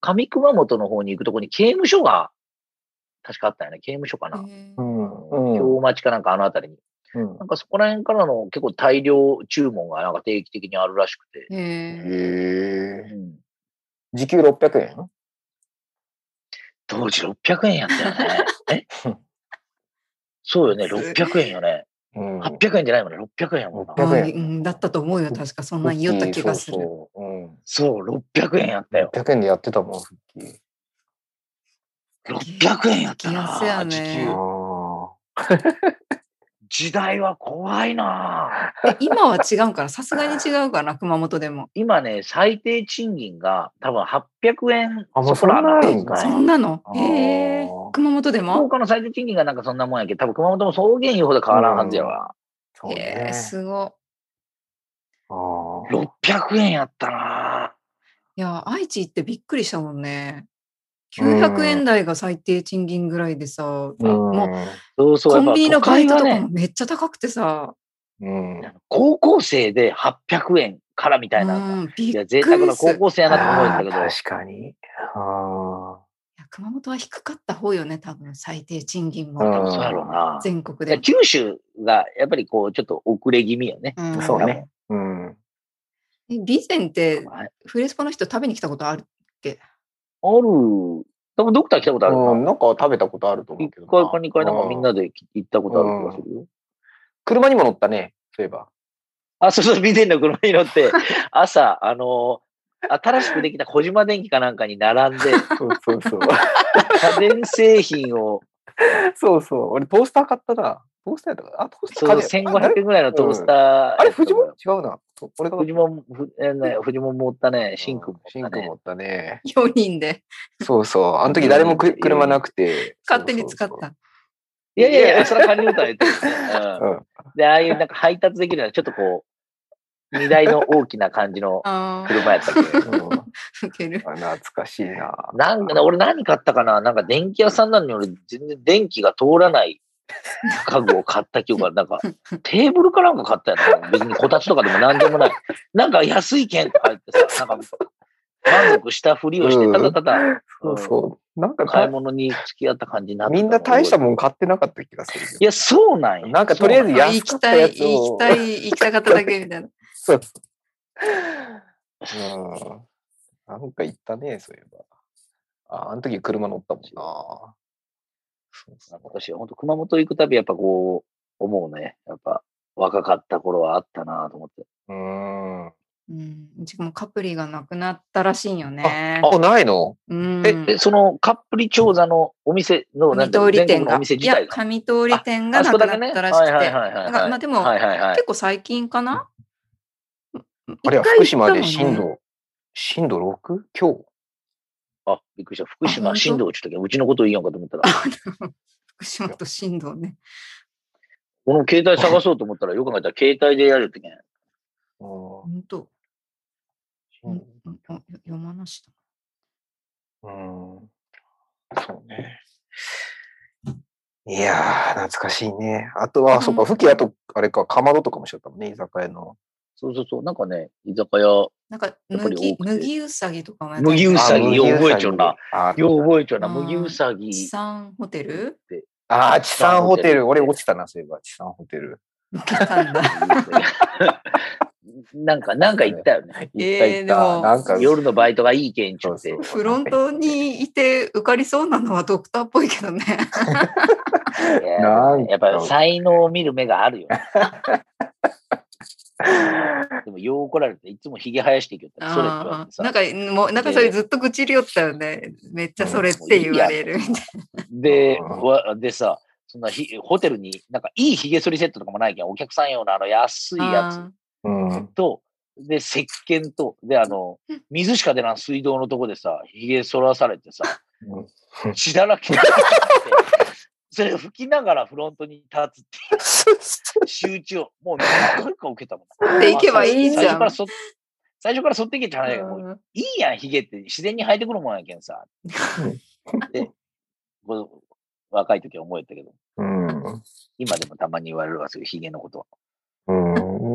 [SPEAKER 1] 上熊本の方に行くとこに刑務所が、確かあったよね。刑務所かな、
[SPEAKER 3] へ
[SPEAKER 2] う
[SPEAKER 3] ー
[SPEAKER 2] ん。うん
[SPEAKER 1] 京町かなんかあの辺りに。
[SPEAKER 2] うん
[SPEAKER 1] なんかそこら辺からの結構大量注文がなんか定期的にあるらしくて。
[SPEAKER 3] へえ。
[SPEAKER 1] う
[SPEAKER 2] へえ。
[SPEAKER 1] ん。
[SPEAKER 2] 時給600円
[SPEAKER 1] 当時600円やった よね。えそうよね。600円よね。
[SPEAKER 2] うん。
[SPEAKER 1] 800円じゃないもんね。600円やもんな。
[SPEAKER 2] 600円
[SPEAKER 3] うんだったと思うよ、確か。そんなん言おった気がす
[SPEAKER 2] そう
[SPEAKER 3] る。
[SPEAKER 2] そううん。
[SPEAKER 1] そう、600円やったよ。
[SPEAKER 2] 600円でやってたもん、復帰。
[SPEAKER 1] 600円やったな
[SPEAKER 3] 激安やね
[SPEAKER 1] 時
[SPEAKER 2] あ
[SPEAKER 1] 給
[SPEAKER 2] ー
[SPEAKER 1] 時代は怖いな
[SPEAKER 3] え今は違うから、さすがに違うかな、熊本でも。
[SPEAKER 1] 今ね、最低賃金が多分800円
[SPEAKER 2] あもう
[SPEAKER 1] そこら
[SPEAKER 2] そんなあるんか
[SPEAKER 1] ない
[SPEAKER 3] そんなの
[SPEAKER 2] あー
[SPEAKER 3] へえ。熊本で
[SPEAKER 1] 福
[SPEAKER 3] も
[SPEAKER 1] 岡の最低賃金がなんかそんなもんやけど、多分熊本も草原油ほど変わらんはずやわ。
[SPEAKER 2] そう
[SPEAKER 3] へ
[SPEAKER 2] ね
[SPEAKER 3] え、。すごい。
[SPEAKER 2] あー
[SPEAKER 1] 600円やったない
[SPEAKER 3] や、愛知行ってびっくりしたもんね。
[SPEAKER 2] うん
[SPEAKER 3] 900円台が最低賃金ぐらいでさ、もう
[SPEAKER 1] そうそう、
[SPEAKER 3] コンビニのバイトと
[SPEAKER 1] やっぱ都会はね、
[SPEAKER 3] かもめっちゃ高くてさ、
[SPEAKER 2] うん。うん
[SPEAKER 1] 高校生で800円からみたいな。
[SPEAKER 3] うん、び
[SPEAKER 1] いや、
[SPEAKER 3] っく
[SPEAKER 1] 贅
[SPEAKER 3] りす
[SPEAKER 1] 沢
[SPEAKER 3] る。い
[SPEAKER 1] な高校生やなと思うんだ
[SPEAKER 2] あ
[SPEAKER 1] け
[SPEAKER 2] ー
[SPEAKER 1] ど、
[SPEAKER 2] 確かに。あ
[SPEAKER 3] や熊本は低かった方よね、多分最低賃
[SPEAKER 2] う
[SPEAKER 3] 金
[SPEAKER 2] ん
[SPEAKER 1] で
[SPEAKER 3] も。
[SPEAKER 1] もそうやろうな。
[SPEAKER 3] 全国
[SPEAKER 1] いや
[SPEAKER 3] で。
[SPEAKER 1] 九州がやっぱりこう、ちょっと遅れ気味よね。
[SPEAKER 3] うん
[SPEAKER 2] あ。そうね。うん。
[SPEAKER 3] え備前って
[SPEAKER 1] はい
[SPEAKER 3] フレスパの人食べに来たことあるっ け
[SPEAKER 1] ある。多分ドクター来たことある
[SPEAKER 2] う
[SPEAKER 1] な。
[SPEAKER 2] んなんか食べたことあると思う
[SPEAKER 1] 一
[SPEAKER 2] けどな。
[SPEAKER 1] 回か二回なんかみんな
[SPEAKER 2] う。
[SPEAKER 1] で行ったことある気がするよ。
[SPEAKER 2] 車にも乗ったね、そういえば。
[SPEAKER 1] あ、そうそう、備前の車に乗って、 朝、あのー新しくできた小島電機かなんかに並ん で、
[SPEAKER 2] そうそうそう。
[SPEAKER 1] 家電製品を、
[SPEAKER 2] そうそう。俺トースター買ったな。トースターやったかなあ、トースタ
[SPEAKER 1] そう、
[SPEAKER 2] ー買った。あ
[SPEAKER 1] 1500円ぐらいのトースター。
[SPEAKER 2] あれ、フジモン違うな。と俺が
[SPEAKER 1] フジモン、フえーねフジモン持ったね、シンク持っ
[SPEAKER 2] シン
[SPEAKER 1] た
[SPEAKER 2] ク
[SPEAKER 1] ね
[SPEAKER 2] 持。ったね。
[SPEAKER 3] ?4 人で
[SPEAKER 2] そうそう。あの時誰もく車なくて。
[SPEAKER 3] 勝手に使っ
[SPEAKER 2] そうそう
[SPEAKER 3] た。
[SPEAKER 1] いやいやいや、それは管理歌言ってる、う
[SPEAKER 2] そう。うん
[SPEAKER 1] ん。で、ああいうなんか配達できるのはちょっとこう、荷台の大きな感じの
[SPEAKER 3] ああ、
[SPEAKER 1] 車やったけど。
[SPEAKER 2] うんあ
[SPEAKER 3] 受ける。
[SPEAKER 2] 懐かしい な。
[SPEAKER 1] なんかね、俺何買ったかななんか電気屋さんなのに俺全然電気が通らない家具を買った記憶があ る。なんかテーブルかなんか買ったやつ。別にこたつとかでも何でもない。なんか安い券とか入って さ、なんか満足したふりをして、ただただ
[SPEAKER 2] そうそう。なんか
[SPEAKER 1] 買い
[SPEAKER 2] た
[SPEAKER 1] 物に付き合った感じになって
[SPEAKER 2] み
[SPEAKER 1] た
[SPEAKER 2] んな大した
[SPEAKER 1] い
[SPEAKER 2] もん買ってなかった気がするけど。
[SPEAKER 1] や、そうなんや。
[SPEAKER 2] なんかとりあえず
[SPEAKER 1] そうなんや
[SPEAKER 2] 安
[SPEAKER 3] 行
[SPEAKER 2] か
[SPEAKER 3] き
[SPEAKER 2] った
[SPEAKER 3] たい、
[SPEAKER 2] や
[SPEAKER 3] 行
[SPEAKER 2] つを
[SPEAKER 3] きたい、行きたかっただけみたいな。
[SPEAKER 2] そうそう。うん。なんか言ったね、そういえば。あ、あの時車乗ったもんな。そうそう
[SPEAKER 1] 私、本当熊本行くたびやっぱこう、思うね。やっぱ若かった頃はあったなと思って。
[SPEAKER 2] うーん。あ、
[SPEAKER 3] うん、うちもカプリがなくなったらしいんよね。
[SPEAKER 2] ないの
[SPEAKER 3] うん、
[SPEAKER 1] え、えそのカップリ調査のお店の、
[SPEAKER 3] 上
[SPEAKER 1] ていう
[SPEAKER 3] 通
[SPEAKER 1] の
[SPEAKER 3] り
[SPEAKER 1] 全
[SPEAKER 3] 店
[SPEAKER 1] 国の
[SPEAKER 3] が。
[SPEAKER 1] お店
[SPEAKER 3] い
[SPEAKER 1] 自
[SPEAKER 3] や、
[SPEAKER 1] 体が。
[SPEAKER 3] 上通り店が
[SPEAKER 1] あそ
[SPEAKER 3] な
[SPEAKER 1] こ
[SPEAKER 3] く
[SPEAKER 1] だけ
[SPEAKER 3] な
[SPEAKER 1] ね
[SPEAKER 3] ったらしくて、
[SPEAKER 1] はいはいはいはい
[SPEAKER 3] なんかまあでも、
[SPEAKER 1] はいはいはい
[SPEAKER 3] 結。構最近かな、
[SPEAKER 2] あれは
[SPEAKER 3] 一回
[SPEAKER 2] 福
[SPEAKER 3] 行
[SPEAKER 2] 島
[SPEAKER 3] ったもん
[SPEAKER 2] で
[SPEAKER 3] ね
[SPEAKER 2] 震度、震度 6? 今日
[SPEAKER 1] あ、びっくりした。福
[SPEAKER 3] あ本
[SPEAKER 1] 島、
[SPEAKER 3] 当
[SPEAKER 1] 震度落ちたけど、うちのこと言いよんかと思ったら。
[SPEAKER 3] 福島と振動ね。
[SPEAKER 1] この携帯探そうと思ったら、よく考えたら携帯でやるってね。
[SPEAKER 2] うん
[SPEAKER 3] 本当。
[SPEAKER 2] う
[SPEAKER 3] うんんうんよ読まなした。
[SPEAKER 2] うんそうね。いやー、懐かしいね。あとは、
[SPEAKER 3] うん
[SPEAKER 2] そうか、吹き、あと、あれか、かまどとかもしちゃったもんね、居酒屋の。
[SPEAKER 1] そうそうそう。なんかね、居酒屋、
[SPEAKER 3] なんか
[SPEAKER 1] やっぱり
[SPEAKER 3] 麦
[SPEAKER 1] 多くて
[SPEAKER 3] 麦うさぎとかもや
[SPEAKER 1] 麦うさぎよう覚えちゃうな。
[SPEAKER 2] あ
[SPEAKER 1] よう覚えちゃうな、
[SPEAKER 3] あー
[SPEAKER 1] 麦うさぎ。
[SPEAKER 3] 地産ホ テル
[SPEAKER 2] あー、地産ホテ
[SPEAKER 1] 地産ホテ
[SPEAKER 2] ル。俺
[SPEAKER 1] ル
[SPEAKER 2] 落ちたな、そういえば、地産ホテル。
[SPEAKER 3] 受けたんだ。
[SPEAKER 1] なんか、なんか言ったよね。
[SPEAKER 2] 行った行
[SPEAKER 3] え
[SPEAKER 2] っ
[SPEAKER 3] ーで
[SPEAKER 2] た。
[SPEAKER 3] も
[SPEAKER 2] なんか、
[SPEAKER 1] 夜のバイトがいい県庁って
[SPEAKER 2] そう。そう
[SPEAKER 3] フロントにいて受かりそうなのはドクターっぽいけ どね。
[SPEAKER 1] いや
[SPEAKER 2] なんか
[SPEAKER 1] やっぱり才能を見る目があるよ ね。でも、よう怒られて、いつもひげ生やしていくよって。それって言われ
[SPEAKER 3] あ
[SPEAKER 1] て
[SPEAKER 3] ー
[SPEAKER 1] さ
[SPEAKER 3] なんか、もう、なんかそれずっと愚痴りよったよね。めっちゃそれって言われるみたい
[SPEAKER 1] で、
[SPEAKER 2] うん
[SPEAKER 1] わでさ、そんなひホテルに、なんかいいひげ剃りセットとかもないけん、お客さん用のあの安いや
[SPEAKER 3] な。
[SPEAKER 2] うん
[SPEAKER 1] つ。と、で、石鹸と、で、あの
[SPEAKER 3] うん、
[SPEAKER 1] 水しか出ない水道のとこでさ、ひげ剃らされてさ、
[SPEAKER 2] うん
[SPEAKER 1] 血だらけになって、それ拭きながらフロントに立つっていう 仕打ちを、もう何回か受けたもん。
[SPEAKER 3] っていけばいいじゃ
[SPEAKER 1] 最初
[SPEAKER 3] ん
[SPEAKER 1] からそ最初から剃っていけって
[SPEAKER 3] あ
[SPEAKER 1] 話だけど、もう
[SPEAKER 3] ー
[SPEAKER 1] いいやん、ヒゲって自然に生えてくるもんやけんさ。で、こう若い時は思えたけど、
[SPEAKER 2] うん。
[SPEAKER 1] 今でもたまに言われるわ、そういうヒゲのことは。
[SPEAKER 2] うん。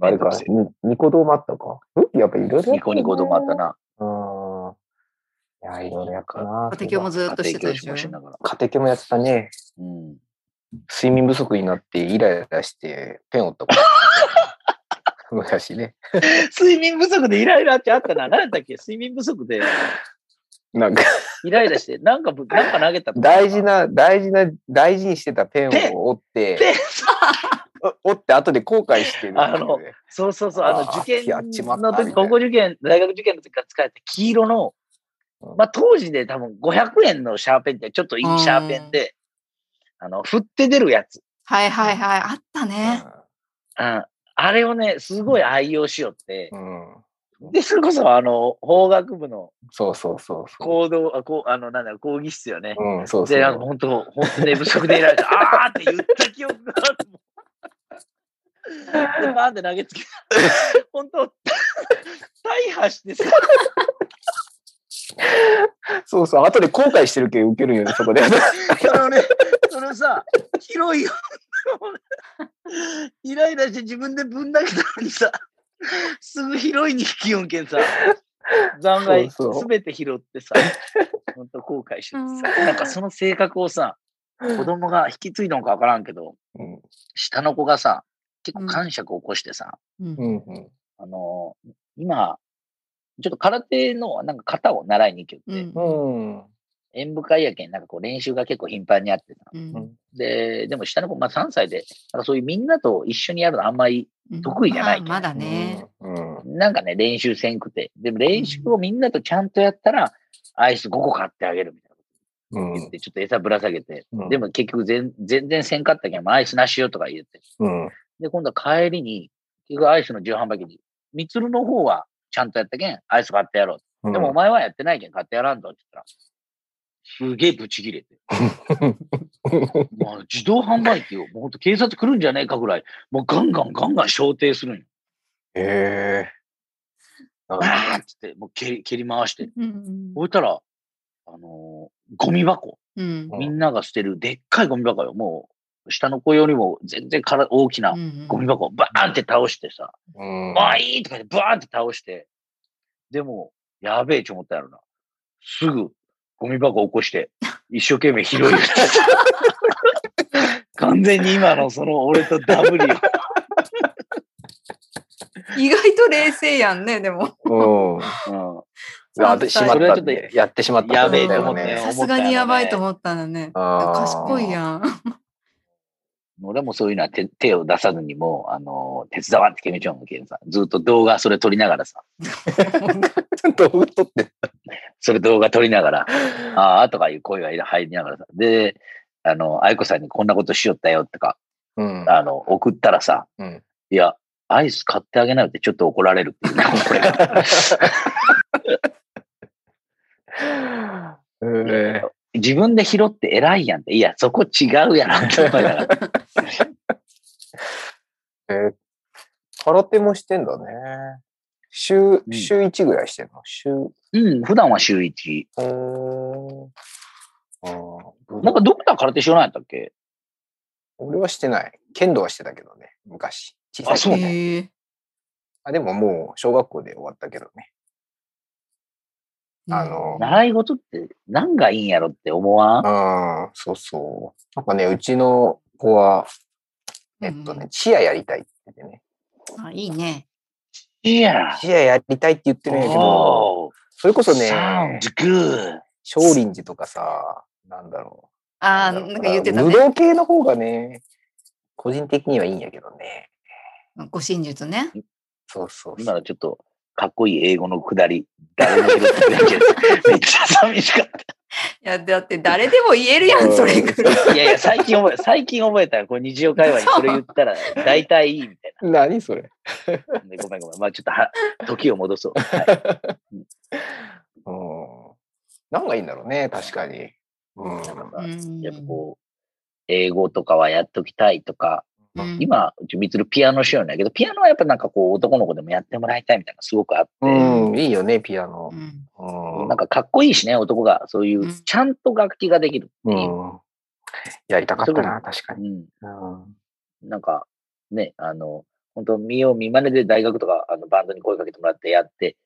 [SPEAKER 2] あれか、にニコ動もあったか。うんやっぱいろいろ。
[SPEAKER 1] ニコニコともあった。な。
[SPEAKER 2] うん。いや、いろいろやったな。
[SPEAKER 3] 家庭教もずっとしてた
[SPEAKER 1] 家庭教
[SPEAKER 3] で
[SPEAKER 1] 師
[SPEAKER 3] しょ
[SPEAKER 1] も。しながら。
[SPEAKER 2] 家庭教もやってたね。
[SPEAKER 1] うん。
[SPEAKER 2] 睡眠不足になってイライラしてペンを打ったことあった。 昔ね。
[SPEAKER 1] 睡眠不足でイライラってあったな。何だっけ睡眠不足で
[SPEAKER 2] なんか、
[SPEAKER 1] イライラして、なんかぶ、なんか投げたとか
[SPEAKER 2] 大事。な、大事な、大事にしてたペンを折って、
[SPEAKER 1] で、
[SPEAKER 2] 折って後で後悔してるっていうね。
[SPEAKER 1] あのそうそうそう、あ
[SPEAKER 2] あー
[SPEAKER 1] の、受験
[SPEAKER 2] やっちまった
[SPEAKER 1] の
[SPEAKER 2] みたい
[SPEAKER 1] 時、
[SPEAKER 2] な
[SPEAKER 1] 高校受験、大学受験の時から使えた黄色の
[SPEAKER 2] うん、
[SPEAKER 1] まあ当時で多分500円のシャーペンって、ちょっといいシャーペンで、あの、振って出るやつ。
[SPEAKER 3] はいはいはい。あったね。
[SPEAKER 1] うんあれをね、すごい愛用しよって
[SPEAKER 2] う、ん。うん
[SPEAKER 1] で、それこそ、あの、法学部の
[SPEAKER 2] そうそうそうそ
[SPEAKER 1] 行動、あ、こう、あの、なんだろう、講義室よね。
[SPEAKER 2] う。うん、そうそう。
[SPEAKER 1] で、なんか本当、本当寝不足でいられて、 あーって言った記憶があるもん。で、バーンって投げつけた。本当、大破してさ、
[SPEAKER 2] そうそう、後で後悔してるけど受けるよね、そこで。
[SPEAKER 1] そのね、そのさ、広いよ。 イライラして自分でぶん投げたのにさ、すぐ広いに引きよんけんさ、残骸
[SPEAKER 2] そうそう
[SPEAKER 1] すべて拾ってさ、本当後悔してて
[SPEAKER 3] う
[SPEAKER 1] さ、
[SPEAKER 3] ん
[SPEAKER 1] なんかその性格をさ、子供が引き継いだのかわからんけど、
[SPEAKER 2] うん
[SPEAKER 1] 下の子がさ、結構感触を起こしてさ、
[SPEAKER 3] うん
[SPEAKER 2] うんうん
[SPEAKER 1] あのー今、ちょっと空手のなんか型を習いに行きよ
[SPEAKER 3] う
[SPEAKER 1] って、
[SPEAKER 3] ん
[SPEAKER 2] うん。
[SPEAKER 1] 演舞会やけん、なんかこう練習が結構頻繁にあってさ、
[SPEAKER 3] うん
[SPEAKER 1] で、でも下の子、まあ3歳で、なんかそういうみんなと一緒にやるのあんまり、
[SPEAKER 3] うん
[SPEAKER 1] 得意じゃない
[SPEAKER 3] まあまだね。
[SPEAKER 2] うん。
[SPEAKER 1] なんかね、練習せんくて。でも練習をみんなとちゃんとやったら、アイス5個買ってあげるみたいなこ
[SPEAKER 2] う
[SPEAKER 1] と
[SPEAKER 2] ん
[SPEAKER 1] 言って、ちょっと餌ぶら下げて。
[SPEAKER 2] うん。
[SPEAKER 1] でも結局全全然せんかったけん、もうアイスなしよとか言って。
[SPEAKER 2] うん、
[SPEAKER 1] で、今度は帰りに、結局アイスの自販売機に、みつるの方はちゃんとやったけん、アイス買ってやろう。
[SPEAKER 2] うん。
[SPEAKER 1] でもお前はやってないけん、買ってやらんぞって言ったら、すげえブチ切れて。もう自動販売機を、もうほんと警察来るんじゃねえかぐらい、もうガンガンガンガン焦点するんよ。
[SPEAKER 2] へえ。
[SPEAKER 1] あーっつって、もう蹴り蹴り回して。
[SPEAKER 3] うん
[SPEAKER 1] 置いたら、あのーゴミ箱。
[SPEAKER 3] うん
[SPEAKER 2] うん
[SPEAKER 1] みんなが捨てるでっかいゴミ箱よ。もう、下の子よりも全然から大きな
[SPEAKER 3] うん
[SPEAKER 1] ゴミ箱をバーンって倒してさ、
[SPEAKER 2] うん。
[SPEAKER 1] ああ、いいとか言ってバーンって倒して、でも、やべえと思ったやろな。すぐ、ゴミ箱起こして、一生懸命拾いよって完全に今のその俺とダブリよ。
[SPEAKER 3] 意外と冷静やんね、でも。
[SPEAKER 2] うん。
[SPEAKER 1] うん
[SPEAKER 2] あで、しまっ
[SPEAKER 1] それはち
[SPEAKER 2] た
[SPEAKER 1] ょっと
[SPEAKER 2] ね。やってしまった。
[SPEAKER 1] やべ
[SPEAKER 3] えと思って
[SPEAKER 2] だよ
[SPEAKER 3] さすがにやばいと思ったんだね。
[SPEAKER 2] あー
[SPEAKER 3] 賢いやん。
[SPEAKER 1] 俺もそういうのは手手を出さずにもう、あのー手伝わんって決めちゃうもんけどさ、ずっと動画それ撮りながらさ、
[SPEAKER 2] 動画撮って。
[SPEAKER 1] それ動画撮りながら、ああとかいう声が入りながらさ、で、あの、愛子さんにこんなことしよったよとか、
[SPEAKER 2] うん。
[SPEAKER 1] あの、送ったらさ、
[SPEAKER 2] うん
[SPEAKER 1] いや、アイス買ってあげないってちょっと怒られるって いうね、これが。
[SPEAKER 2] へえ。
[SPEAKER 1] 自分で拾って偉いやんって。いや、そこ違うやろって思いな がら。
[SPEAKER 2] えー空手もしてんだね。週、
[SPEAKER 1] ん
[SPEAKER 2] 週1ぐらいしてんの週、う
[SPEAKER 1] うん、普段は週1。
[SPEAKER 2] ーん。あー武
[SPEAKER 1] なん
[SPEAKER 2] 道
[SPEAKER 1] かドクター空手知らないんだっけ
[SPEAKER 2] 俺はしてない。剣道はしてたけどね、昔。小さい
[SPEAKER 1] あそう
[SPEAKER 2] 時
[SPEAKER 1] ね
[SPEAKER 2] ね。
[SPEAKER 3] へえ
[SPEAKER 2] あ、でももう小学校で終わったけどね。あの
[SPEAKER 1] 習い事って何がいいんやろって思わん
[SPEAKER 2] ああ、そうそう。なんかね、うちの子は、
[SPEAKER 3] うん
[SPEAKER 2] えっとね、チアやりたいって言ってね。
[SPEAKER 3] あいいね。
[SPEAKER 1] いや。
[SPEAKER 2] チアやりたいって言ってるんやけど、
[SPEAKER 1] おー
[SPEAKER 2] それこそね、
[SPEAKER 1] Sounds good.
[SPEAKER 2] 少林寺とかさ、なんだろう。
[SPEAKER 3] ああ、な
[SPEAKER 2] だろう
[SPEAKER 3] んか言ってた
[SPEAKER 2] 武
[SPEAKER 3] ね。
[SPEAKER 2] 道系の方がね、個人的にはいいんやけどね。
[SPEAKER 3] 護身術ね。
[SPEAKER 2] そうそうそう
[SPEAKER 1] 今のちょっとかっこいい英語のくだり、誰も拾ってくれないけ ど、めっちゃ寂しかっ
[SPEAKER 3] いや、だって誰でも言えるや、
[SPEAKER 2] うんん
[SPEAKER 3] それぐらい。
[SPEAKER 1] た。いやいや、最近覚え、最近覚えたら、こう日常会話にそれ言ったら、大体いいみたい
[SPEAKER 2] 何それ、
[SPEAKER 1] な。でごめんごめん。まあちょっとは、時を戻そう。 はい
[SPEAKER 2] うん、何がいいんだろうね、確かに。う
[SPEAKER 1] なん
[SPEAKER 2] ん、
[SPEAKER 1] かさ
[SPEAKER 3] うん
[SPEAKER 1] やっぱこう、英語とかはやっときたいとか、
[SPEAKER 3] うん
[SPEAKER 1] 今、うちみつるピアノしようんだけど、ピアノはやっぱなんかこう、男の子でもやってもらいたいみたいなのがすごくあって、
[SPEAKER 2] うん、いいよね、ピアノ
[SPEAKER 3] う。ん
[SPEAKER 2] うん
[SPEAKER 1] なんかかっこいいしね、男が、そういうう、
[SPEAKER 3] ん
[SPEAKER 1] ちゃんと楽器ができるっていう。
[SPEAKER 2] うん、やりたかったな、確か
[SPEAKER 1] う
[SPEAKER 2] に。
[SPEAKER 1] ん
[SPEAKER 2] うん
[SPEAKER 1] なんか、ね、あの、本当見よう見まねで大学とかあのバンドに声かけてもらってやって、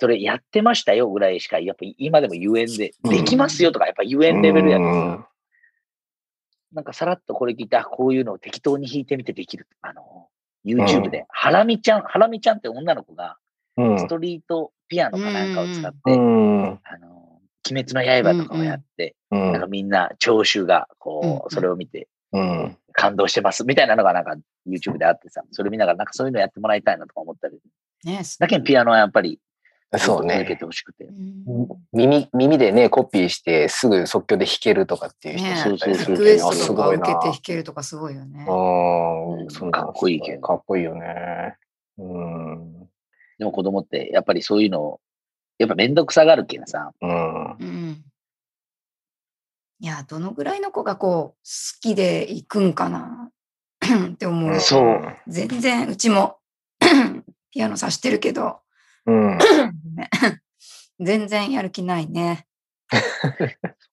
[SPEAKER 1] それやってましたよぐらいしか、やっぱ今でもゆえんで、
[SPEAKER 2] うん
[SPEAKER 1] できますよとか、やっぱゆえんレベルやからさ、
[SPEAKER 2] うん
[SPEAKER 1] なんかさらっとこれ聞いて、あ、こういうのを適当に弾いてみてできる。あの、
[SPEAKER 2] う
[SPEAKER 1] YouTube
[SPEAKER 2] ん
[SPEAKER 1] で、ハラミちゃん、ハラミちゃんって女の子が、
[SPEAKER 2] うん
[SPEAKER 1] ストリートピアノかなんかを使って、
[SPEAKER 2] うん
[SPEAKER 1] あの、鬼滅の刃とかをやって、
[SPEAKER 2] うん
[SPEAKER 1] なんかみんな聴衆が、こ
[SPEAKER 3] うん
[SPEAKER 1] う、それを見て、
[SPEAKER 2] うん
[SPEAKER 1] 感動してますみたいなのがなんか YouTube であってさ、それ見ながらなんかそういうのやってもらいたいなとか思ったり。
[SPEAKER 3] ね
[SPEAKER 1] だけどピアノはやっぱり
[SPEAKER 2] そう
[SPEAKER 1] 続け
[SPEAKER 2] ね。
[SPEAKER 1] てほしくて。
[SPEAKER 3] うん
[SPEAKER 2] 耳耳でね、コピーしてすぐ即興で弾けるとかっていう人
[SPEAKER 3] ね
[SPEAKER 2] 知ったり
[SPEAKER 1] そ
[SPEAKER 2] す
[SPEAKER 1] う
[SPEAKER 2] る
[SPEAKER 3] リ
[SPEAKER 1] そう
[SPEAKER 2] けど、
[SPEAKER 3] クエス
[SPEAKER 2] す
[SPEAKER 3] トとか
[SPEAKER 2] ご
[SPEAKER 3] 受
[SPEAKER 2] い
[SPEAKER 3] け
[SPEAKER 2] な。
[SPEAKER 3] て弾けるとかすごいよね。
[SPEAKER 2] うん
[SPEAKER 1] うん
[SPEAKER 2] そう
[SPEAKER 1] かっこいいけど
[SPEAKER 2] かっこいいよね。うん。
[SPEAKER 1] でも子供ってやっぱりそういうのを、やっぱめんどくさがるけんさ、
[SPEAKER 2] うん。
[SPEAKER 3] うん。いや、どのぐらいの子がこう、好きで行くんかなって思う。
[SPEAKER 1] そう
[SPEAKER 3] 全然、うちもピアノさしてるけど、
[SPEAKER 2] うん。
[SPEAKER 3] 全然やる気ないね。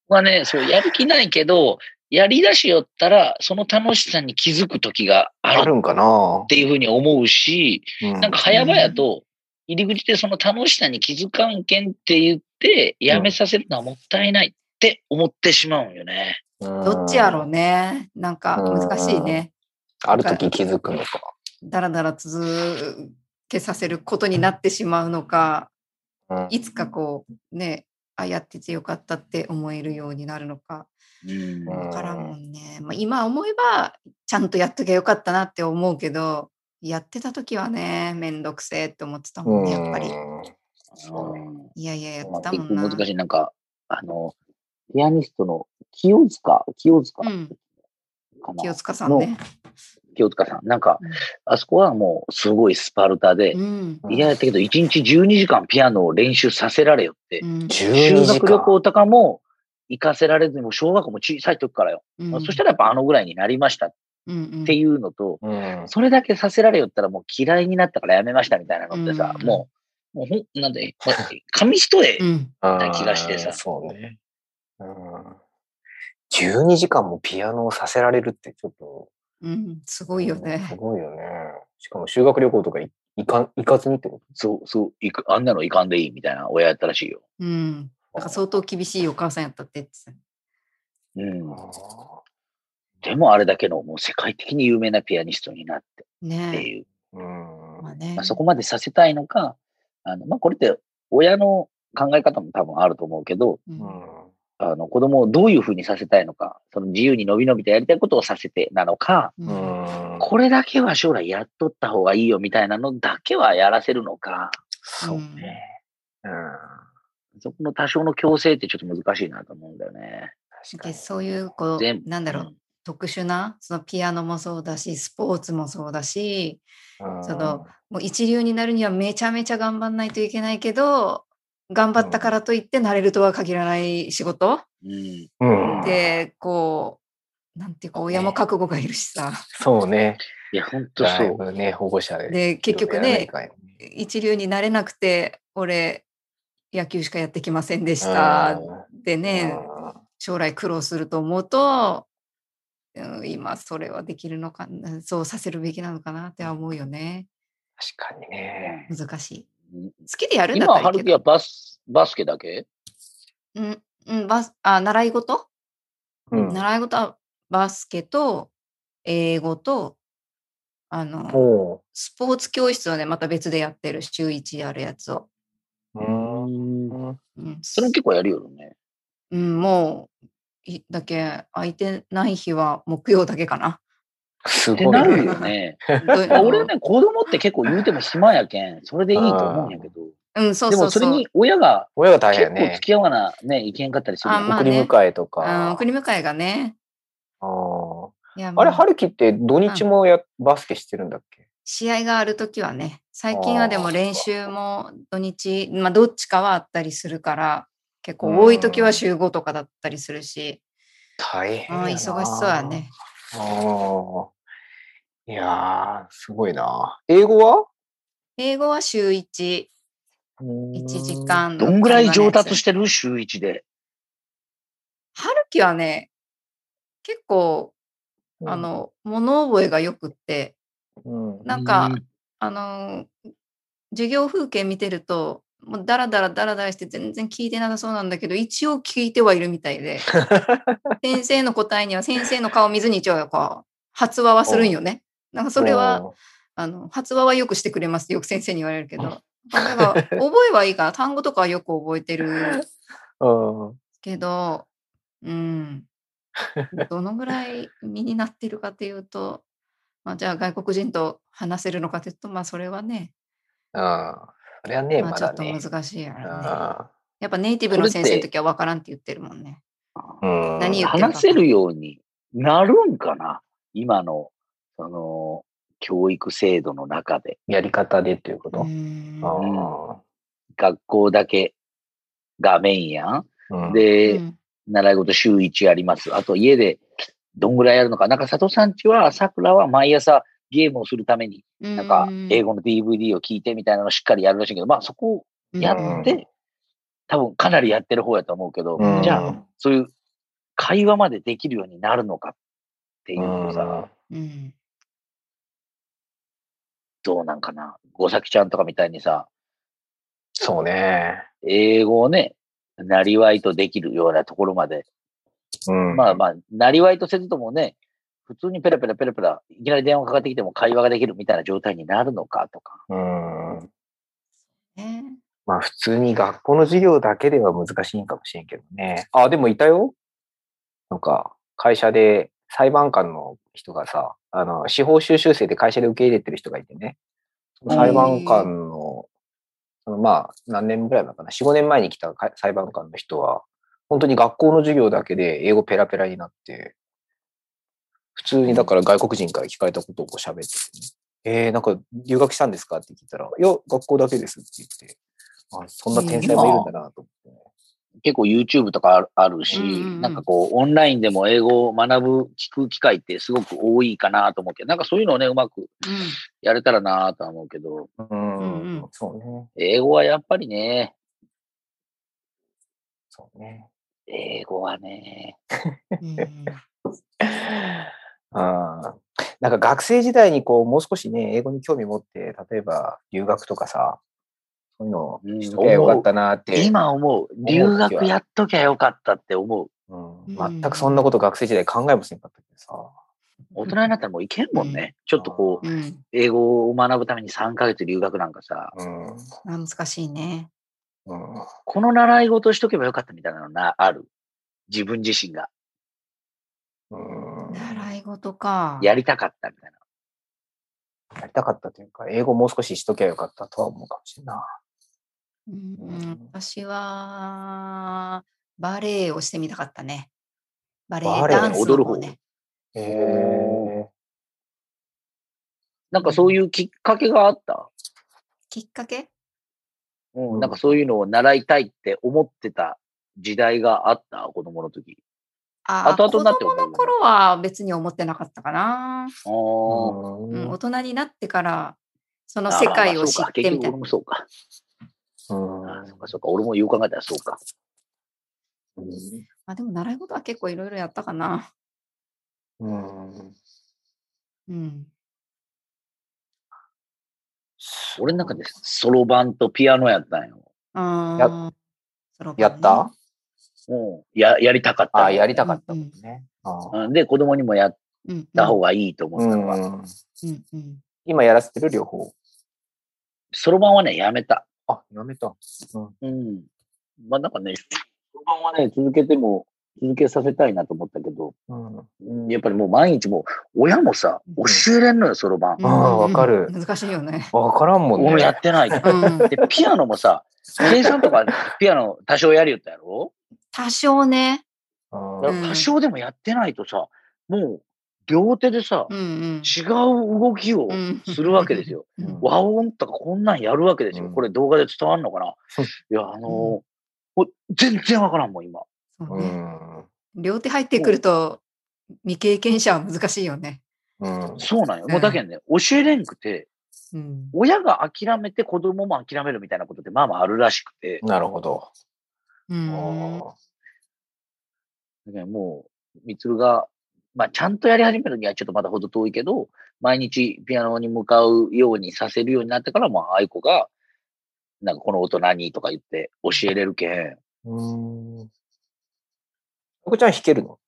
[SPEAKER 1] まあね、そうやる気ないけど、やりだしよったらその楽しさに気づく時があ
[SPEAKER 2] あ
[SPEAKER 1] るっ
[SPEAKER 2] るんかな
[SPEAKER 1] ていうふうに思うし、
[SPEAKER 2] うん
[SPEAKER 1] なんか早々と入り口でその楽しさに気づかんけんって言って、やめさせるのはもったいないって思ってしまうんよね。
[SPEAKER 3] どっちやろうね。なんか難しいね。
[SPEAKER 2] ある時気づくのか。
[SPEAKER 3] だらだら続けさせることになってしまうのか、
[SPEAKER 2] うん
[SPEAKER 3] いつかこう、ね、あ、やっててよかったって思えるようになるのか。
[SPEAKER 1] うん
[SPEAKER 2] うん
[SPEAKER 3] わからんもんね。まあ、今思えば、ちゃんとやっときゃよかったなって思うけど、やってた時はね、めんどくせえって思ってたもんね、やっぱり。
[SPEAKER 2] そうね
[SPEAKER 3] いやいや、やってたも
[SPEAKER 1] 結構
[SPEAKER 3] んな。
[SPEAKER 1] 難しい。なんか、あの、ピアニストの清塚、清塚
[SPEAKER 3] う
[SPEAKER 1] か
[SPEAKER 3] ん、
[SPEAKER 1] な、
[SPEAKER 3] 清塚さんね。
[SPEAKER 1] 清塚さん。なんか
[SPEAKER 3] うん、
[SPEAKER 1] あそこはもうすごいスパルタで
[SPEAKER 3] う、ん。
[SPEAKER 2] うん
[SPEAKER 1] 嫌やったけど、1日12時間ピアノを練習させられよって
[SPEAKER 3] う、ん
[SPEAKER 2] 12
[SPEAKER 1] 修学
[SPEAKER 2] 時
[SPEAKER 1] 旅
[SPEAKER 2] 間。
[SPEAKER 1] 行とかも行かせられずに、もう小学校も小さい時からよ。
[SPEAKER 3] うん
[SPEAKER 1] そしたらやっぱあのぐらいになりましたっ
[SPEAKER 3] うんうん
[SPEAKER 1] ていうのと、
[SPEAKER 2] うん
[SPEAKER 1] それだけさせられよったらもう嫌いになったからやめましたみたいなのってさ、
[SPEAKER 3] うん
[SPEAKER 1] もう、もうほん、なんで、ま紙一重
[SPEAKER 3] うん
[SPEAKER 1] な気がしてさ
[SPEAKER 2] あーそうね。うん。12時間もピアノをさせられるってちょっと。
[SPEAKER 3] うん、すごいよ
[SPEAKER 2] す
[SPEAKER 3] ね。
[SPEAKER 2] ごいよね。しかも修学旅行とかい行か行かずにってこ
[SPEAKER 1] そう、そう、いく、あんなのいかんでいいみたいな親やったらしいよ。
[SPEAKER 3] うん。
[SPEAKER 2] と
[SPEAKER 3] なんか相当厳しいお母さんやったって言ってた。
[SPEAKER 1] うん。
[SPEAKER 2] あ
[SPEAKER 1] でもあれだけのもう世界的に有名なピアニストになってって
[SPEAKER 3] ね
[SPEAKER 1] いう、
[SPEAKER 2] ーうん
[SPEAKER 3] まあね
[SPEAKER 1] まあ、。そこまでさせたいのか、あのまあ、これって親の考え方も多分あると思うけど、
[SPEAKER 3] う
[SPEAKER 2] うんん
[SPEAKER 1] あの子供をどういうふうにさせたいのか、その自由に伸び伸びとやりたいことをさせてなのか、
[SPEAKER 3] う
[SPEAKER 2] うんん
[SPEAKER 1] これだけは将来やっとった方がいいよみたいなのだけはやらせるのか、
[SPEAKER 2] そうね。うん。
[SPEAKER 1] そこの多少の強制ってちょっと難しいなと思うんだよね。
[SPEAKER 2] 確か
[SPEAKER 3] で
[SPEAKER 2] に。
[SPEAKER 3] そういうこ
[SPEAKER 1] 全
[SPEAKER 3] うなんだろう特殊なそのピアノもそうだしスポーツもそうだし
[SPEAKER 2] うん
[SPEAKER 3] そのもう一流になるにはめちゃめちゃ頑張んないといけないけど頑張ったからといってなれるとは限らない仕事
[SPEAKER 1] うん。
[SPEAKER 2] うん。
[SPEAKER 3] で、こう、なんていうか、親も覚悟がいるしさ。
[SPEAKER 2] そうね。
[SPEAKER 1] いや、ほんと
[SPEAKER 2] だ
[SPEAKER 1] そ。
[SPEAKER 2] いうぶね、保護者で。
[SPEAKER 3] で、結局
[SPEAKER 2] いろいろやらない
[SPEAKER 3] ね、
[SPEAKER 2] かい
[SPEAKER 3] 一流になれなくて、俺、野球しかやってきませんでし
[SPEAKER 2] う
[SPEAKER 3] た。
[SPEAKER 2] ん
[SPEAKER 3] でね、将来苦労すると思うと、うん今それはできるのかな、そうさせるべきなのかなっては思うよね。
[SPEAKER 2] 確かにね。
[SPEAKER 3] 難しい。
[SPEAKER 1] うん
[SPEAKER 3] 好きでやるんだっ
[SPEAKER 1] 今、
[SPEAKER 3] たら
[SPEAKER 1] 春
[SPEAKER 3] いい
[SPEAKER 1] 樹
[SPEAKER 3] け
[SPEAKER 1] は
[SPEAKER 3] ど。
[SPEAKER 1] バス、バスケだけ
[SPEAKER 3] うん、うん、バス、あ、習い事
[SPEAKER 2] うん。
[SPEAKER 3] 習い事はバスケと英語とあの
[SPEAKER 2] お
[SPEAKER 3] スポーツ教室はねまた別でやってる週1やるやつを、
[SPEAKER 2] ううん。
[SPEAKER 3] うん
[SPEAKER 1] それも結構やるよね。
[SPEAKER 3] うん、もういだけ空いてない日は木曜だけかな。
[SPEAKER 2] す
[SPEAKER 1] って
[SPEAKER 2] ご
[SPEAKER 1] ないる
[SPEAKER 2] ね。
[SPEAKER 1] よ ね。
[SPEAKER 3] どういうの
[SPEAKER 1] 俺ね、子供って結構言うても暇やけん、それでいいと思うんやけど。
[SPEAKER 3] うん、そう
[SPEAKER 1] で
[SPEAKER 3] そ
[SPEAKER 1] も
[SPEAKER 3] う
[SPEAKER 1] そ
[SPEAKER 3] そ
[SPEAKER 1] れ
[SPEAKER 3] う。
[SPEAKER 1] に親が
[SPEAKER 2] 親が大変
[SPEAKER 1] 結
[SPEAKER 2] や
[SPEAKER 1] 構付
[SPEAKER 2] ね。
[SPEAKER 1] き合わな、ね、いけんかったりするよね。
[SPEAKER 3] まあ
[SPEAKER 2] 送
[SPEAKER 3] ね
[SPEAKER 2] り迎えと
[SPEAKER 3] うん
[SPEAKER 2] か。
[SPEAKER 3] 送り迎えがね。
[SPEAKER 2] あー
[SPEAKER 3] いや
[SPEAKER 2] あれ、
[SPEAKER 3] もう
[SPEAKER 2] 春樹って土日もやバスケしてるんだっけ
[SPEAKER 3] 試合があるときはね、最近はで
[SPEAKER 2] あ
[SPEAKER 3] も
[SPEAKER 2] ー
[SPEAKER 3] 練習も土日、まあどっちかはあったりするから、結構多いときは週5とかだったりするし、
[SPEAKER 2] 大変
[SPEAKER 3] うん
[SPEAKER 2] やな。
[SPEAKER 3] 忙しそうやね。。
[SPEAKER 2] ああ。いやー、すごいな。英語は
[SPEAKER 3] 英語は週1、1
[SPEAKER 2] ?1
[SPEAKER 3] 時。間。
[SPEAKER 1] どんぐらい上達してる週一で。
[SPEAKER 3] 春樹はね、結構、あ、の、物覚えがよくって、
[SPEAKER 2] うん、
[SPEAKER 3] なんか
[SPEAKER 1] うん、
[SPEAKER 3] あの、授業風景見てると、もうダラダラダラダラして全然聞いてなさそうなんだけど、一応聞いてはいるみたい で、先生の答えには先生の顔見ずに一応こう、発話はするんよね。なん かそれは、あの発話はよくしてくれますよく先生に言われるけど、
[SPEAKER 2] うん
[SPEAKER 3] なんか覚えはいいから単語とかはよく覚えてる
[SPEAKER 2] うん。うん。
[SPEAKER 3] けど、うん、どのぐらい身になってるかというと、まあ、じゃあ外国人と話せるのかというと、まあ、それはね、
[SPEAKER 2] あれはね、
[SPEAKER 3] まあ、
[SPEAKER 2] ま
[SPEAKER 3] ちょ
[SPEAKER 2] だ
[SPEAKER 3] っと
[SPEAKER 2] ね。
[SPEAKER 3] 難しいやろね、
[SPEAKER 2] あ
[SPEAKER 3] やっぱネイティブの先生の時は分からんって言ってるもんね。
[SPEAKER 2] ーうん
[SPEAKER 3] 何言ってるか
[SPEAKER 1] 話せるようになるんかな今の、その、教育制度の中で。
[SPEAKER 2] やり方でっていうこ
[SPEAKER 3] う
[SPEAKER 2] と。
[SPEAKER 3] ん
[SPEAKER 2] あ
[SPEAKER 1] 学校だけがメインやん。
[SPEAKER 2] ーうん
[SPEAKER 3] う
[SPEAKER 1] で、
[SPEAKER 3] ん
[SPEAKER 1] 習い事週1やります。あと家でどんぐらいやるのか。なんか佐藤さんちは、桜は毎朝ゲームをするために、なんか英語の DVD を聞いてみたいなのをしっかりやるらしいけど、まあそこをやっ
[SPEAKER 2] う
[SPEAKER 1] て、多分かなりやってる方やと思うけど、
[SPEAKER 3] うん
[SPEAKER 1] じゃあ、そういう会話までできるようになるのかっていうのさ、
[SPEAKER 3] うん
[SPEAKER 1] どうなんかな。五崎ちゃんとかみたいにさ、
[SPEAKER 2] そうね。
[SPEAKER 1] 英語をね、なりわいとできるようなところまで
[SPEAKER 2] うん
[SPEAKER 1] まあまあ、なりわいとせずともね、普通にペラペラペラペラ、いきなり電話かかってきても会話ができるみたいな状態になるのかとか。
[SPEAKER 2] うん
[SPEAKER 3] ね
[SPEAKER 2] まあ普通に学校の授業だけでは難しいんかもしれんけどね。あ、でもいたよ。なんか会社で裁判官の人がさ、あの、司法修習生で会社で受け入れてる人がいてね。
[SPEAKER 1] うん
[SPEAKER 2] 裁判官の、そのまあ何年ぐらい前かな。4、5年前に来たか裁判官の人は、本当に学校の授業だけで英語ペラペラになって、普通にだから外国人から聞かれたことをこう喋っててね。えー、なんか留学したんですかって聞いたら、いや、学校だけですって言って、あそんな天才もいるんだなと思ってね、
[SPEAKER 1] 結構 YouTube とかあるあるし、
[SPEAKER 3] うんうんうん
[SPEAKER 1] なんかこう、オンラインでも英語を学ぶ、聞く機会ってすごく多いかなと思うけど、なんかそういうのをね、うまくやれたらなとは思うけど、
[SPEAKER 2] うん
[SPEAKER 3] うんうん
[SPEAKER 2] そうね。
[SPEAKER 1] 英語はやっぱりね、
[SPEAKER 2] そうね。
[SPEAKER 1] 英語はね、
[SPEAKER 3] うんうん
[SPEAKER 2] あーなんか学生時代にこう、もう少しね、英語に興味持って、例えば留学とかさ、そういうのをしときゃよかったなって、
[SPEAKER 1] 今思う、留学やっときゃよかったって思う。
[SPEAKER 2] うん
[SPEAKER 3] うん
[SPEAKER 2] 全くそんなこと学生時代考えもせんかったけどさ。
[SPEAKER 1] 大人になったらもういけんもんね。ちょっとこう、
[SPEAKER 3] うん
[SPEAKER 1] 英語を学ぶために3ヶ月留学なんかさ、
[SPEAKER 2] うん。
[SPEAKER 3] あ難しいね。
[SPEAKER 2] うん
[SPEAKER 1] この習い事をしとけばよかったみたいなのな、ある。自分自身が
[SPEAKER 2] うん
[SPEAKER 3] 習い事か。
[SPEAKER 1] やりたかったみたいな。
[SPEAKER 2] やりたかったというか、英語もう少ししときゃよかったとは思うかもしれんな
[SPEAKER 3] うん、私はバレエをしてみたかったね。バレエ
[SPEAKER 2] バレエ
[SPEAKER 3] ダンス
[SPEAKER 1] 踊る
[SPEAKER 3] の
[SPEAKER 1] 方
[SPEAKER 3] 方ね。
[SPEAKER 2] い。へ
[SPEAKER 1] おなんかそういうきっかけがあった。
[SPEAKER 3] きっかけ
[SPEAKER 2] うん
[SPEAKER 1] なんかそういうのを習いたいって思ってた時代があった、子供の時。
[SPEAKER 3] あ
[SPEAKER 1] 後々になって
[SPEAKER 3] 子供
[SPEAKER 1] 思う
[SPEAKER 3] の頃は別に思ってなかったかな。
[SPEAKER 1] あ
[SPEAKER 2] うん
[SPEAKER 3] うん、大人になってから、その
[SPEAKER 1] あー。
[SPEAKER 3] 世界を知
[SPEAKER 1] そう
[SPEAKER 3] っ
[SPEAKER 1] か
[SPEAKER 3] て
[SPEAKER 1] 結局
[SPEAKER 3] みたい
[SPEAKER 1] 俺もそうか。
[SPEAKER 2] うん
[SPEAKER 1] あーそうか、そうか。俺もよう考えたらそうか。
[SPEAKER 3] あでも習い事は結構いろいろやったかな。
[SPEAKER 2] うん
[SPEAKER 3] うん。
[SPEAKER 1] 俺の中でそろばんとピアノやったんよ。
[SPEAKER 3] ああ。
[SPEAKER 2] やった
[SPEAKER 1] うん。や、やりたかった。
[SPEAKER 2] ああ、やりたかったもんね。あー
[SPEAKER 1] うんで、子供にもやっ
[SPEAKER 3] うんうん。
[SPEAKER 1] た方がいいと思ったのは、
[SPEAKER 2] うん
[SPEAKER 3] うんうん。
[SPEAKER 2] 今やらせてる両方。
[SPEAKER 1] そろばんはね、やめた。
[SPEAKER 2] あ、やめた。うん
[SPEAKER 1] うん。まあなんかね、そろばんはね、続けても、続けさせたいなと思ったけど、
[SPEAKER 2] うん、
[SPEAKER 1] うんやっぱりもう毎日もう、親もさ、
[SPEAKER 3] うん
[SPEAKER 1] 教えれんのよ、そろばん。
[SPEAKER 2] あーわかる
[SPEAKER 3] 難しいよね。
[SPEAKER 2] わからんもんね。
[SPEAKER 1] 俺やって ないから。
[SPEAKER 3] うん。
[SPEAKER 1] で、ピアノもさ、計算とかピアノ多少やるよったやろ
[SPEAKER 3] 多少
[SPEAKER 2] うん
[SPEAKER 3] ね。うん
[SPEAKER 1] 多少でもやってないとさ、もう両手でさ、
[SPEAKER 3] うんうん
[SPEAKER 1] 違う動きを
[SPEAKER 3] うん。
[SPEAKER 1] するわけですよ。
[SPEAKER 2] うん
[SPEAKER 1] 和音とかこんなんやるわけですよ。
[SPEAKER 2] うん
[SPEAKER 1] これ動画で伝わるのかな、
[SPEAKER 2] うん
[SPEAKER 1] いや、あのーもう全然わからんもん、今。
[SPEAKER 3] そう
[SPEAKER 2] う
[SPEAKER 3] ね。
[SPEAKER 2] ん
[SPEAKER 3] 両手入ってくると、未経験者は難しいよね。
[SPEAKER 2] うん
[SPEAKER 1] そうなんよ。
[SPEAKER 3] うん
[SPEAKER 1] もうだけどね、教えれんくて、
[SPEAKER 3] うん。
[SPEAKER 1] 親が諦めて子供も諦めるみたいなことってまあまああるらしくて、
[SPEAKER 2] なるほど。
[SPEAKER 3] うん。
[SPEAKER 1] だからもう、みつるが、まあちゃんとやり始めるにはちょっとまだほど遠いけど、毎日ピアノに向かうようにさせるようになってから、まあ愛子が、なんかこの音何とか言って教えれるけん。
[SPEAKER 2] うん。こちゃん弾けるの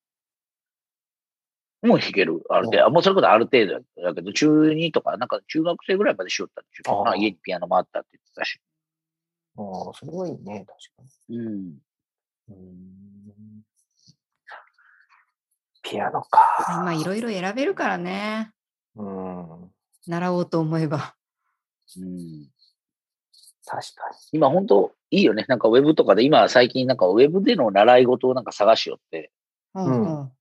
[SPEAKER 1] もう弾ける。ある程
[SPEAKER 2] うん
[SPEAKER 1] 度。あもうそれこそある程度だけど、中2とか、なんか中学生ぐらいまでしよったんでしょ
[SPEAKER 2] ああ
[SPEAKER 1] 家にピアノもあったって言ってたし。
[SPEAKER 2] ああ、それはいいね、確か
[SPEAKER 1] うん。
[SPEAKER 2] に。うんピアノか。
[SPEAKER 3] 今いろいろ選べるからね。
[SPEAKER 2] うん。
[SPEAKER 3] 習おうと思えば。
[SPEAKER 1] うん、
[SPEAKER 2] 確か
[SPEAKER 1] 今本当いいよね。なんかウェブとかで、今最近なんかウェブでの習い事をなんか探しよって、
[SPEAKER 3] うんん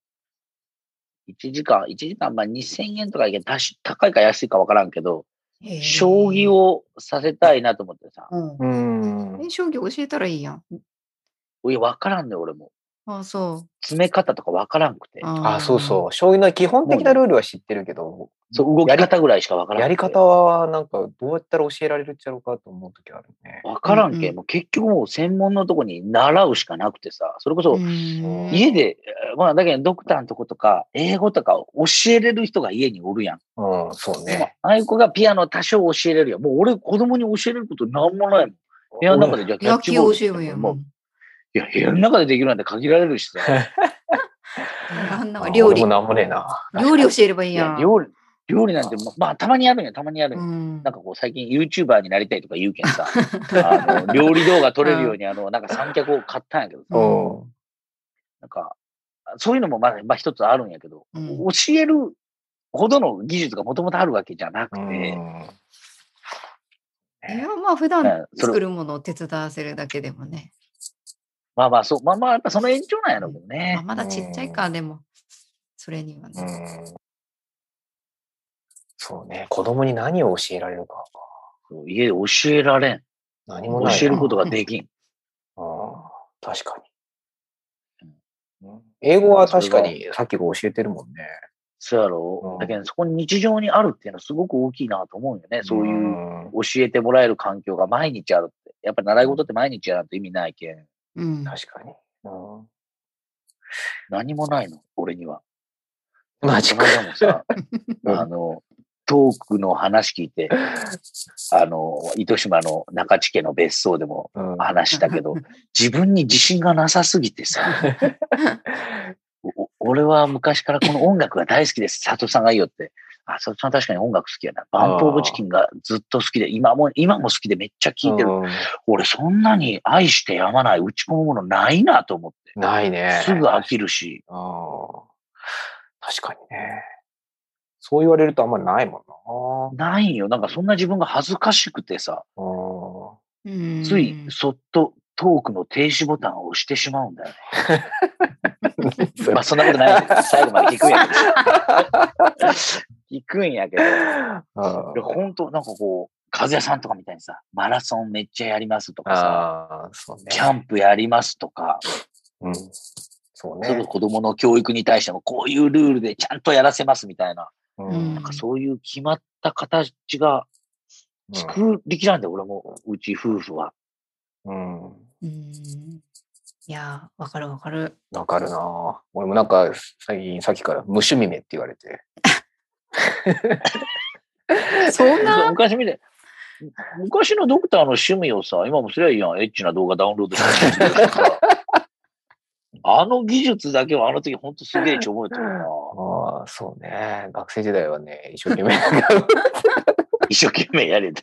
[SPEAKER 1] 1時間、1時間、まあ2000円とかいけんたし高いか安いかわからんけど、
[SPEAKER 3] うん。
[SPEAKER 1] 将棋
[SPEAKER 3] を。
[SPEAKER 1] をさせたいなと思ってさ、
[SPEAKER 3] うん
[SPEAKER 2] に。うん
[SPEAKER 3] え、将棋教えたらいいやん。
[SPEAKER 1] いや、わからんね、俺も。
[SPEAKER 3] あそ
[SPEAKER 1] 詰め方とかわからんくて
[SPEAKER 3] う。。
[SPEAKER 2] あ、そうそう。将棋の基本的なルールは知ってるけど、
[SPEAKER 1] そう、動き方ぐらいしかわからんくて。
[SPEAKER 2] やり方はなんかどうやったら教えられるっちゃろうかと思うときあるね。
[SPEAKER 1] わからんけ、
[SPEAKER 3] うんうん
[SPEAKER 1] もう結局もう専門のとこに習うしかなくてさ、それこそ
[SPEAKER 3] うん。
[SPEAKER 1] 家で、えーまあだけどドクターのとことか、英語とかを教えれる人が家におるやん。
[SPEAKER 2] うん、そうね。
[SPEAKER 1] ああいう子がピアノ多少教えれるやん。もう俺子供に教えれることなんもないもん。部屋の中でじゃあキャッ
[SPEAKER 3] 野
[SPEAKER 1] チ
[SPEAKER 3] 球
[SPEAKER 1] ボー
[SPEAKER 3] を
[SPEAKER 1] ル
[SPEAKER 3] 教えばいいやん。
[SPEAKER 1] もういや、部屋の中でできるなんて限られるしさ。
[SPEAKER 3] あんな
[SPEAKER 2] あ
[SPEAKER 3] 料
[SPEAKER 2] 俺
[SPEAKER 3] 理
[SPEAKER 2] も。なんもねえな。
[SPEAKER 3] 料理教えればいい
[SPEAKER 1] い
[SPEAKER 3] や
[SPEAKER 1] や、
[SPEAKER 3] ん。
[SPEAKER 1] 料理、料理なんて、ままあたまにやるんや、たまにやるん
[SPEAKER 3] う
[SPEAKER 1] や。
[SPEAKER 3] ん
[SPEAKER 1] なんかこう最近 YouTuber になりたいとか言うけんさ、あの料理動画撮れるようにあの、なんか三脚を買ったんやけどさ
[SPEAKER 3] う
[SPEAKER 2] うんん。
[SPEAKER 1] なんか、そういうのもまあ、まあ一つあるんやけど、
[SPEAKER 3] うん
[SPEAKER 1] 教えるほどの技術がもともとあるわけじゃなくて、
[SPEAKER 2] うん。
[SPEAKER 3] いや、まあ、普
[SPEAKER 1] う
[SPEAKER 3] 段
[SPEAKER 1] んそれ
[SPEAKER 3] 作るものを手伝わせるだけでもね。
[SPEAKER 1] まあまあそう、まあまあ、やっぱその延長なんやろうけど
[SPEAKER 3] まあ、
[SPEAKER 1] ね。
[SPEAKER 3] まだちっちゃいか、でも、それには
[SPEAKER 2] う
[SPEAKER 3] ね。
[SPEAKER 2] ん。そうね。子供に何を教えられるか。
[SPEAKER 1] そう家で教えられん。
[SPEAKER 2] 何も
[SPEAKER 1] 教
[SPEAKER 2] ないな。
[SPEAKER 1] えることができん。
[SPEAKER 2] ああ、確かに。うん英語は確かにさっきが教えてるもんね。
[SPEAKER 1] そうやろ、
[SPEAKER 2] うん
[SPEAKER 1] だけど、そこに日常にあるっていうのはすごく大きいなと思うんよね。そういうう、
[SPEAKER 2] ん。
[SPEAKER 1] 教えてもらえる環境が毎日あるって。やっぱり習い事って毎日やらんと意味ないけん。
[SPEAKER 3] うん。
[SPEAKER 2] 確かに。うん
[SPEAKER 1] 何もないの、俺には。
[SPEAKER 2] マジか
[SPEAKER 1] この間もさ、
[SPEAKER 2] うん
[SPEAKER 1] あの、トークの話聞いて、あの、糸島の中地家の別荘でも
[SPEAKER 2] うん。
[SPEAKER 1] 話したけど、自分に自信がなさすぎて さ、おお俺は昔からこの音楽が大好きです。佐藤さんがいいよって。あ、佐藤さん確かに音楽好きやな。バンプオブチキンがずっと好きで、今も、今も好きでめっちゃ聴いてる。
[SPEAKER 2] うん
[SPEAKER 1] 俺そんなに愛してやまない、打ち込むものないなと思って。
[SPEAKER 2] ないね。
[SPEAKER 1] すぐ飽きるし。
[SPEAKER 2] ああ。確かにね。そう言われるとあんまりないもん
[SPEAKER 1] ないよ。なんかそんな自分が恥ずかしくてさ、
[SPEAKER 2] な。うん。
[SPEAKER 3] うん
[SPEAKER 1] ついそっとトークの停止ボタンを押してしまうんだよね。
[SPEAKER 2] そ れ
[SPEAKER 1] まあそんなことないけど、最後まで聞くんやけど。聞くんやけど。いや、
[SPEAKER 2] あ
[SPEAKER 1] 本当なんかこ和也さんとかみたいにさ、マラソンめっちゃやりますとかさ、
[SPEAKER 2] ああ、そうね。
[SPEAKER 1] キャンプやりますとか、
[SPEAKER 2] うん。そう
[SPEAKER 1] すぐ
[SPEAKER 2] ね。
[SPEAKER 1] 子供の教育に対してもこういうルールでちゃんとやらせますみたいな、
[SPEAKER 2] う
[SPEAKER 3] うん
[SPEAKER 1] なんかそういう決まった形が作りきらんで、俺も、うち夫婦は。
[SPEAKER 2] うん。うん
[SPEAKER 3] うんいやー、わかるわかる。
[SPEAKER 2] わかるなぁ俺もなんか、最近、さっきから、無趣味めって言われて。
[SPEAKER 3] そ んな、
[SPEAKER 1] 昔見て、昔のドクターの趣味をさ、今もすりゃいいやん、エッチな動画ダウンロードしてる やつさあの技術だけはあの時ほんとすげえち覚えてるな。
[SPEAKER 2] ああ、そうね。学生時代はね、一生懸命。
[SPEAKER 1] 一生懸命やれて。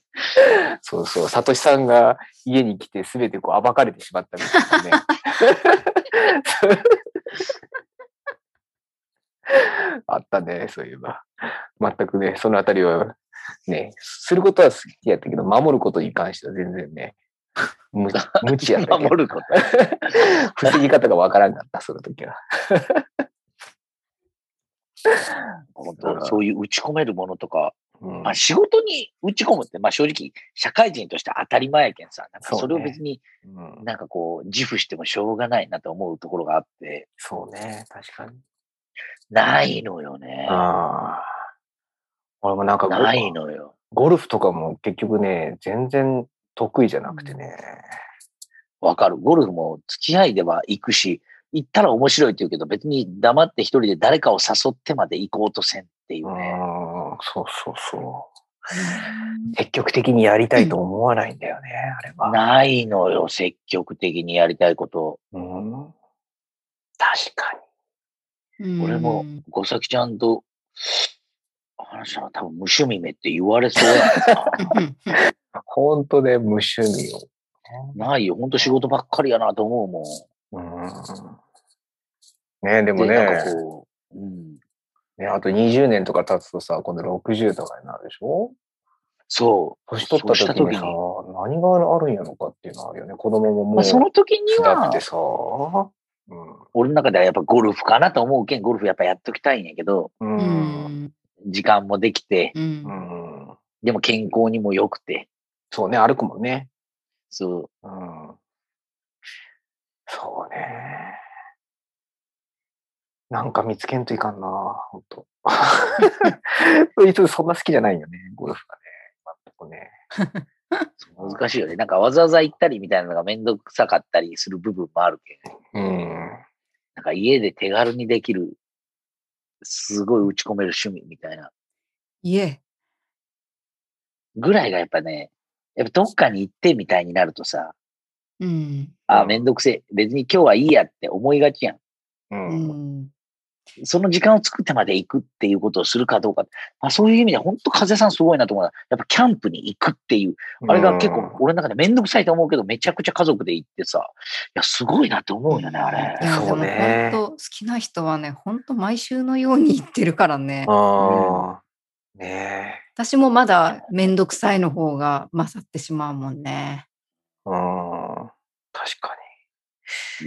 [SPEAKER 2] そうそう、サトシさんが家に来て全てこう暴かれてしまったみたいなね。 あったね、そういえば。全くね、そのあたりは、ね、することは好きやったけど、守ることに関しては全然ね、 無無知やったけど
[SPEAKER 1] 守、ること。
[SPEAKER 2] 防ぎ方がわからんかった、その時は。
[SPEAKER 1] 本当そういう打ち込めるものとか、
[SPEAKER 2] うん
[SPEAKER 1] まあ、仕事に打ち込むって、まあ、正直、社会人として当たり前やけんさ、なんか
[SPEAKER 2] そ
[SPEAKER 1] そう
[SPEAKER 2] ね
[SPEAKER 1] れを別に
[SPEAKER 2] うん
[SPEAKER 1] なんかこう、自負してもしょうがないなと思うところがあって、
[SPEAKER 2] そうね、確かに。
[SPEAKER 1] ないのよね。
[SPEAKER 2] ああ。俺もなんか
[SPEAKER 1] ないのよ。
[SPEAKER 2] ゴルフとかも結局ね、全然得意じゃなくてね。
[SPEAKER 1] わかる。ゴルフも付き合いでは行くし、行ったら面白いって言うけど、別に黙って一人で誰かを誘ってまで行こうとせんっていううんね。、
[SPEAKER 2] そうそうそう。積極的にやりたいと思わないんだよね、あれは。
[SPEAKER 1] ないのよ、積極的にやりたいこと。
[SPEAKER 2] うん、確か
[SPEAKER 3] うん
[SPEAKER 1] 俺も、ごさきちゃんと、話したら多分無趣味めって言われそうや な。
[SPEAKER 3] うん
[SPEAKER 2] に。ほんとね、無趣味を。
[SPEAKER 1] ないよ。ほんと仕事ばっかりやなと思うも
[SPEAKER 2] うん、ねで
[SPEAKER 1] ん。
[SPEAKER 2] も
[SPEAKER 1] で、なんか
[SPEAKER 2] ね
[SPEAKER 1] こう、うん。
[SPEAKER 2] ね、あと20年とか経つとさ、今度60とかになるでしょ
[SPEAKER 1] そう。
[SPEAKER 2] 年取った時にさ、
[SPEAKER 1] そうした時に
[SPEAKER 2] 何があるんやろかっていうのはあるよね。子供も
[SPEAKER 1] ま
[SPEAKER 2] もう
[SPEAKER 1] あ、その時に
[SPEAKER 2] だ
[SPEAKER 1] は
[SPEAKER 2] っ、てさ、う
[SPEAKER 1] 俺の中ではやっぱゴルフかなと思うけん、ゴルフやっぱやっときたいんやけど、
[SPEAKER 2] ん、う
[SPEAKER 3] う
[SPEAKER 2] ん、
[SPEAKER 3] ん
[SPEAKER 1] 時間もできて、
[SPEAKER 3] うん
[SPEAKER 2] うん、
[SPEAKER 1] でも健康にも良くて、
[SPEAKER 2] そうね、歩くもんね。
[SPEAKER 1] そう、
[SPEAKER 2] うん。そうね。なんか見つけんといかんな、ほんと。いつもそんな好きじゃないよね、ゴルフがね。全くね。
[SPEAKER 1] 難しいよね。なんかわざわざ行ったりみたいなのがめんどくさかったりする部分もあるけど、
[SPEAKER 2] うん。
[SPEAKER 1] なんか家で手軽にできる、すごい打ち込める趣味みたいな、
[SPEAKER 3] いえ。
[SPEAKER 1] ぐらいがやっぱね、やっぱどっかに行ってみたいになるとさ、
[SPEAKER 3] うん。
[SPEAKER 1] あ
[SPEAKER 2] う
[SPEAKER 1] ー、
[SPEAKER 2] ん
[SPEAKER 1] めんどくせえ。別に今日はいいやって思いがちやん。
[SPEAKER 2] う。
[SPEAKER 3] うんん。
[SPEAKER 1] その時間を作ってまで行くっていうことをするかどうか。まあ、そういう意味で、本当風さんすごいなと思うのは、やっぱキャンプに行くっていう、あれが結構俺の中でめんどくさいと思うけど、めちゃくちゃ家族で行ってさ、いや、すごいなって思うよね、あれ
[SPEAKER 3] い。や、で
[SPEAKER 2] そう
[SPEAKER 3] も
[SPEAKER 2] ね
[SPEAKER 3] 本当、好きな人はね、本当毎週のように行ってるからね
[SPEAKER 2] うん。。ああ。ねえ。
[SPEAKER 3] 私もまだめんどくさいの方が勝ってしまうもんね。
[SPEAKER 2] うん。確か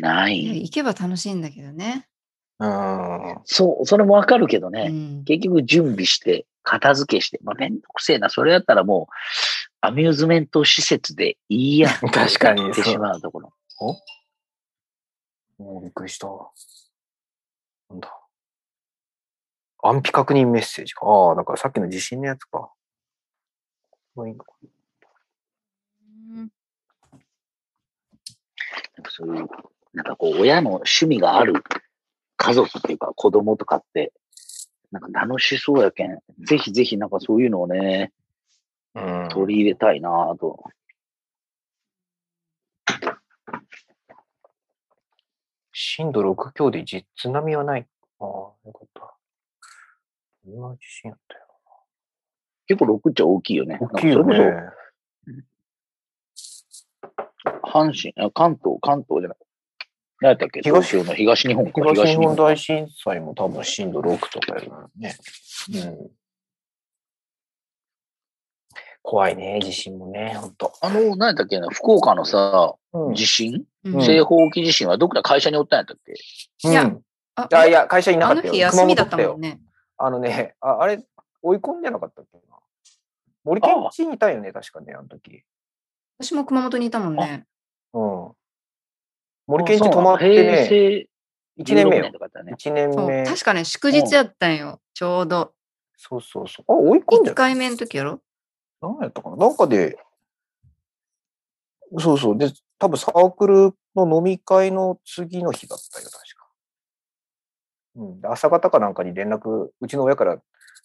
[SPEAKER 1] ない
[SPEAKER 3] や
[SPEAKER 1] い。
[SPEAKER 3] 行けば楽しいんだけどね。
[SPEAKER 2] に。うん。
[SPEAKER 1] そう、それもわかるけど
[SPEAKER 3] う
[SPEAKER 1] ね、
[SPEAKER 3] ん。
[SPEAKER 1] 結局準備して、片付けして、まあ、めんどくせえな、それやったらもう、アミューズメント施設でいいや、
[SPEAKER 2] 確かに
[SPEAKER 1] ってしまうところ。
[SPEAKER 2] もうびっくりした。なんだ。安否確認メッセージか。ああ、だからさっきの地震のやつか。もういいのか
[SPEAKER 3] うん
[SPEAKER 1] やっぱそういう、なんかこう、親の趣味がある家族っていうか、子供とかって、なんか楽しそうやけん、ぜひぜひなんかそういうのをね、
[SPEAKER 2] うん
[SPEAKER 1] 取り入れたいなぁと。
[SPEAKER 2] 震度6強でじ津波はない。ああ、よかった。どんな地震やったよ。
[SPEAKER 1] 結構6っちゃ大きいよね。
[SPEAKER 2] 大きいよね
[SPEAKER 1] そ。れこそ、阪神、あ関東、関東じゃない。何やったっけ
[SPEAKER 2] 東
[SPEAKER 1] 東京の東日本か
[SPEAKER 2] 東日本
[SPEAKER 1] 東
[SPEAKER 2] 大震災も多分震度6とかやるね。うん。怖いね、地震もね、ほんと。
[SPEAKER 1] あの、何やったっけな、福岡のさ、
[SPEAKER 2] うん
[SPEAKER 1] 地震、
[SPEAKER 3] うん
[SPEAKER 1] 正方形地震はどっか会社におったんやったっけ
[SPEAKER 3] いや
[SPEAKER 2] うん
[SPEAKER 3] あ
[SPEAKER 2] あ、いや、会社いなか
[SPEAKER 3] あ
[SPEAKER 2] っ
[SPEAKER 3] の
[SPEAKER 2] たよ。
[SPEAKER 3] 日休みだった
[SPEAKER 2] 熊本
[SPEAKER 3] もんね。
[SPEAKER 2] あのね、ああれ、追い込んでなかったっけな。森健地にいたよね、確かね、あの時。
[SPEAKER 3] 私も熊本にいたもんね。
[SPEAKER 2] うん。森健地泊まって
[SPEAKER 1] 平
[SPEAKER 2] ね、
[SPEAKER 1] 成
[SPEAKER 2] 1年目
[SPEAKER 1] 16
[SPEAKER 2] よ
[SPEAKER 1] 年。とかだね。
[SPEAKER 2] 1年
[SPEAKER 3] そう
[SPEAKER 2] 目。
[SPEAKER 3] 確かね、祝日やったんよ。ちょうど。
[SPEAKER 2] そうそうそう。あ、追い込んじゃった。
[SPEAKER 3] 1回目の時やろ
[SPEAKER 2] 何やったかななんかで、そうそう。で、多分サークルの飲み会の次の日だったよ、確か。うん。で朝方かなんかに連絡、うちの親から、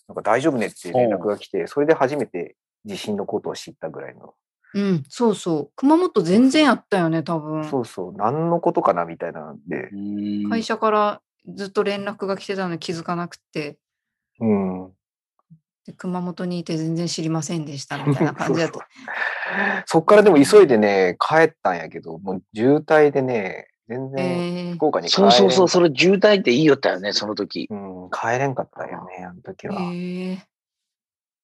[SPEAKER 2] なんか大丈夫ねっていう連絡が来て、それで初めて地震のことを知ったぐらいの。
[SPEAKER 3] うん、そうそう。熊本全然やったよね、多分。
[SPEAKER 2] そうそう。何のことかなみたいなんで。
[SPEAKER 1] 会
[SPEAKER 3] 会社からずっと連絡が来てたのに気づかなくて、
[SPEAKER 2] うん。
[SPEAKER 3] で熊本にいて全然知りませんでしたみたいな感じだった
[SPEAKER 2] そう。そうそっからでも急いでね、帰ったんやけど、もう渋滞でね、全然
[SPEAKER 3] えー
[SPEAKER 2] 福岡に帰れ
[SPEAKER 1] そ
[SPEAKER 2] ん
[SPEAKER 1] うそうそう、それ渋滞っていいよったよね、その時。
[SPEAKER 2] うん、帰れんかったよね、あの時
[SPEAKER 3] え
[SPEAKER 2] は。
[SPEAKER 3] ー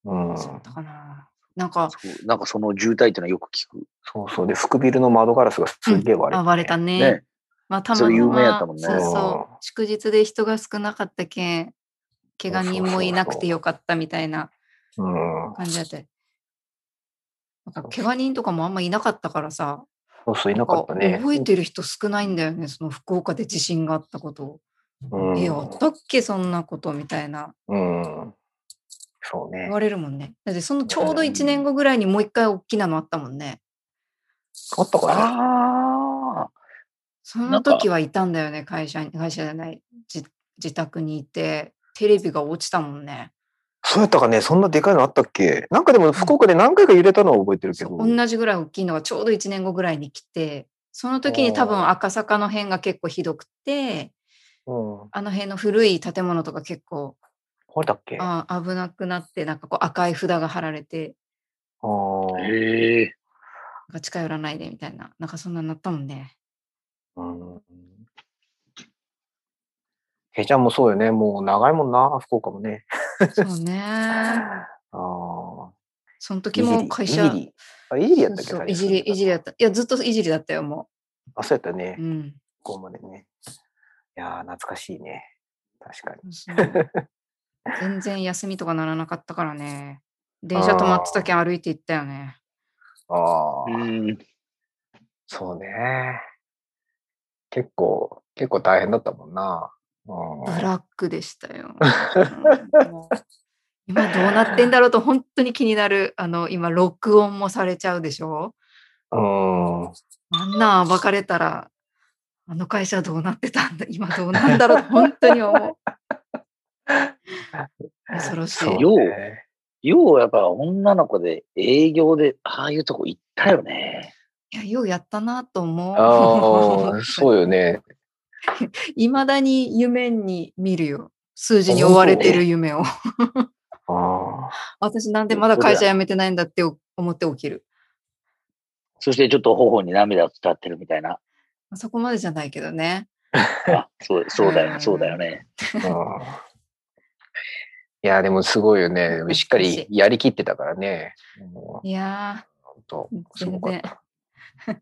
[SPEAKER 2] うん、
[SPEAKER 3] そうだったかな。なんか、
[SPEAKER 1] そうなんかその渋滞ってのはよく聞く。
[SPEAKER 2] そうそう。で、福ビルの窓ガラスがすっげえ割れて、
[SPEAKER 3] あ割れたね。
[SPEAKER 1] ね。
[SPEAKER 3] まあ、たま
[SPEAKER 1] それ
[SPEAKER 3] に
[SPEAKER 1] 有名や
[SPEAKER 3] は
[SPEAKER 1] ったもんね
[SPEAKER 3] そうそうう。祝日で人が少なかったけん、怪我人もいなくてよかったみたいな
[SPEAKER 2] うん。
[SPEAKER 3] 感じだったよ。なんか怪我人とかもあんまいなかったからさ、
[SPEAKER 2] そうそう、いなかった
[SPEAKER 3] な
[SPEAKER 2] ね。
[SPEAKER 3] んか覚えてる人少ないんだよね、その福岡で地震があったことを。
[SPEAKER 2] うん
[SPEAKER 3] え、あったっけ、そんなことみたいな。
[SPEAKER 2] うん。そうね
[SPEAKER 3] 言。われるもんね。だってそのちょうど1年後ぐらいにもう一回大きなのあったもんね。
[SPEAKER 2] あったか
[SPEAKER 1] ああ。
[SPEAKER 3] その時はいたんだよね、会社に、会社じゃない、じ自宅にいて、テレビが落ちたもんね。
[SPEAKER 2] そうやったかね。そんなでかいのあったっけなんかでも福岡で何回か揺れたのは覚えてるけど。
[SPEAKER 3] 同じぐらい大きいのがちょうど1年後ぐらいに来て、その時に多分赤坂の辺が結構ひどくて、
[SPEAKER 2] うん。あ
[SPEAKER 3] あの辺の古い建物とか結構
[SPEAKER 2] れだっけあ
[SPEAKER 3] あ危なくなって、なんかこう赤い札が貼られて、
[SPEAKER 2] あー。
[SPEAKER 1] へえ。
[SPEAKER 3] なんか近寄らないでみたいな、なんかそんなになったも んね。
[SPEAKER 2] うん。けいちゃんもそうよね。もう長いもんな、福岡もね。
[SPEAKER 3] そうね。
[SPEAKER 2] ああ。
[SPEAKER 3] その時も会社
[SPEAKER 2] いじ。り。あいじりやったっけ
[SPEAKER 3] そうそ
[SPEAKER 2] 最
[SPEAKER 3] うい
[SPEAKER 2] 初
[SPEAKER 3] じり、いじりだった。いや、ずっといじりだったよ、も
[SPEAKER 2] あ、そうやったね
[SPEAKER 3] う。う。ん。
[SPEAKER 2] ここまでね。いやー、懐かしいね。確かに。
[SPEAKER 3] そう全然休みとかならなかったからね。電車止まってたけん歩いて行ったよね。
[SPEAKER 2] ああ、
[SPEAKER 1] うん。
[SPEAKER 2] そうね。結構、結構大変だったもんな。うん
[SPEAKER 3] ブラックでし たよ。うんもう今どうなってんだろうと本当に気になる。あの、今、録音もされちゃうでしょ
[SPEAKER 2] うん。
[SPEAKER 3] あんなん暴かれたら、あの会社はどうなってたんだ、今どうなんだろうと本当に思う。恐ろしい。
[SPEAKER 2] そう
[SPEAKER 1] よう
[SPEAKER 2] ね
[SPEAKER 1] ようやっぱ女の子で営業でああいうとこ行ったよね。
[SPEAKER 3] いや、ようやったなと思う。
[SPEAKER 2] ああ、 そうよね。
[SPEAKER 3] いまだに夢に見るよ。数字に追われてる夢を。
[SPEAKER 2] あ
[SPEAKER 3] 私なんでまだ会社辞めてないんだって思って起きる。
[SPEAKER 1] そしてちょっと頬に涙を伝ってるみたいな。
[SPEAKER 3] そこまでじゃないけどね。
[SPEAKER 1] あ、そうそうだよ
[SPEAKER 3] う
[SPEAKER 1] ね、
[SPEAKER 3] ん
[SPEAKER 1] そうだよね。
[SPEAKER 2] あ。うんいやー、でもすごいよね。しっかりやりきってたからね。うんほ
[SPEAKER 3] いや
[SPEAKER 2] んと
[SPEAKER 3] 全然
[SPEAKER 2] すごかった。
[SPEAKER 3] ー、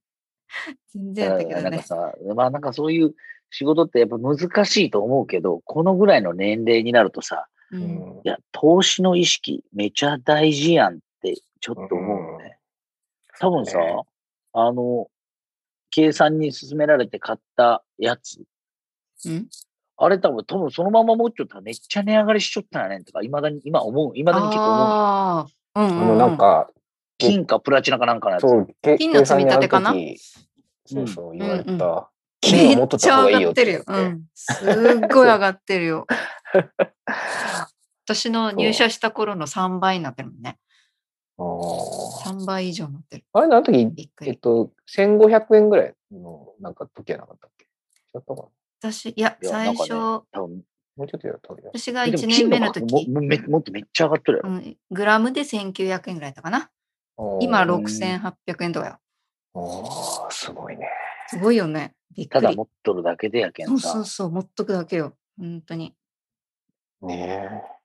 [SPEAKER 3] 全然やったけ
[SPEAKER 1] な
[SPEAKER 3] ど
[SPEAKER 1] んか
[SPEAKER 3] ね。
[SPEAKER 1] さ、まあなんかそういう仕事ってやっぱ難しいと思うけど、このぐらいの年齢になるとさ、
[SPEAKER 3] う、
[SPEAKER 2] うんん
[SPEAKER 1] いや、投資の意識めちゃ大事やんってちょっと思うよね。多分さ、
[SPEAKER 2] ね
[SPEAKER 1] あの、計算に進められて買ったやつ、
[SPEAKER 3] うん、
[SPEAKER 1] あれ多分、多分そのまま持っちゃったらめっちゃ値上がりしちゃったんやねんとか、未だに、今思う、未だに結構思う。
[SPEAKER 3] ああ、うん、うん
[SPEAKER 2] もうなんか、
[SPEAKER 1] 金かプラチナかなんかのやつ。
[SPEAKER 2] そう、け
[SPEAKER 3] 金の積み立てかな
[SPEAKER 2] 計算やる時そうそう、言われ
[SPEAKER 3] うん
[SPEAKER 2] た。
[SPEAKER 3] め
[SPEAKER 2] 金を持っ
[SPEAKER 3] っ
[SPEAKER 2] とっ
[SPEAKER 3] ち
[SPEAKER 2] た方
[SPEAKER 3] ゃ
[SPEAKER 2] がいい
[SPEAKER 3] 上が
[SPEAKER 2] よ
[SPEAKER 3] っ
[SPEAKER 2] ってて
[SPEAKER 3] る
[SPEAKER 2] 言
[SPEAKER 3] よ
[SPEAKER 2] っ。て。
[SPEAKER 3] うん、すっごい上がってるよ。私の入社した頃の3倍になってるもんね。
[SPEAKER 2] あー
[SPEAKER 3] 3倍以上になってる。
[SPEAKER 2] あれ、あの時、
[SPEAKER 3] びっく
[SPEAKER 2] えっ
[SPEAKER 3] り。
[SPEAKER 2] と、1500円ぐらいの、なんか時計なかったっけ違ったかな
[SPEAKER 3] 私、いや、
[SPEAKER 1] いや
[SPEAKER 3] 最初、
[SPEAKER 1] なん多分
[SPEAKER 2] もうちょっとやったんだよ。
[SPEAKER 3] 私が
[SPEAKER 1] でも
[SPEAKER 3] 1年目の
[SPEAKER 1] 金
[SPEAKER 3] 時
[SPEAKER 1] 価格ももめもっとめっちゃ上がってるや
[SPEAKER 3] う
[SPEAKER 1] ろ。
[SPEAKER 3] ん、グラムで1900円ぐらいだったかな。
[SPEAKER 2] あー
[SPEAKER 3] 今
[SPEAKER 1] ろ
[SPEAKER 3] 6800円とかよ。
[SPEAKER 2] あー、すごいね。
[SPEAKER 3] すごいよね。びったく
[SPEAKER 1] だ
[SPEAKER 3] り
[SPEAKER 1] 持。っとるだけでやけ
[SPEAKER 3] そ
[SPEAKER 1] ん
[SPEAKER 3] うそう
[SPEAKER 1] さ。
[SPEAKER 3] そう、持っとくだけよ。本当に。
[SPEAKER 2] ねえ。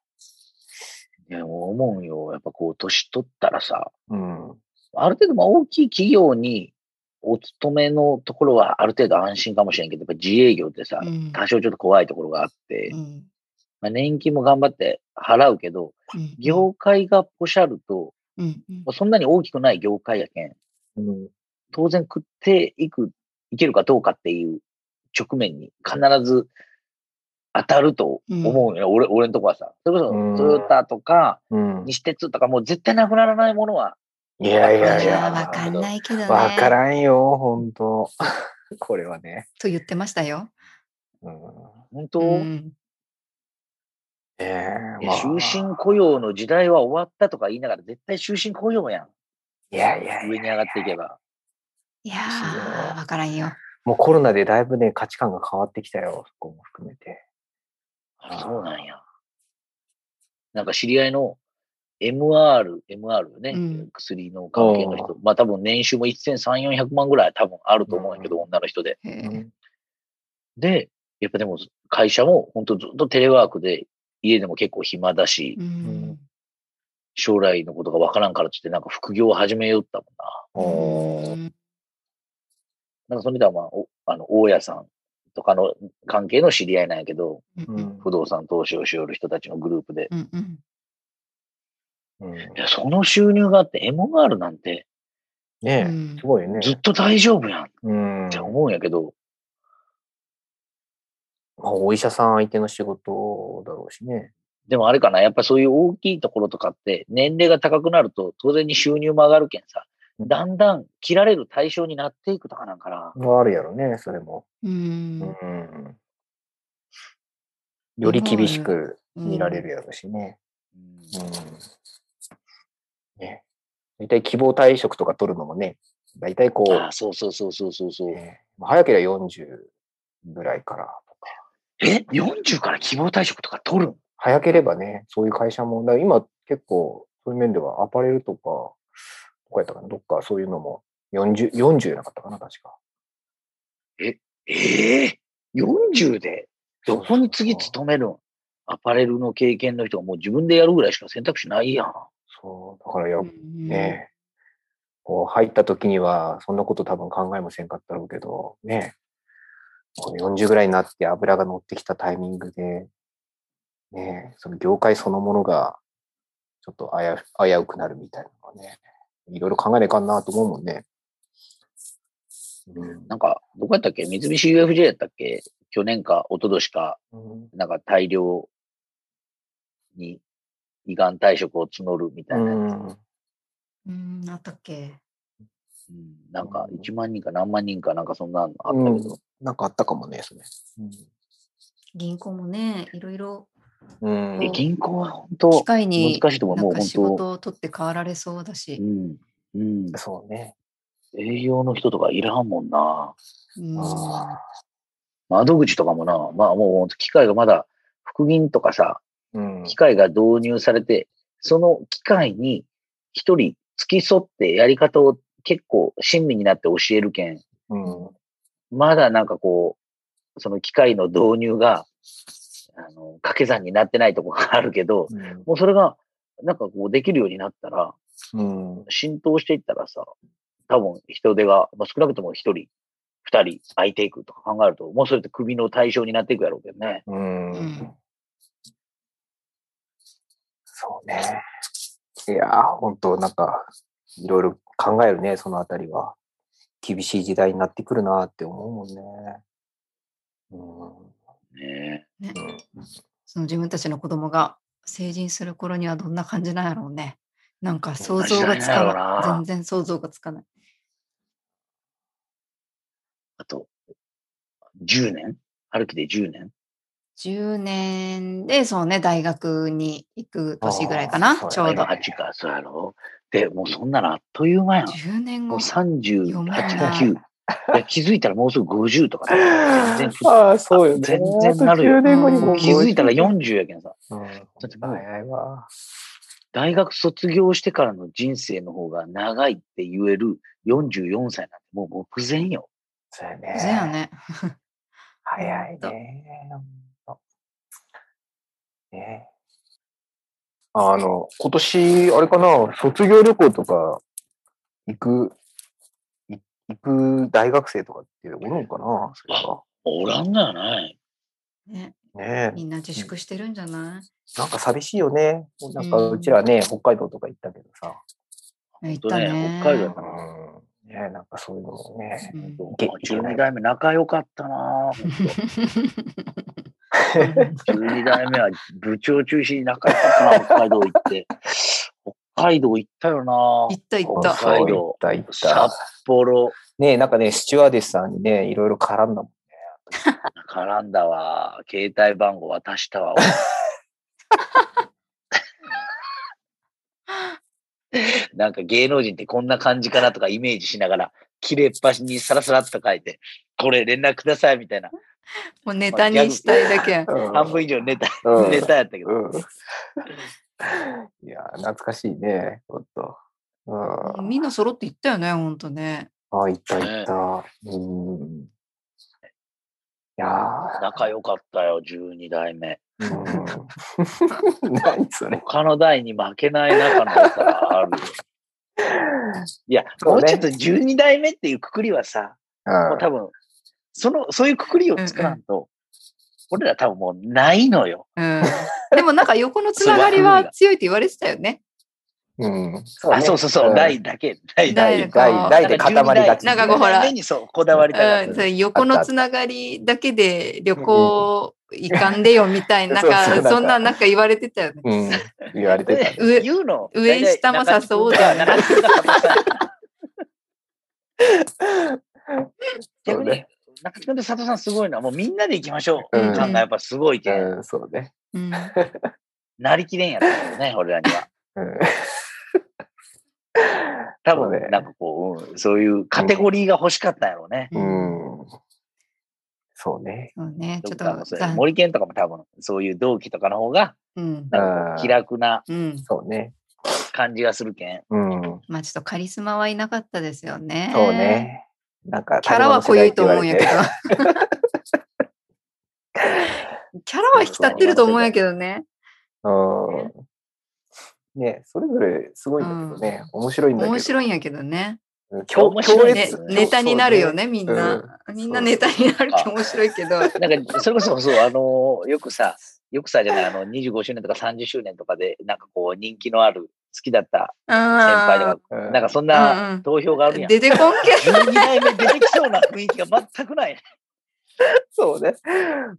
[SPEAKER 1] いや思うよ。やっぱこう、年取ったらさ、
[SPEAKER 2] うん。
[SPEAKER 1] ある程度、まあ、大きい企業にお勤めのところはある程度安心かもしれんけど、やっぱ自営業ってさ、
[SPEAKER 3] うん
[SPEAKER 1] 多少ちょっと怖いところがあって、
[SPEAKER 3] うん
[SPEAKER 1] まあ、年金も頑張って払うけど、
[SPEAKER 3] うん
[SPEAKER 1] 業界がポシャると、
[SPEAKER 3] うんうん
[SPEAKER 1] まあそんなに大きくない業界やけん、
[SPEAKER 2] うん。
[SPEAKER 1] 当然食っていく、いけるかどうかっていう局面に必ず当たると思うよ、俺、俺のとこはさ。それこ
[SPEAKER 2] うん
[SPEAKER 1] そトヨタとか、
[SPEAKER 2] うん。
[SPEAKER 1] 西鉄とかもう絶対なくならないものは、
[SPEAKER 2] いやい
[SPEAKER 3] い
[SPEAKER 2] やい
[SPEAKER 3] や
[SPEAKER 2] や。
[SPEAKER 3] ーわかんないけどね。
[SPEAKER 2] わからんよ、本当 これはね。
[SPEAKER 3] と言ってましたよ。
[SPEAKER 2] うん、
[SPEAKER 1] 本当、
[SPEAKER 3] うん
[SPEAKER 2] ええ
[SPEAKER 1] いや
[SPEAKER 2] まあ
[SPEAKER 1] 終身雇用の時代は終わったとか言いながら、絶対終身雇用やん。
[SPEAKER 2] いやいやい
[SPEAKER 1] 上
[SPEAKER 2] や。
[SPEAKER 1] に上がっていけば。
[SPEAKER 3] いや
[SPEAKER 2] そう
[SPEAKER 3] ー、わからんよ。
[SPEAKER 2] もうコロナでだいぶね、価値観が変わってきたよ、そこも含めて。
[SPEAKER 1] あそうなんや。なんか知り合いの MR、MR ね、
[SPEAKER 3] うん
[SPEAKER 1] 薬の関係の人、まあ多分年収も1300、400万ぐらい多分あると思うんやけど、
[SPEAKER 2] う
[SPEAKER 1] 女の人で。
[SPEAKER 3] へ
[SPEAKER 2] う
[SPEAKER 3] ー
[SPEAKER 2] ん
[SPEAKER 1] で、やっぱでも会社も本当ずっとテレワークで、家でも結構暇だし、
[SPEAKER 3] うん
[SPEAKER 1] 将来のことがわからんからっつってなんか副業を始めよったもん
[SPEAKER 2] おー
[SPEAKER 3] うん
[SPEAKER 1] な。なんかそれ見たらまあ、おあの、大家さんとかの関係の知り合いなんやけど、
[SPEAKER 3] う
[SPEAKER 2] うんん
[SPEAKER 1] 不動産投資をしよる人たちのグループで、
[SPEAKER 3] うんうん
[SPEAKER 2] うん
[SPEAKER 1] いや、その収入があって MR なんて
[SPEAKER 3] う
[SPEAKER 2] ね
[SPEAKER 3] ん
[SPEAKER 2] え、すごいね。
[SPEAKER 1] ずっと大丈夫やんっ
[SPEAKER 2] うん
[SPEAKER 1] て思うんやけど、
[SPEAKER 2] まあ、お医者さん相手の仕事だろうしね。
[SPEAKER 1] でもあれかな、やっぱそういう大きいところとかって、年齢が高くなると、当然に収入も上がるけんさ、だんだん切られる対象になっていくとかなんかな。
[SPEAKER 2] まあ、あるやろね、それも。
[SPEAKER 3] うん
[SPEAKER 2] うん。より厳しく見られるやろうしね。うん。ね。大体希望退職とか取るのもね、大体こ
[SPEAKER 1] ああ
[SPEAKER 2] う、
[SPEAKER 1] そうそうそうそうそうそう。
[SPEAKER 2] ねまあ早ければ40ぐらいからとか。
[SPEAKER 1] え、40から希望退職とか取るん
[SPEAKER 2] 早ければね、そういう会社も、だから今結構そういう面ではアパレルとか、どこやったかな、どっかそういうのも40、40じゃなかったかな、確か。
[SPEAKER 1] ええ ?40 でどこに次
[SPEAKER 2] そうそうそう
[SPEAKER 1] 勤めるんアパレルの経験の人がもう自分でやるぐらいしか選択肢ないやん。
[SPEAKER 2] そう、だからやっ
[SPEAKER 3] うん
[SPEAKER 2] ねえ、こう入った時にはそんなこと多分考えもせんかったろうけど、ねえ、この40ぐらいになって油が乗ってきたタイミングで、ねえ、その業界そのものがちょっと危う危うくなるみたいなのはね、いろいろ考えないかんなと思うもんね。うん
[SPEAKER 1] なんか、どこやったっけ三菱 UFJ やったっけ去年か一昨年か
[SPEAKER 2] うん
[SPEAKER 1] なんか大量に胃がん退職を募るみたいなやつ、
[SPEAKER 2] うん
[SPEAKER 3] うん、あったっけ。
[SPEAKER 1] うんなんか1万人か何万人かなんかそんなのあったけど、
[SPEAKER 2] なんかあったかもね、それ。
[SPEAKER 3] 銀行もね、いろいろ
[SPEAKER 2] うん
[SPEAKER 1] え
[SPEAKER 3] うん
[SPEAKER 1] 銀行は本
[SPEAKER 3] 機
[SPEAKER 1] 当
[SPEAKER 3] 会に
[SPEAKER 1] 難しいと思う、
[SPEAKER 3] な
[SPEAKER 1] も
[SPEAKER 3] ん
[SPEAKER 1] う
[SPEAKER 3] か仕
[SPEAKER 1] 本当、
[SPEAKER 3] 事を取って変わられそうだ
[SPEAKER 1] う
[SPEAKER 3] し。
[SPEAKER 1] んうん、
[SPEAKER 2] そうね。
[SPEAKER 1] 営業の人とかいらんもんな。
[SPEAKER 3] うん
[SPEAKER 2] あ
[SPEAKER 1] 窓口とかもな、まあもう本当機械がまだ、復銀とかさ、
[SPEAKER 2] うん
[SPEAKER 1] 機械が導入されて、その機械に一人付き添ってやり方を結構親身になって教えるけん、
[SPEAKER 2] うん
[SPEAKER 1] まだなんかこう、その機械の導入が、あの、掛け算になってないところがあるけど、もうそれが、なんかこうできるようになったら、
[SPEAKER 2] うん。
[SPEAKER 1] 浸透していったらさ、多分人手が、まあ、少なくとも一人、二人空いていくとか考えると、もうそれって首の対象になっていくやろうけどね。
[SPEAKER 2] うん
[SPEAKER 3] うん
[SPEAKER 2] そうね。いやー、本当なんか、いろいろ考えるね、そのあたりは。厳しい時代になってくるなって思うもんね。う
[SPEAKER 1] ね
[SPEAKER 3] その自分たちの子供が成人する頃にはどんな感じなんやろうね。なんか
[SPEAKER 1] どん
[SPEAKER 3] 想
[SPEAKER 1] な
[SPEAKER 3] 像が
[SPEAKER 1] 時代な
[SPEAKER 3] つか
[SPEAKER 1] んやろうな
[SPEAKER 3] な。
[SPEAKER 1] い
[SPEAKER 3] 全然想像がつかない。
[SPEAKER 1] あと、10年春樹で10年
[SPEAKER 3] 10年で、そうね、大学に行く年ぐらいか
[SPEAKER 2] あ
[SPEAKER 3] な、
[SPEAKER 2] ー
[SPEAKER 3] ち
[SPEAKER 2] そ
[SPEAKER 3] ょ
[SPEAKER 2] う
[SPEAKER 3] う
[SPEAKER 2] だ
[SPEAKER 3] ど
[SPEAKER 1] 今
[SPEAKER 2] ね。
[SPEAKER 1] 8か、そうやろで、もうそんなのあっという間やん。
[SPEAKER 3] 10年
[SPEAKER 1] もう
[SPEAKER 3] 後。
[SPEAKER 1] 38、
[SPEAKER 3] 読めない
[SPEAKER 1] 9。いや気づいたらもうすぐ50とかさ 全然
[SPEAKER 2] ん、ああ、そうよね。
[SPEAKER 1] 全然なるよ
[SPEAKER 2] あと10年後にも
[SPEAKER 3] うん
[SPEAKER 1] 気づいたら
[SPEAKER 2] 4。
[SPEAKER 1] 40やけんさ。
[SPEAKER 2] うん、
[SPEAKER 1] だってもう
[SPEAKER 2] 早いわ。
[SPEAKER 1] 大学卒業してからの人生の方が長いって言える44歳なんてもう目前よ。
[SPEAKER 2] そうや
[SPEAKER 3] そうや
[SPEAKER 2] ね。
[SPEAKER 3] ね。
[SPEAKER 2] 早い
[SPEAKER 3] ほんと
[SPEAKER 2] ね。ほんとねあの、今年、あれかな、卒業旅行とか行く、い行く大学生とかっておるのかな、そ
[SPEAKER 1] おらんのやない。
[SPEAKER 3] ね
[SPEAKER 2] れが。ね
[SPEAKER 3] みんな自粛してるんじゃな
[SPEAKER 2] え、
[SPEAKER 3] い
[SPEAKER 2] なんか寂しいよね。なんか
[SPEAKER 3] うん
[SPEAKER 2] うちらね、北海道とか行ったけどさ、
[SPEAKER 1] 本
[SPEAKER 3] 行っ
[SPEAKER 1] 当
[SPEAKER 3] たね
[SPEAKER 1] ね、北海道だから。
[SPEAKER 2] うん。ねなんかそういうのもね。
[SPEAKER 3] うん
[SPEAKER 1] そう
[SPEAKER 2] け
[SPEAKER 1] 12代目仲良かったなぁほんと12代目は部長中心に仲良かったな北海道行って。北海道行ったよな
[SPEAKER 3] 行
[SPEAKER 1] ぁ
[SPEAKER 3] った行っ
[SPEAKER 1] 北
[SPEAKER 3] た。
[SPEAKER 1] 海道
[SPEAKER 2] 行った行っ
[SPEAKER 1] 札
[SPEAKER 2] た。
[SPEAKER 1] 幌
[SPEAKER 2] ねなんかね、スチュワーデスさんにね、いろいろ絡んだもん。
[SPEAKER 1] 絡んだわ。携帯番号渡した わ。なんか芸能人ってこんな感じかなとかイメージしながら、切れっ端にサラサラっと書いて、これ連絡くださいみたいな。
[SPEAKER 3] もうネタにしたいだけやん。
[SPEAKER 1] 半分以上ネタ、
[SPEAKER 2] うん
[SPEAKER 1] ネタやったけど。
[SPEAKER 2] うん。いや、懐かしいね、ほんと。うん。
[SPEAKER 3] みんな揃って行ったよね、ほんとね。
[SPEAKER 2] あ、行った行った。うん。いや
[SPEAKER 1] 仲良かったよ、12代目。
[SPEAKER 2] ー、うん。 何それ。
[SPEAKER 1] 他の代に負けない仲の良さがあるよ。 いや、
[SPEAKER 2] そう
[SPEAKER 1] も
[SPEAKER 2] ね
[SPEAKER 1] うちょっと12代目っていうくくりはさ、もう
[SPEAKER 2] う
[SPEAKER 1] 多分、その、そういうくくりを作らんと、俺ら多分もうないのよ。
[SPEAKER 3] うん。でもなんか横のつながりは強いって言われてたよね。
[SPEAKER 2] ん。うん。
[SPEAKER 1] あ、そうそうそう、代だけ、代だ
[SPEAKER 3] 代
[SPEAKER 1] け。
[SPEAKER 3] だけ
[SPEAKER 2] 代代で固まりがち。
[SPEAKER 3] なんかこうほら
[SPEAKER 1] 目にそう、こだわりたかっ
[SPEAKER 3] うん、
[SPEAKER 1] た
[SPEAKER 3] そ。れ横のつながりだけで旅行行かんでよみたいな、なん
[SPEAKER 2] そうそうなん
[SPEAKER 3] か
[SPEAKER 2] か
[SPEAKER 3] そんななんか言われてたよね。
[SPEAKER 2] うん。言われてた
[SPEAKER 1] で
[SPEAKER 2] ね。
[SPEAKER 3] 上
[SPEAKER 1] 言うの。
[SPEAKER 3] 上下も誘おうだよな
[SPEAKER 1] 中津君が中津君が佐藤さん
[SPEAKER 2] そう
[SPEAKER 1] 逆に
[SPEAKER 2] ね、
[SPEAKER 1] 中津君と佐藤さんすごいのは、もうみんなで行きましょう。
[SPEAKER 2] うん
[SPEAKER 1] 感がやっぱすごいけん。
[SPEAKER 2] うん、 そうね。
[SPEAKER 3] うん、
[SPEAKER 1] なりきれんやったけどね、俺らには。
[SPEAKER 2] うん。
[SPEAKER 1] 多
[SPEAKER 2] そうね
[SPEAKER 1] 分、なんかこう、うんそういうカテゴリーが欲しかったんやろうね。
[SPEAKER 3] うん
[SPEAKER 2] うんそうね。
[SPEAKER 3] そうね、ちょっ
[SPEAKER 1] どっかの
[SPEAKER 3] と
[SPEAKER 1] そう
[SPEAKER 3] 残
[SPEAKER 1] 森健とかも多分、そういう同期とかの方が、
[SPEAKER 3] うん、
[SPEAKER 1] なんか気楽な
[SPEAKER 3] うん、
[SPEAKER 2] そうね。
[SPEAKER 1] 感じがするけん。
[SPEAKER 2] うん。
[SPEAKER 3] まあちょっとカリスマはいなかったですよね。
[SPEAKER 2] そう。ね。なんか、
[SPEAKER 3] キャラは濃
[SPEAKER 2] こう
[SPEAKER 3] ゆ
[SPEAKER 2] い
[SPEAKER 3] いと思うんやけど。 キャラは引き立ってると思うんやけどね。
[SPEAKER 2] ど。うん。ね、それぞれすごいんだけどね。面白いんだけど。
[SPEAKER 3] 面白いんやけどね。
[SPEAKER 2] うん強
[SPEAKER 1] 面白い
[SPEAKER 2] 強
[SPEAKER 1] ね
[SPEAKER 2] 烈
[SPEAKER 3] ねネタになるよ
[SPEAKER 2] そう
[SPEAKER 3] ね、みんな。みんな
[SPEAKER 2] そうそ
[SPEAKER 3] ネ
[SPEAKER 2] う
[SPEAKER 3] タになるって面白い けど。
[SPEAKER 1] なん か、それこそ、そう、あのーよくさ、よくさ、じゃない、あの、25周年とか30周年とかで、なんかこう、人気のある、好きだった先輩と
[SPEAKER 3] あ
[SPEAKER 1] か、
[SPEAKER 2] そうね。う
[SPEAKER 1] なんかそん
[SPEAKER 3] うんう
[SPEAKER 1] なん投票がある
[SPEAKER 3] ー
[SPEAKER 1] やん。
[SPEAKER 3] 出てこんけ
[SPEAKER 1] 12代目出てきそうな雰囲気が全くない。
[SPEAKER 2] そうね。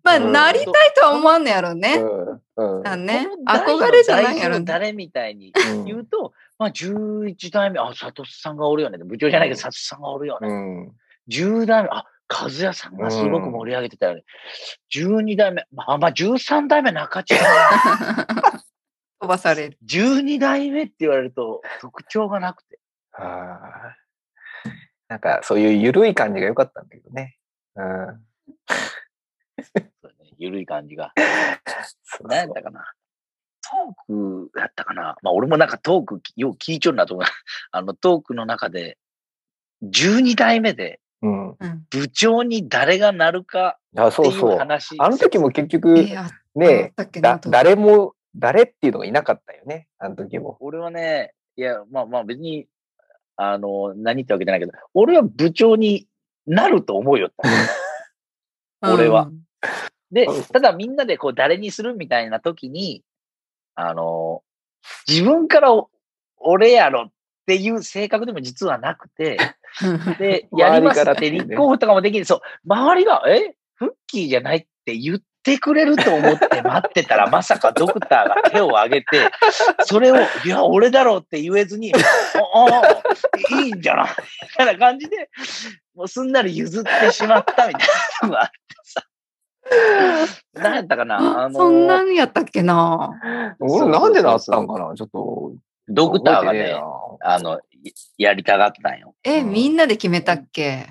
[SPEAKER 3] まあ、
[SPEAKER 2] うん
[SPEAKER 3] なりたいとは思わんのやろ
[SPEAKER 2] う
[SPEAKER 3] ね。
[SPEAKER 2] ん。うん。
[SPEAKER 3] あね
[SPEAKER 1] この、代の
[SPEAKER 3] 憧れじゃないや
[SPEAKER 1] 代表
[SPEAKER 3] ろね。
[SPEAKER 1] 誰みたいに
[SPEAKER 2] うん
[SPEAKER 1] 言うと、まあ、11代目、あ、佐藤さんがおるよね。部長じゃないけど、佐藤さんがおるよね。
[SPEAKER 2] うん。
[SPEAKER 1] 10代目、あ、和也さんがすごく盛り上げてたよね。12代目、まあまあ、13代目中地さん。
[SPEAKER 3] 飛ばされる。
[SPEAKER 1] 12代目って言われると特徴がなくて。
[SPEAKER 2] あーなんか、そういう緩い感じが良かったんだけどね。うん。
[SPEAKER 1] ゆるい感じが。
[SPEAKER 2] そう
[SPEAKER 1] 何やったかな。トークやったかな。まあ俺もなんかトークよう聞いちょるなと思う。 あのトークの中で、12代目で
[SPEAKER 2] うん。
[SPEAKER 3] うん
[SPEAKER 1] 部長に誰がなるか
[SPEAKER 2] あ、
[SPEAKER 1] って
[SPEAKER 2] そう
[SPEAKER 1] い
[SPEAKER 2] そうう。
[SPEAKER 1] 話。
[SPEAKER 2] あの時も結
[SPEAKER 3] え
[SPEAKER 2] 局、
[SPEAKER 3] ーああっ
[SPEAKER 2] ね、
[SPEAKER 3] たっけな
[SPEAKER 2] だ
[SPEAKER 3] と思って
[SPEAKER 2] 誰も、誰っていうのがいなかったよね。あの時も。
[SPEAKER 1] 俺はね、いや、まあまあ別に、あの、何ってわけじゃないけど、俺は部長になると思うよった。俺は。
[SPEAKER 3] うん
[SPEAKER 1] で
[SPEAKER 2] うん、
[SPEAKER 1] ただみんなでこう誰にするみたいな時に、あの、自分からお俺やろっていう性格でも実はなくて、で、
[SPEAKER 2] 周り
[SPEAKER 1] やります
[SPEAKER 2] から
[SPEAKER 1] っ
[SPEAKER 2] ってい
[SPEAKER 1] て
[SPEAKER 2] うね
[SPEAKER 1] 立候補とかもできる。そう、周りが、えフッキーじゃないって言ってくれると思って待って たら、まさかドクターが手を挙げて、それを、いや、俺だろうって言えず に、ああ、いいんじゃないみたいな感じで、もうすんなり譲ってしまったみたいなのがあって さ。何やったかなあの
[SPEAKER 3] そんなんやったっけな。
[SPEAKER 2] 俺なんでなったんかなちょっと。
[SPEAKER 1] ドクターが
[SPEAKER 2] 覚えて
[SPEAKER 1] ね
[SPEAKER 2] え、
[SPEAKER 1] あの、ややりたがったんよ。
[SPEAKER 3] え、
[SPEAKER 2] うん
[SPEAKER 3] みんなで決めたっけ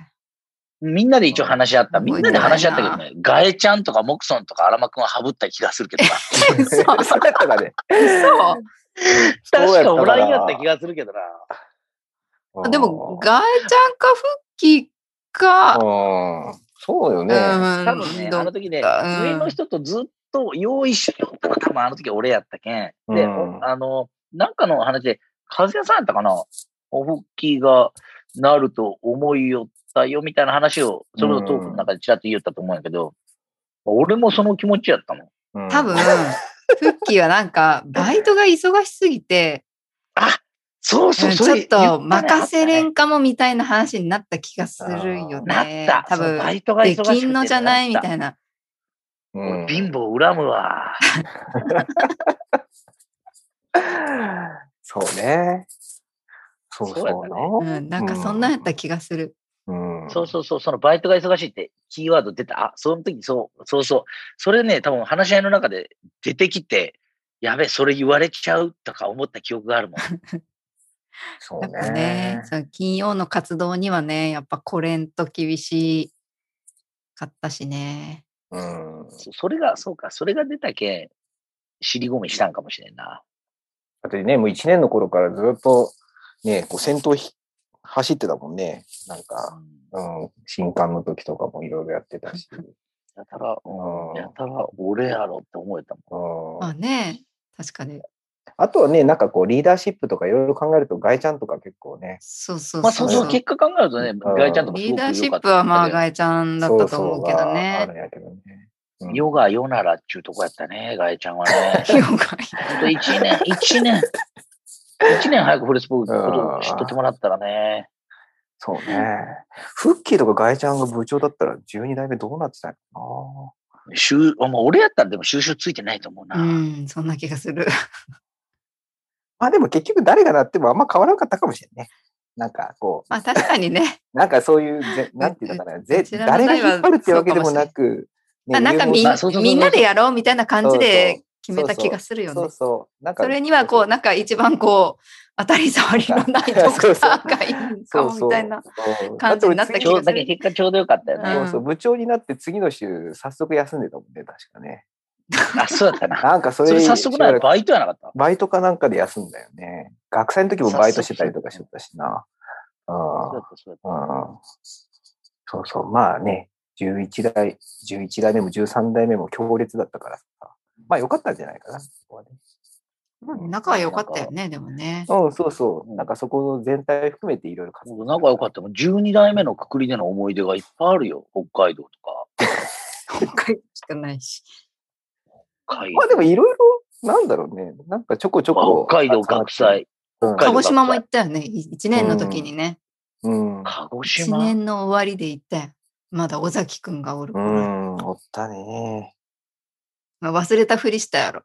[SPEAKER 1] みんなで一応話し合った。みんなで話し合ったけどね、ガエちゃんとかモクソンとかアラマくんはハブった気がするけ どな。
[SPEAKER 2] な
[SPEAKER 3] そう
[SPEAKER 2] そうやったかね。
[SPEAKER 3] そ
[SPEAKER 2] そ
[SPEAKER 1] 確
[SPEAKER 2] うや
[SPEAKER 1] か
[SPEAKER 2] ったかな
[SPEAKER 1] おらんやった気がするけどな。
[SPEAKER 3] う。でも、ガエちゃんかフッキーか、
[SPEAKER 2] うん。そうよ
[SPEAKER 3] う
[SPEAKER 2] ね。
[SPEAKER 3] ん、
[SPEAKER 1] 多分ね、
[SPEAKER 3] ど
[SPEAKER 1] あの時ね、
[SPEAKER 3] うん
[SPEAKER 1] 上の人とずっと用意しよったのは多分あの時俺やったけん。で、
[SPEAKER 2] うん
[SPEAKER 1] おあの、なんかの話で、和也さんやったかなお復帰がなると思いよったよみたいな話を、それのトークの中でちらっと言ったと思うんやけど、俺もその気持ちやったもん。
[SPEAKER 2] うん
[SPEAKER 3] 多分、フッキーはなんか、バイトが忙しすぎて、
[SPEAKER 1] あそうそう、そ
[SPEAKER 3] ちょ
[SPEAKER 1] れ
[SPEAKER 3] っと任せれ
[SPEAKER 1] 言っ
[SPEAKER 3] んかもみたいな話になった気がするよ
[SPEAKER 1] たね。
[SPEAKER 3] ね
[SPEAKER 1] なった。
[SPEAKER 3] 多
[SPEAKER 1] そうバ
[SPEAKER 3] 分、
[SPEAKER 1] イトが忙
[SPEAKER 3] で
[SPEAKER 1] しくて
[SPEAKER 3] きんのじゃないみた
[SPEAKER 1] なっ
[SPEAKER 3] いな。
[SPEAKER 1] た。
[SPEAKER 2] うん
[SPEAKER 1] 貧乏恨むわ。
[SPEAKER 2] そうね。そう
[SPEAKER 1] そうやっ
[SPEAKER 2] そうな。
[SPEAKER 3] うん、なんかそんなんやった気がする。
[SPEAKER 2] うん。
[SPEAKER 1] そうそうそう、そのバイトが忙しいってキーワード出た。あ、その時そう、そうそう。それね、多分話し合いの中で出てきて、やべ、それ言われちゃうとか思った記憶があ るもん。
[SPEAKER 2] そう
[SPEAKER 3] やっぱね
[SPEAKER 2] ね、。
[SPEAKER 3] その金曜の活動にはね、やっぱこれんと厳しかったしね。
[SPEAKER 2] うん。
[SPEAKER 1] そそれが、そうか、それが出たけん、尻込みしたんかもしれんな。
[SPEAKER 2] だってね、もう1年の頃からずっと、ね、こう先頭ひ走ってたもんね。なんか、うん、新刊の時とかもいろいろやってたし。
[SPEAKER 1] やたら、
[SPEAKER 2] うん
[SPEAKER 1] やたら俺やろって思えたもん。
[SPEAKER 2] うん
[SPEAKER 3] まあね、確かに。
[SPEAKER 2] あとはね、なんかこう、リーダーシップとかいろいろ考えると、ガイちゃんとか結構ね、
[SPEAKER 3] そうそうそう。
[SPEAKER 1] まあ、その結果考えるとね、
[SPEAKER 2] うん
[SPEAKER 1] ガイちゃんとかす
[SPEAKER 3] リ
[SPEAKER 1] ごく良か
[SPEAKER 3] ーダ
[SPEAKER 1] った
[SPEAKER 3] ー
[SPEAKER 1] けど。
[SPEAKER 3] シップはまあ、ガエちゃんだったと思うけど
[SPEAKER 2] そうそうがあ
[SPEAKER 3] ね
[SPEAKER 2] る。んやけどね。うん
[SPEAKER 1] ヨガ、ヨナラっちゅうとこやったね、ガイちゃんは ね。
[SPEAKER 3] 今
[SPEAKER 1] ほ
[SPEAKER 3] 日が
[SPEAKER 1] んと1年、1年、1年早くフレスポーツのことを知っとってもらったらね。
[SPEAKER 2] そうね。フッキーとかガイちゃんが部長だったら、12代目どうなってたの
[SPEAKER 1] 収あまあ、俺やったらでも収集ついてないと思うな。
[SPEAKER 3] うん、そんな気がする。
[SPEAKER 2] かな。まあでも結局誰がなってもあんま変わらなかったかもしれないね。なんかこ
[SPEAKER 3] まあ確かにね。
[SPEAKER 2] う、なんかそういうぜ、なんていうのかな、ぜ
[SPEAKER 3] うちらの
[SPEAKER 2] 誰が引っ張るってわけでもなく、ね
[SPEAKER 3] あなんか
[SPEAKER 2] 融合
[SPEAKER 3] み
[SPEAKER 1] まあそうそうそうそうん
[SPEAKER 3] みんなでやろうみたいな感じで決めた
[SPEAKER 2] そうそう
[SPEAKER 3] 気がするよ
[SPEAKER 2] そう
[SPEAKER 3] ね。
[SPEAKER 2] そう。なんか
[SPEAKER 3] それにはこう、なんか一番こう、当たり障りのないドクターがいるんか
[SPEAKER 2] そう
[SPEAKER 3] も
[SPEAKER 2] そう
[SPEAKER 3] みたいな。
[SPEAKER 2] うん
[SPEAKER 3] 感じになった
[SPEAKER 1] ちょうだ
[SPEAKER 3] 気がする
[SPEAKER 1] け結果ちょうどよかったよね。
[SPEAKER 2] そうそう、部長になって次の週、早速休んでたもんね、確かね。
[SPEAKER 1] あ、そうだったな。
[SPEAKER 2] なんか それ、
[SPEAKER 1] それ早速
[SPEAKER 2] しば
[SPEAKER 1] な
[SPEAKER 2] らく
[SPEAKER 1] バイトやなかった。
[SPEAKER 2] バイトかなんかで休んだよね。学生の時もバイトしてたりとかしとったしな。うん
[SPEAKER 1] そうだった、そうだっ
[SPEAKER 2] うんそうそう、まあね、11代、11代目も13代目も強烈だったからさ。まあ良かったんじゃないかな。そこはね
[SPEAKER 3] 仲は良かったよね、でもね。
[SPEAKER 2] うん、そうそうう。
[SPEAKER 1] ん
[SPEAKER 2] なんかそこの全体を含めていろいろ活
[SPEAKER 1] た。
[SPEAKER 2] 動
[SPEAKER 1] 僕仲良かったもん。12代目のくくりでの思い出がいっぱいあるよ。北海道とか。
[SPEAKER 3] 北海道しかないし。
[SPEAKER 1] 北海道
[SPEAKER 2] まあでもいろいろ、なんだろうね。なんかちょこちょこ。
[SPEAKER 1] 北海道学祭。
[SPEAKER 2] うん。
[SPEAKER 1] 北海
[SPEAKER 3] 鹿
[SPEAKER 1] 道
[SPEAKER 3] 児島も行ったよね。1年の時にね。
[SPEAKER 2] うん。
[SPEAKER 1] 鹿児
[SPEAKER 3] 1
[SPEAKER 1] 島。
[SPEAKER 3] 年の終わりで行ったよ。まだ尾崎くんがおる
[SPEAKER 2] う
[SPEAKER 3] 頃。
[SPEAKER 2] ん、おったね。
[SPEAKER 3] まあ忘れたふりしたやろ。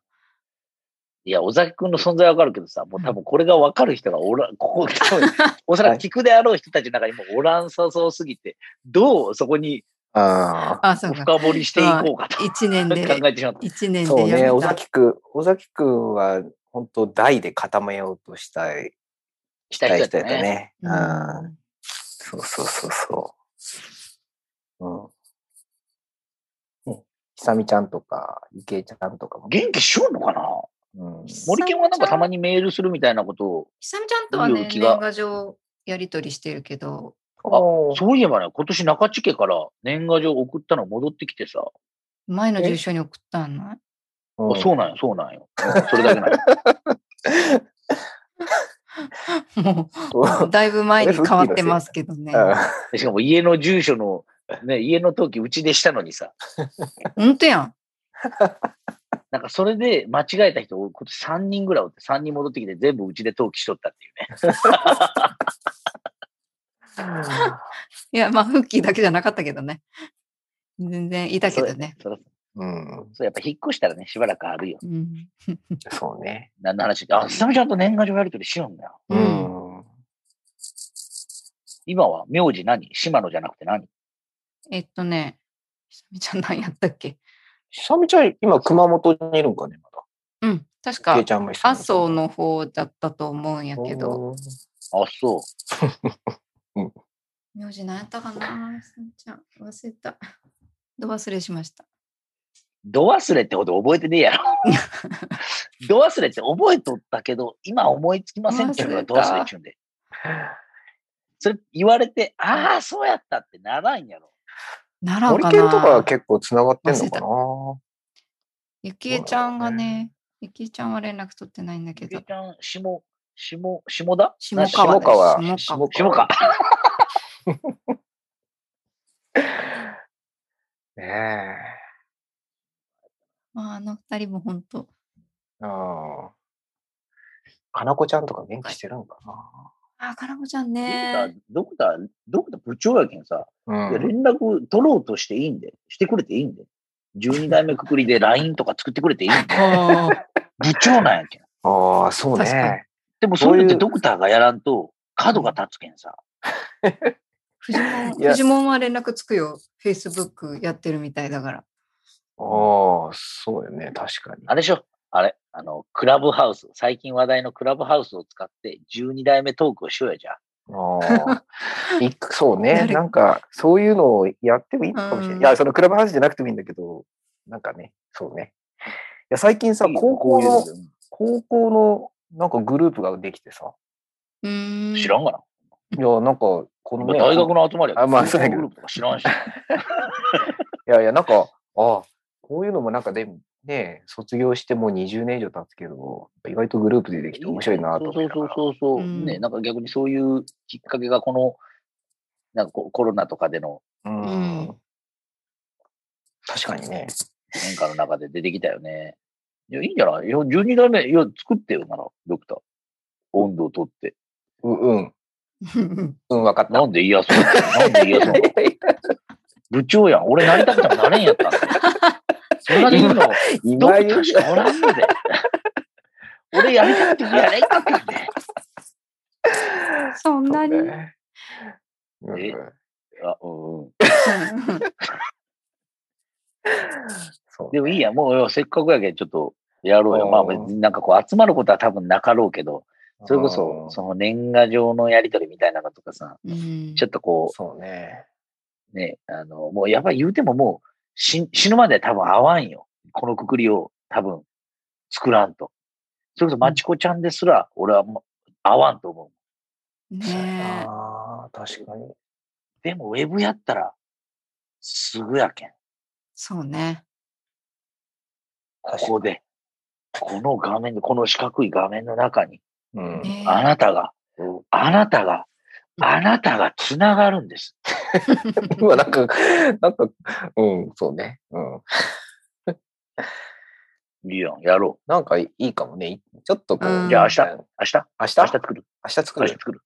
[SPEAKER 1] いや、小崎くんの存在はわかるけどさ、もう多分これがわかる人がおら、 ここ、多分おそらく聞くであろう人たちの中にもおらんさそうすぎて、どうそこに
[SPEAKER 2] あ
[SPEAKER 3] あ、そうか。
[SPEAKER 1] 深掘りしていこうかと考
[SPEAKER 3] 1年で、
[SPEAKER 1] えてしまった。
[SPEAKER 3] 1
[SPEAKER 2] あ。
[SPEAKER 3] 年
[SPEAKER 2] そう
[SPEAKER 3] で
[SPEAKER 2] ね、
[SPEAKER 3] やめ
[SPEAKER 2] 尾
[SPEAKER 3] た。
[SPEAKER 2] 崎くん、尾崎くんは本当台で固めようとしたい、
[SPEAKER 1] し
[SPEAKER 2] したた
[SPEAKER 1] い
[SPEAKER 2] い
[SPEAKER 1] 人
[SPEAKER 2] 人
[SPEAKER 1] だ
[SPEAKER 2] や
[SPEAKER 1] っ
[SPEAKER 2] ったた
[SPEAKER 1] ね。
[SPEAKER 2] ね。うん。そうそうそうそう。うん。ね、ひさみちゃんとか、いけいちゃんとかも。
[SPEAKER 1] 元気しようのかな
[SPEAKER 2] うん。
[SPEAKER 1] 森健はなんかたまにメールするみたいなことを、
[SPEAKER 3] ひさみちゃんとは
[SPEAKER 1] 勇
[SPEAKER 3] ね、
[SPEAKER 1] 気が
[SPEAKER 3] 年賀状やり取りしてるけど、
[SPEAKER 2] おー
[SPEAKER 1] そういえばね、今年中地家から年賀状送ったの戻ってきてさ、
[SPEAKER 3] 前の住所に送ったんない
[SPEAKER 2] うん
[SPEAKER 1] あそうなんよ、そうなんよ。それだけなんよ。
[SPEAKER 3] も
[SPEAKER 2] そう
[SPEAKER 3] う、だいぶ前に変わってますけどね。
[SPEAKER 2] う
[SPEAKER 1] しかも家の住所の、ね、家の登記うちでしたのにさ、
[SPEAKER 3] ほんとやん。
[SPEAKER 1] なんかそれで間違えた人、俺今年3人ぐらいおって、3人戻ってきて全部うちで登記しとったっていうね。
[SPEAKER 2] ん
[SPEAKER 3] いや、まあ、フッキーだけじゃなかったけどね。全然いたけどね。
[SPEAKER 1] それ。それ
[SPEAKER 2] うん。
[SPEAKER 1] そうやっぱ引っ越したらね、しばらくあるよ。
[SPEAKER 3] うん。
[SPEAKER 2] そうね。
[SPEAKER 1] 何の話あ、すさみちゃんと年賀状やりとりしようんだよ。
[SPEAKER 3] う。
[SPEAKER 2] うんん。
[SPEAKER 1] 今は名字何島野じゃなくて何
[SPEAKER 3] えっとね、ひさみちゃん何やったっけ
[SPEAKER 2] ひさみちゃん、今、熊本にいるんかね、ま
[SPEAKER 3] うん。確
[SPEAKER 2] だ。い
[SPEAKER 3] か
[SPEAKER 2] けい、ちゃんもひさ
[SPEAKER 3] 麻
[SPEAKER 2] みちゃんも
[SPEAKER 3] 生の方だったと思うんやけど。
[SPEAKER 2] おー
[SPEAKER 1] あ、そう。
[SPEAKER 3] 名字何やったかなひさみちゃん。忘れた。 ど忘れしました。
[SPEAKER 1] ど忘れってほど覚えてねえやろ。ど忘れって覚えとったけど、今思いつきませんっていうのがど忘れっちゅうんで。それ言われて、ああ、そうやったってならんやろ。
[SPEAKER 3] ならん
[SPEAKER 2] 森
[SPEAKER 3] か
[SPEAKER 2] 健とかは
[SPEAKER 3] な。
[SPEAKER 2] 結構つながってんのかな
[SPEAKER 3] ゆきえちゃんが
[SPEAKER 2] そうだよ
[SPEAKER 3] ね、ゆきえちゃんは連絡取ってないんだけ
[SPEAKER 1] ゆ
[SPEAKER 3] ど
[SPEAKER 1] き。ちゃん、下、下、下田
[SPEAKER 3] 下
[SPEAKER 2] だ
[SPEAKER 3] 川
[SPEAKER 2] 下川
[SPEAKER 3] です。下川。
[SPEAKER 1] 下か。
[SPEAKER 2] ね
[SPEAKER 3] まあ、あの二人も本当
[SPEAKER 2] え。ああ。かなこちゃんとか元気してるんか
[SPEAKER 3] あ、かなこちゃん
[SPEAKER 1] さ
[SPEAKER 3] ね。
[SPEAKER 1] ドクター、ドクター部長やけんさ、
[SPEAKER 2] な。
[SPEAKER 1] いや連絡取ろうとしていいんで、してくれていいんで。12代目くくりで LINE とか作ってくれていいんで。
[SPEAKER 3] あー
[SPEAKER 1] 部長なんやけん。
[SPEAKER 2] ああ、そう
[SPEAKER 3] 確かに
[SPEAKER 2] ね。
[SPEAKER 1] でもそういうのっ
[SPEAKER 2] そうい
[SPEAKER 1] て
[SPEAKER 2] う
[SPEAKER 1] ドクターがやらんと、角が立つけんさ。
[SPEAKER 3] フジモン
[SPEAKER 2] いや
[SPEAKER 3] フジモンは連絡つくよ。Facebook やってるみたいだから。
[SPEAKER 2] ああ、そうよね。確かに。
[SPEAKER 1] あれでしょあれ、あの、クラブハウス、最近話題のクラブハウスを使って12代目トークをしようやじゃん。
[SPEAKER 2] ああ。いくそうね。
[SPEAKER 3] 誰か
[SPEAKER 2] なんか、そういうのをやってもいいのかもしれな
[SPEAKER 3] う
[SPEAKER 2] い。
[SPEAKER 3] ん
[SPEAKER 2] いや、そのクラブハウスじゃなくてもいいんだけど、なんかね、そうね。いや、最近さ、
[SPEAKER 1] いいよ
[SPEAKER 2] 高校
[SPEAKER 1] こう、
[SPEAKER 2] の
[SPEAKER 1] いうの
[SPEAKER 2] 高校の、なんかグループができてさ。
[SPEAKER 3] うーん。
[SPEAKER 1] で知らんがな。
[SPEAKER 2] いや、なんか、このね、
[SPEAKER 1] 大学の集まりや
[SPEAKER 2] あまあそうやけ
[SPEAKER 1] グ
[SPEAKER 2] ど
[SPEAKER 1] ループとか知らんし。
[SPEAKER 2] いやいや、なんか、ああ、こういうのもなんかでも、ね、卒業してもう20年以上経つけど、意外とグループでできて面白いなと
[SPEAKER 1] そ
[SPEAKER 2] 思
[SPEAKER 1] う
[SPEAKER 2] って
[SPEAKER 1] そうそうそう。
[SPEAKER 3] うん
[SPEAKER 1] ね、なんか逆にそういうきっかけがこの、なんかこコロナとかでの
[SPEAKER 3] うん
[SPEAKER 2] うん確かにね。
[SPEAKER 1] 変化の中で出てきたよね。いや、いいんじゃないいや、12代目、いや、作ってよなら、ドクター。温度を取って。
[SPEAKER 2] う、うん。うん、わかった。
[SPEAKER 1] なんで嫌そうなん で嫌そうなの部長やん。俺なりたくてもなれんやったんだ。それができるの、ド
[SPEAKER 2] 今
[SPEAKER 1] ク
[SPEAKER 2] 言
[SPEAKER 1] タ
[SPEAKER 2] う
[SPEAKER 1] ーしかおらんので。俺やりたくてもやれんか ったんで。
[SPEAKER 3] そんなに。
[SPEAKER 2] そう
[SPEAKER 3] うん
[SPEAKER 2] ねうん
[SPEAKER 1] えあうんうん、
[SPEAKER 2] そう
[SPEAKER 1] でもいいや、もうよせっかくやけん、ちょっとやろうよ。
[SPEAKER 2] うん
[SPEAKER 1] まあ別になんかこう集まることは多分なかろうけど、それこそ
[SPEAKER 2] うん
[SPEAKER 1] その年賀状のやりとりみたいなのとかさ、
[SPEAKER 3] うん
[SPEAKER 1] ちょっとこう、
[SPEAKER 2] そうね。
[SPEAKER 1] ね、あの、もうやっぱり言うてももう死死ぬまで多分合わんよ。このくくりを多分作らんと。それこそまちこちゃんですら、俺はもう合わんと思う。
[SPEAKER 3] ね
[SPEAKER 2] ああ、確かに。
[SPEAKER 1] でもウェブやったら、すぐやけん。
[SPEAKER 3] そうね。
[SPEAKER 1] ここで、この画面で、この四角い画面の中に、
[SPEAKER 2] うん。
[SPEAKER 3] ね
[SPEAKER 1] あなたが、あなたが、あなたが繋がるんです。
[SPEAKER 2] 今なんか、なんか、うん、そうね。うん。
[SPEAKER 1] いいやん、やろ
[SPEAKER 2] なんかいいかもね。ちょっとこ
[SPEAKER 3] う
[SPEAKER 2] う。
[SPEAKER 3] んじゃあ明
[SPEAKER 1] 日
[SPEAKER 2] 明
[SPEAKER 1] う。明日
[SPEAKER 2] 日
[SPEAKER 1] 明日作る。
[SPEAKER 2] 明日作
[SPEAKER 1] 明日
[SPEAKER 2] る。
[SPEAKER 1] 作る。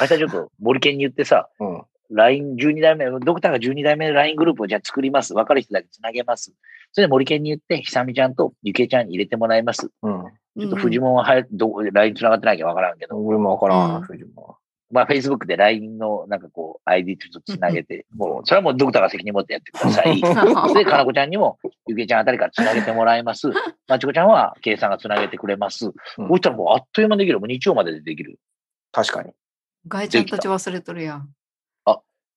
[SPEAKER 1] 明日ちょっと森健に言ってさ、
[SPEAKER 2] うん。
[SPEAKER 1] LINE12 代目、ドクターが12代目の LINE グループをじゃあ作ります。分かる人だけつなげます。それで森健に言って、ひさみちゃんとゆけいちゃんに入れてもらいます。
[SPEAKER 2] うん。
[SPEAKER 1] ちょっと
[SPEAKER 3] うん
[SPEAKER 1] フジモンは早くどこ LINE つながってないけど分からんけど、
[SPEAKER 2] 俺もわから
[SPEAKER 3] うん
[SPEAKER 2] ん、藤も。
[SPEAKER 1] まあ Facebook で LINE のなんかこう ID ちょっとつなげて、もう、それはもうドクターが責任持ってやってください。 で、かなこちゃんにも、ゆけいちゃんあたりからつなげてもらいます。まちこちゃんは、けいさんがつなげてくれます。こ
[SPEAKER 2] うん
[SPEAKER 1] ういったらもうあっという間にできる。もう日曜まででできる。
[SPEAKER 2] 確かに。
[SPEAKER 3] ガイちゃんたち忘れとるや ん。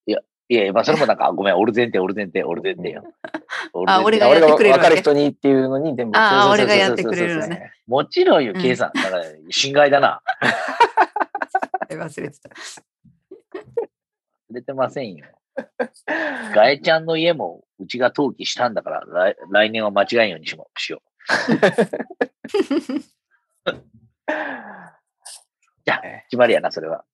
[SPEAKER 1] いやいや、まあそれもなんか、ごめん、俺前提、俺前提、俺前提よ。
[SPEAKER 3] あ
[SPEAKER 1] 前提
[SPEAKER 3] 俺がやってくれるわ
[SPEAKER 2] 分
[SPEAKER 3] け
[SPEAKER 2] かる人にっていうのに、でも。
[SPEAKER 3] あ
[SPEAKER 2] そうそうそうそう
[SPEAKER 3] 俺がやってくれるのね。
[SPEAKER 1] もちろんよ、
[SPEAKER 3] うん
[SPEAKER 1] K さん。だから、侵害だな。
[SPEAKER 3] 忘れてた。
[SPEAKER 1] 触れてませんよ。ガエちゃんの家も、うちが登記したんだから、来来年は間違えんようにしもしよう。じゃあ、決まりやな、それは。